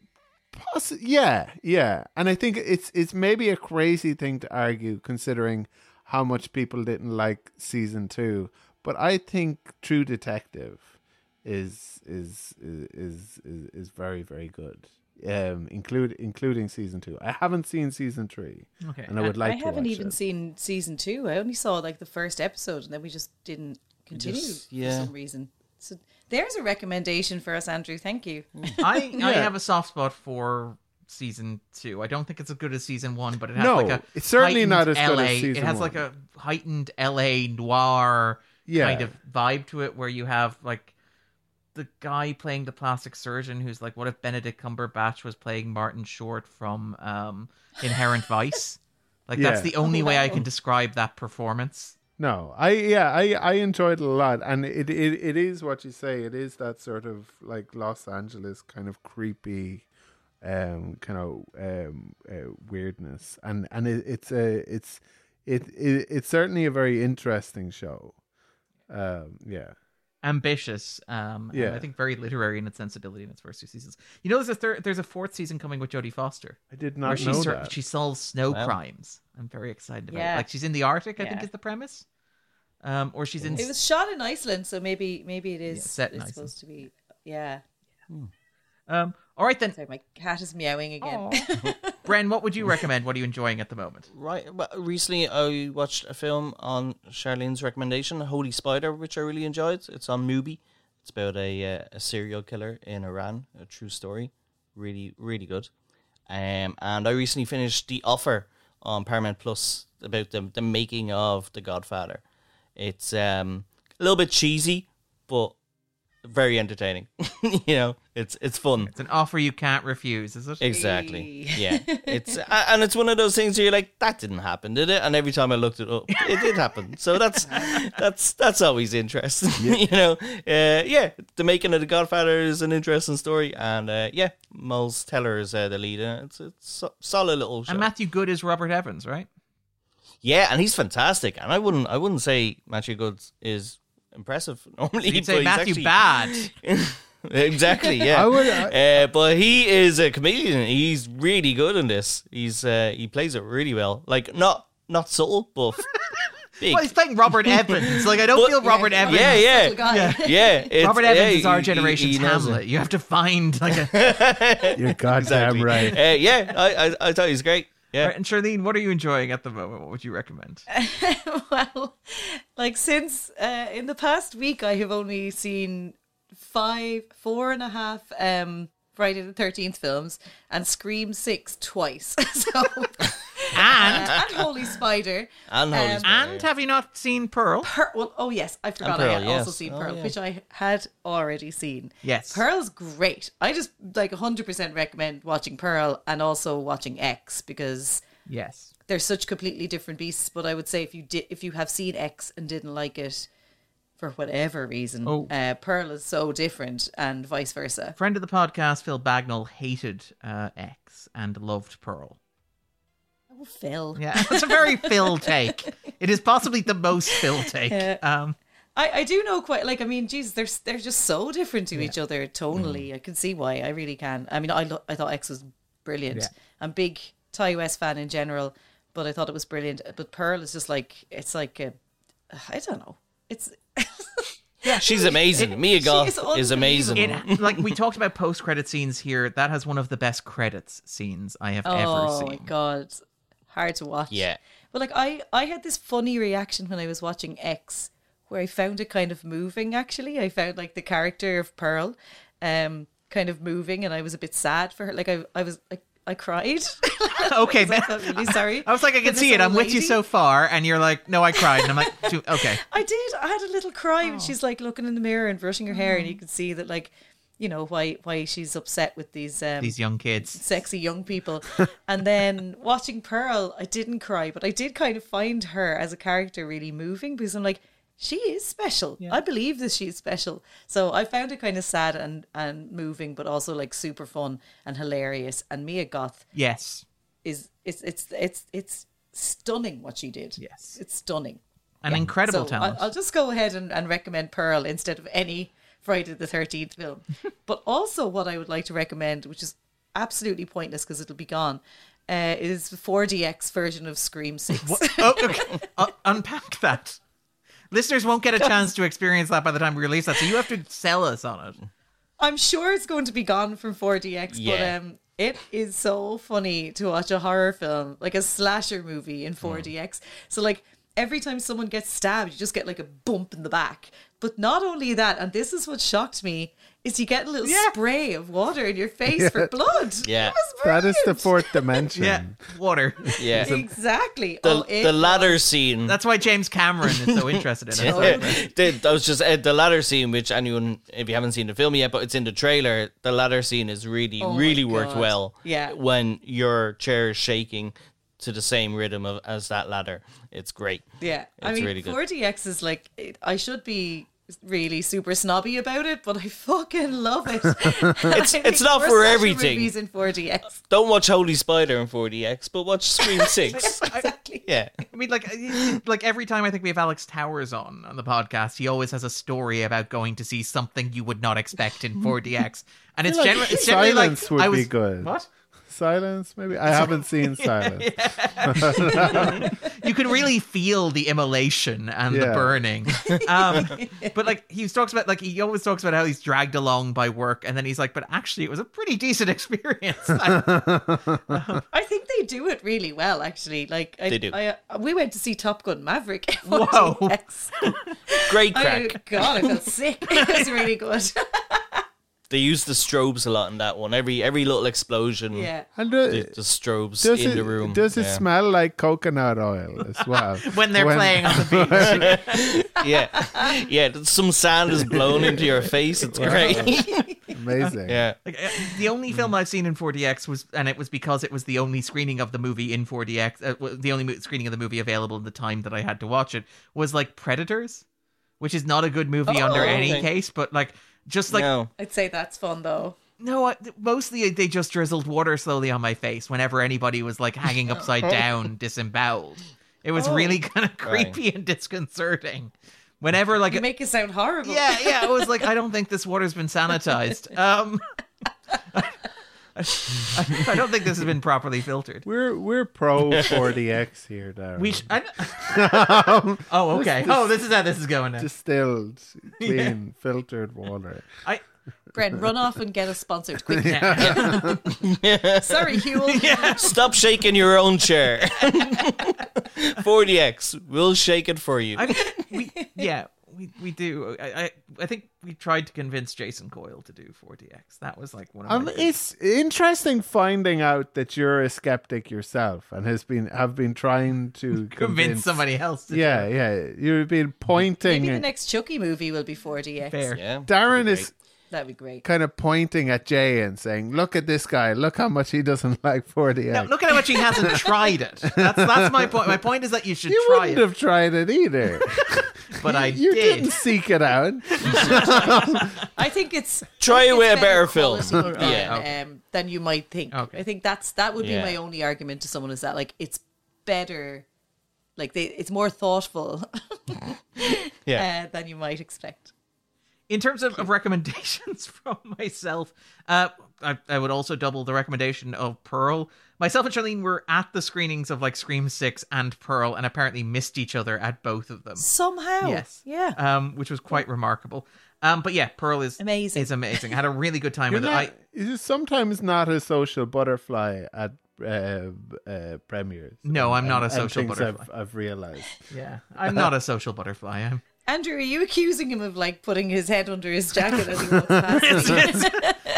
possi- yeah, yeah, and I think it's it's maybe a crazy thing to argue considering how much people didn't like season two, but I think True Detective is is is is is very very good. Um, include including season two. I haven't seen season three, Okay. and I would like. I to haven't watch even it. seen season two. I only saw like the first episode, and then we just didn't continue Just- yeah. for some reason. So there's a recommendation for us, Andrew. Thank you. I, I have a soft spot for season two. I don't think it's as good as season one, but it has No, like a it's certainly heightened not as LA. good as season It has one. like a heightened LA noir Yeah. kind of vibe to it, where you have like the guy playing the plastic surgeon who's like, what if Benedict Cumberbatch was playing Martin Short from um, Inherent Vice? Like that's Yeah. the only way I wow. can describe that performance. No, I yeah, I I enjoyed it a lot, and it, it it is what you say. It is that sort of like Los Angeles kind of creepy, um, kind of um uh, weirdness, and and it, it's a it's it, it it's certainly a very interesting show. Um, yeah, ambitious. Um, and Yeah. I think very literary in its sensibility in its first two seasons. You know, there's a third, there's a fourth season coming with Jodie Foster, I did where not she know sor- that. she solves snow Wow. crimes. I'm very excited about. Yeah. it. Like she's in the Arctic, I think Yeah. is the premise. Um, or she's in. It was shot in Iceland, so maybe maybe it is Yeah, set in it's Iceland. supposed to be. Yeah. um, all right then, Sorry, my cat is meowing again. Bren, what would you recommend? What are you enjoying at the moment? Right. Well, recently I watched a film on Charlene's recommendation, Holy Spider, which I really enjoyed. It's on Mubi. It's about a, uh, a serial killer in Iran, a true story. Really, really good. Um, and I recently finished The Offer on Paramount Plus about the, the making of The Godfather. It's um, a little bit cheesy, but very entertaining. you know, it's it's fun. It's an offer you can't refuse, is it? Exactly. Hey. Yeah. It's a- and it's one of those things where you're like, that didn't happen, did it? And every time I looked it up, it did happen. So that's that's that's always interesting. you know. Uh, yeah. The making of the Godfather is an interesting story, and uh, yeah, Miles Teller is uh, the leader. It's a so- solid little show. And Matthew Good is Robert Evans, right? yeah, and he's fantastic. And I wouldn't I wouldn't say Matthew Goods is impressive normally. You'd but say he's Matthew actually- Bad. exactly. Yeah. I would- uh, but he is a comedian. He's really good in this. He's uh, he plays it really well. Like not not subtle, but f- big. Well, he's playing Robert Evans. Like I don't But- feel Robert Yeah, Evans. yeah, Little yeah, guy. yeah. it's- Robert yeah, Evans is he- our he- generation's he knows it. Hamlet. You have to find like a. You're goddamn Exactly. right. Uh, yeah, I, I I thought he was great. Yeah. Right, and Charlene, what are you enjoying at the moment? What would you recommend? well, like since uh, in the past week, I have only seen five, four and a half um, Friday the Thirteenth films and Scream Six twice. so And uh, and, and Holy Spider. And Holy Um, Spider. And have you not seen Pearl? Pearl, well, oh yes, I forgot Pearl, I had also yes. seen Oh, Pearl, yeah. which I had already seen. Yes. Pearl's great. I just like 100% recommend watching Pearl and also watching X because Yes. they're such completely different beasts. But I would say if you did, if you have seen X and didn't like it for whatever reason, Oh. uh, Pearl is so different, and vice versa. Friend of the podcast, Phil Bagnall, hated uh, X and loved Pearl. Oh, Phil, Yeah, it's a very Phil take. It is possibly the most Phil take. Um, I, I do know quite like I mean, Jesus, they're s- they're just so different to each other tonally. I can see why. I really can. I mean, I lo- I thought X was brilliant. Yeah. I'm a big Ty West fan in general, but I thought it was brilliant. But Pearl is just like it's like a, I don't know. It's She's amazing. Mia Goth is is, amazing. it, like we talked about post credit scenes here, that has one of the best credits scenes I have ever oh my seen. god, hard to watch. Yeah. But like I, I had this funny reaction when I was watching X, where I found it kind of moving. Actually, I found like the character of Pearl, um, kind of moving, and I was a bit sad for her. Like I, I was like, I cried. Okay, I man. felt really sorry. I was like, I for can this see it. old I'm with you lady. so far, and you're like, no, I cried, and I'm like, "Too- okay, I did. I had a little cry when she's like looking in the mirror and brushing her hair, and you can see that like, you know, why why she's upset with these um these young kids. sexy young people. and then watching Pearl, I didn't cry, but I did kind of find her as a character really moving because I'm like, she is special. I believe that she's special. So I found it kind of sad and, and moving, but also like super fun and hilarious. And Mia Goth Yes, is it's it's it's it's stunning what she did. Yes. It's stunning. an incredible So I- talent. I'll just go ahead and, and recommend Pearl instead of any Friday the 13th film. but also, what I would like to recommend, which is absolutely pointless because it'll be gone, uh, is the 4DX version of Scream 6. oh, okay. Uh, unpack that. Listeners won't get a chance to experience that by the time we release that, so you have to sell us on it. I'm sure it's going to be gone from 4DX, Yeah. but um, it is so funny to watch a horror film, like a slasher movie in Mm. 4DX. So, like, every time someone gets stabbed, you just get like a bump in the back. But not only that, and this is what shocked me, is you get a little Yeah. spray of water in your face for blood. Yeah. That was That is the brilliant. fourth dimension. Yeah, water. yeah. Exactly. The, Oh, it- the ladder scene. That's why James Cameron is so interested in it. Sorry. the, that was just uh, the ladder scene, which anyone, if you haven't seen the film yet, but it's in the trailer. The ladder scene is really, Oh my really worked God. well. Yeah. when your chair is shaking, to the same rhythm of, as that ladder. It's great. Yeah, I It's mean, really good. 4DX is like it, I should be really super snobby about it, but I fucking love it. it's it's not for everything. Movies in 4DX, Don't watch Holy Spider in 4DX, but watch Scream 6. exactly. yeah. I mean, like, I- like every time I think we have Alex Towers on on the podcast, he always has a story about going to see something you would not expect in 4DX, and it's, like generally it's generally like Silence would I be was, good. What? Silence, maybe. I haven't seen Silence. you could really feel the immolation and the Yeah. burning. Um, but like he talks about, like he always talks about how he's dragged along by work, and then he's like, "But actually, it was a pretty decent experience." I- I think they do it really well, actually. Like I, They do. I, uh, we went to see Top Gun Maverick. at Whoa. 4DX. Great I, crack. God, I felt sick. It was really good. They use the strobes a lot in that one. Every every little explosion, yeah. And uh, the, the, the strobes does in it the room. does it yeah. smell like coconut oil as well? when they're playing on the beach, yeah, yeah. Some sand is blown into your face. It's great. amazing. yeah, Like, uh, the only film I've seen in 4DX was, and it was because it was the only screening of the movie in 4DX, uh, w- the only mo- screening of the movie available at the time that I had to watch it, was like Predators, which is not a good movie under any okay. case, but like, just like, no, no. I'd say that's fun though. I, mostly they just drizzled water slowly on my face whenever anybody was like hanging upside down, disemboweled. It was really kind of creepy and disconcerting. Whenever like You make it sound horrible. yeah, yeah. It was like, I don't think this water's been sanitized. Um, I, I don't think this has been properly filtered. We're we're pro 4DX here, Darren. Um, We sh- I, oh, okay. Oh, this is how this is going now. distilled, clean, filtered water. I, Bren, run off and get us sponsored quick. Sorry, Huel. Stop shaking your own chair. 40x. We'll shake it for you. I, we, yeah, we, we do. I, I, I think we tried to convince Jason Coyle to do 4DX. That was like one of Um, my big- it's interesting finding out that you're a skeptic yourself and has been have been trying to convince, convince somebody else to Yeah, yeah. You've been pointing. Maybe the at- next Chucky movie will be 4DX. fair. yeah. Darren is That'd be great. kind of pointing at Jay and saying, "Look at this guy. Look how much he doesn't like 40 No, look at how much he hasn't tried it. That's that's my point. My point is that you should you try wouldn't it, have tried it either. but I you did. didn't seek it out. I think it's I Try think away it's a better film. quality Than, Yeah. um, than you might think. Okay. I think that's that would Yeah. be my only argument to someone is that like it's better, like they it's more thoughtful uh, Yeah. than you might expect. in terms of, of recommendations from myself, uh, I, I would also double the recommendation of Pearl. Myself and Charlene were at the screenings of like Scream Six and Pearl, and apparently missed each other at both of them. Somehow, Oh, Yes, yeah. um, which was quite remarkable. Um, but yeah, Pearl is Amazing. Is amazing. I had a really good time You're with it. I, not- you're sometimes not a social butterfly at uh, uh, premieres. No, I'm not a And- and social things butterfly. I've, I've realized. yeah, I'm Uh, not a social butterfly. I'm Andrew, are you accusing him of like putting his head under his jacket as he walks past? you?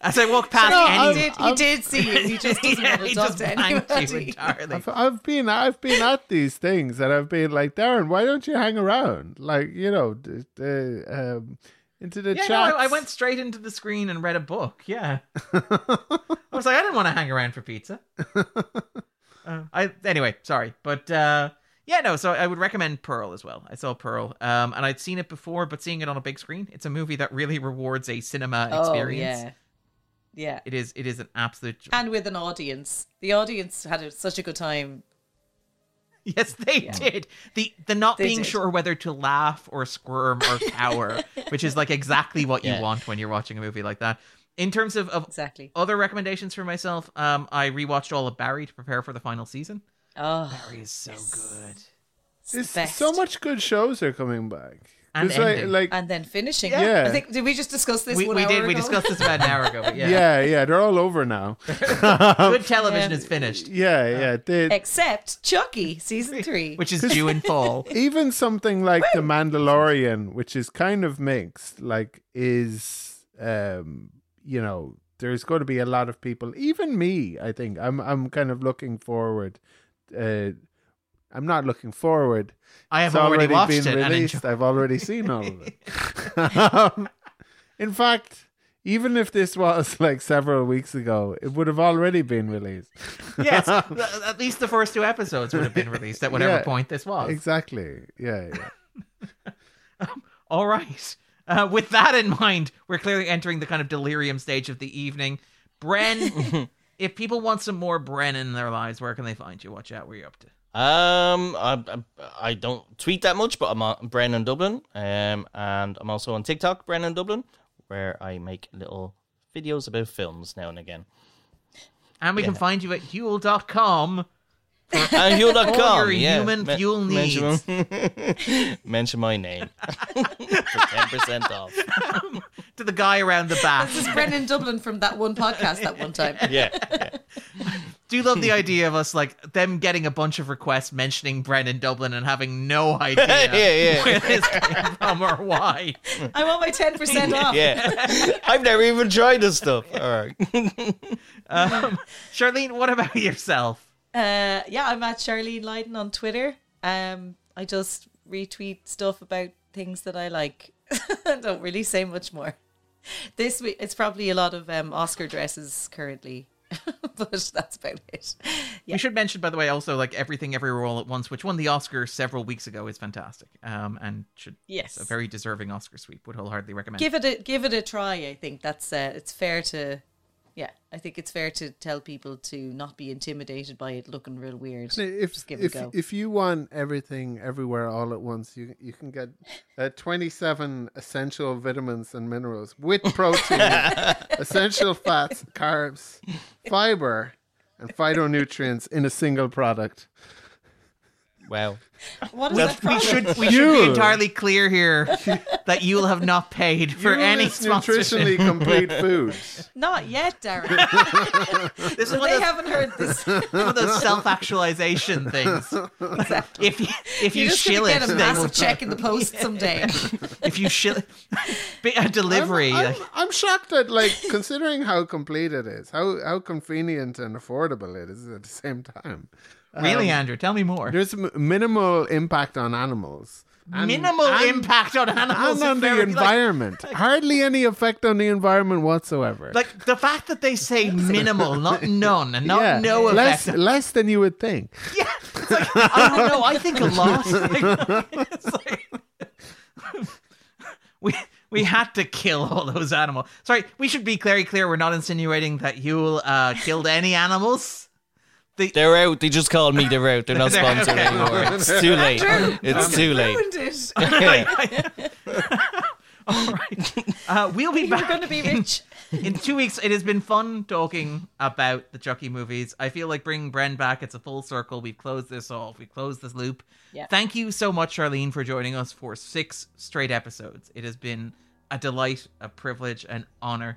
as I walk past No, he I'm- any. did. He I'm- did see you. um, He just doesn't Um, Yeah, want to he talk just to blanked you anybody. entirely. I've, I've been I've been at these things and I've been like Darren, why don't you hang around? Like you know, d- d- um, into the Yeah, chat. no, I, I went straight into the screen and read a book. Yeah, I was like, I didn't want to hang around for pizza. Uh, I anyway, sorry, but uh, yeah, no. So I would recommend Pearl as well. I saw Pearl, um, and I'd seen it before, but seeing it on a big screen, it's a movie that really rewards a cinema experience. Oh, yeah. Yeah. It is. It is an absolute. jo- And with an audience. The audience had a, such a good time. Yes, they did. The the not They being did. sure whether to laugh or squirm or cower, which is like exactly what Yeah. you want when you're watching a movie like that. In terms of, of Exactly. other recommendations for myself, um, I rewatched all of Barry to prepare for the final season. Oh, Barry is so good. it's the It's- best. so much good shows are coming back. And 'Cause, like, ending. like And then finishing. Yeah. I think did we just discuss this? We, one we hour did. We ago? discussed this about an hour ago. But yeah, yeah, yeah, they're all over now. good television is finished, Yeah, yeah. They, Except Chucky season three. which is due in fall. even something like the mandalorian which is kind of mixed like is um you know there's going to be a lot of people even me i think i'm i'm kind of looking forward uh i'm not looking forward I have It's already, watched it been and released enjoyed. i've already seen all of it um, in fact even if this was like several weeks ago, it would have already been released. yes, at least the first two episodes would have been released at whatever Yeah. point this was. exactly. Yeah. yeah. All right. Uh, with that in mind, we're clearly entering the kind of delirium stage of the evening. Bren, if people want some more Bren in their lives, where can they find you? Watch out, where you up to? Um, I, I I don't tweet that much, but I'm on Brennan Dublin. Um, and I'm also on TikTok, Brennan Dublin, where I make little videos about films now and again. And we can find you at Huel.com. And Hugh.com, your yeah. human fuel Mention, mention my name for ten percent off. To the guy around the back. This is Brendan Dublin from that one podcast that one time. Yeah, yeah. Do you love the idea of us like them getting a bunch of requests mentioning Bren in Dublin and having no idea Yeah, yeah. where this came from or why. I want my 10% off. yeah. I've never even tried this stuff. All right. Um, Charlene, what about yourself? Uh, yeah, I'm at Charlene Lydon on Twitter. Um, I just retweet stuff about things that I like. I don't really say much more. This week, it's probably a lot of um, Oscar dresses currently, but that's about it. Yeah. We should mention, by the way, also like everything, everywhere, all at once, which won the Oscar several weeks ago, is fantastic, um, and should Yes. a very deserving Oscar sweep. Would wholeheartedly recommend. Give it a give it a try. I think that's uh, it's fair to, yeah. I think it's fair to tell people to not be intimidated by it looking real weird. If Just give it a if go. if you want everything everywhere all at once, you you can get uh, twenty seven essential vitamins and minerals with protein, essential fats, carbs, fiber, and phytonutrients in a single product. Wow. What is we, that we product? should we should be Huel. entirely clear here that you'll have not paid for Fuel any is sponsorship. nutritionally complete food. Not yet, Darren. This is one they of, those, haven't heard this. one of those self-actualization things. If you if you You're just shill gonna it, get a they will massive check in the post someday. if you shill be a delivery I'm, like, I'm- I'm shocked at like considering how complete it is, how how convenient and affordable it is at the same time. really um, andrew tell me more There's m- minimal impact on animals. and- minimal and- impact on animals And on the therapy, like- environment. Hardly any effect on the environment whatsoever. Like the fact that they say minimal, not none, and not yeah, no less effect. less than you would think. Yeah, it's like, I don't know. I think a lot. Like, it's like- we we had to kill all those animals. Sorry, we should be very clear. We're not insinuating that Yule uh, killed any animals. They're out. They just called me. They're out. They're not They're out. sponsored anymore. It's too late. It's too late. Ruined it. Yeah. All right, uh, we'll be You're back going to be rich. in two weeks. It has been fun talking about the Chucky movies. I feel like bringing Bren back. It's a full circle. We've closed this off. We've closed this loop. Yeah. Thank you so much, Charlene, for joining us for six straight episodes. It has been a delight, a privilege, an honor.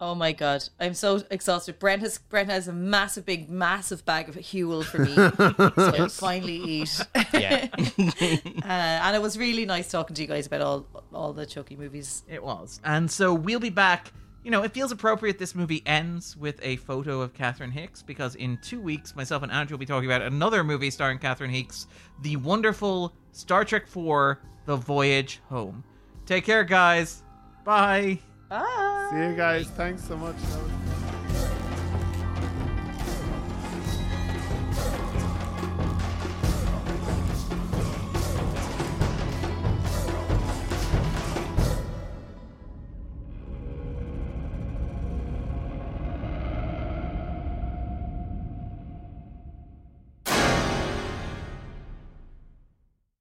Oh my god, I'm so exhausted. Brent has Brent has a massive, big, massive bag of Huel for me. so I can finally eat. Uh, yeah. and it was really nice talking to you guys about all all the Chucky movies. It was. And so we'll be back. You know, it feels appropriate this movie ends with a photo of Catherine Hicks because in two weeks, myself and Andrew will be talking about another movie starring Catherine Hicks, the wonderful Star Trek IV The Voyage Home. Take care, guys. Bye. Bye. See you guys. Thanks so much.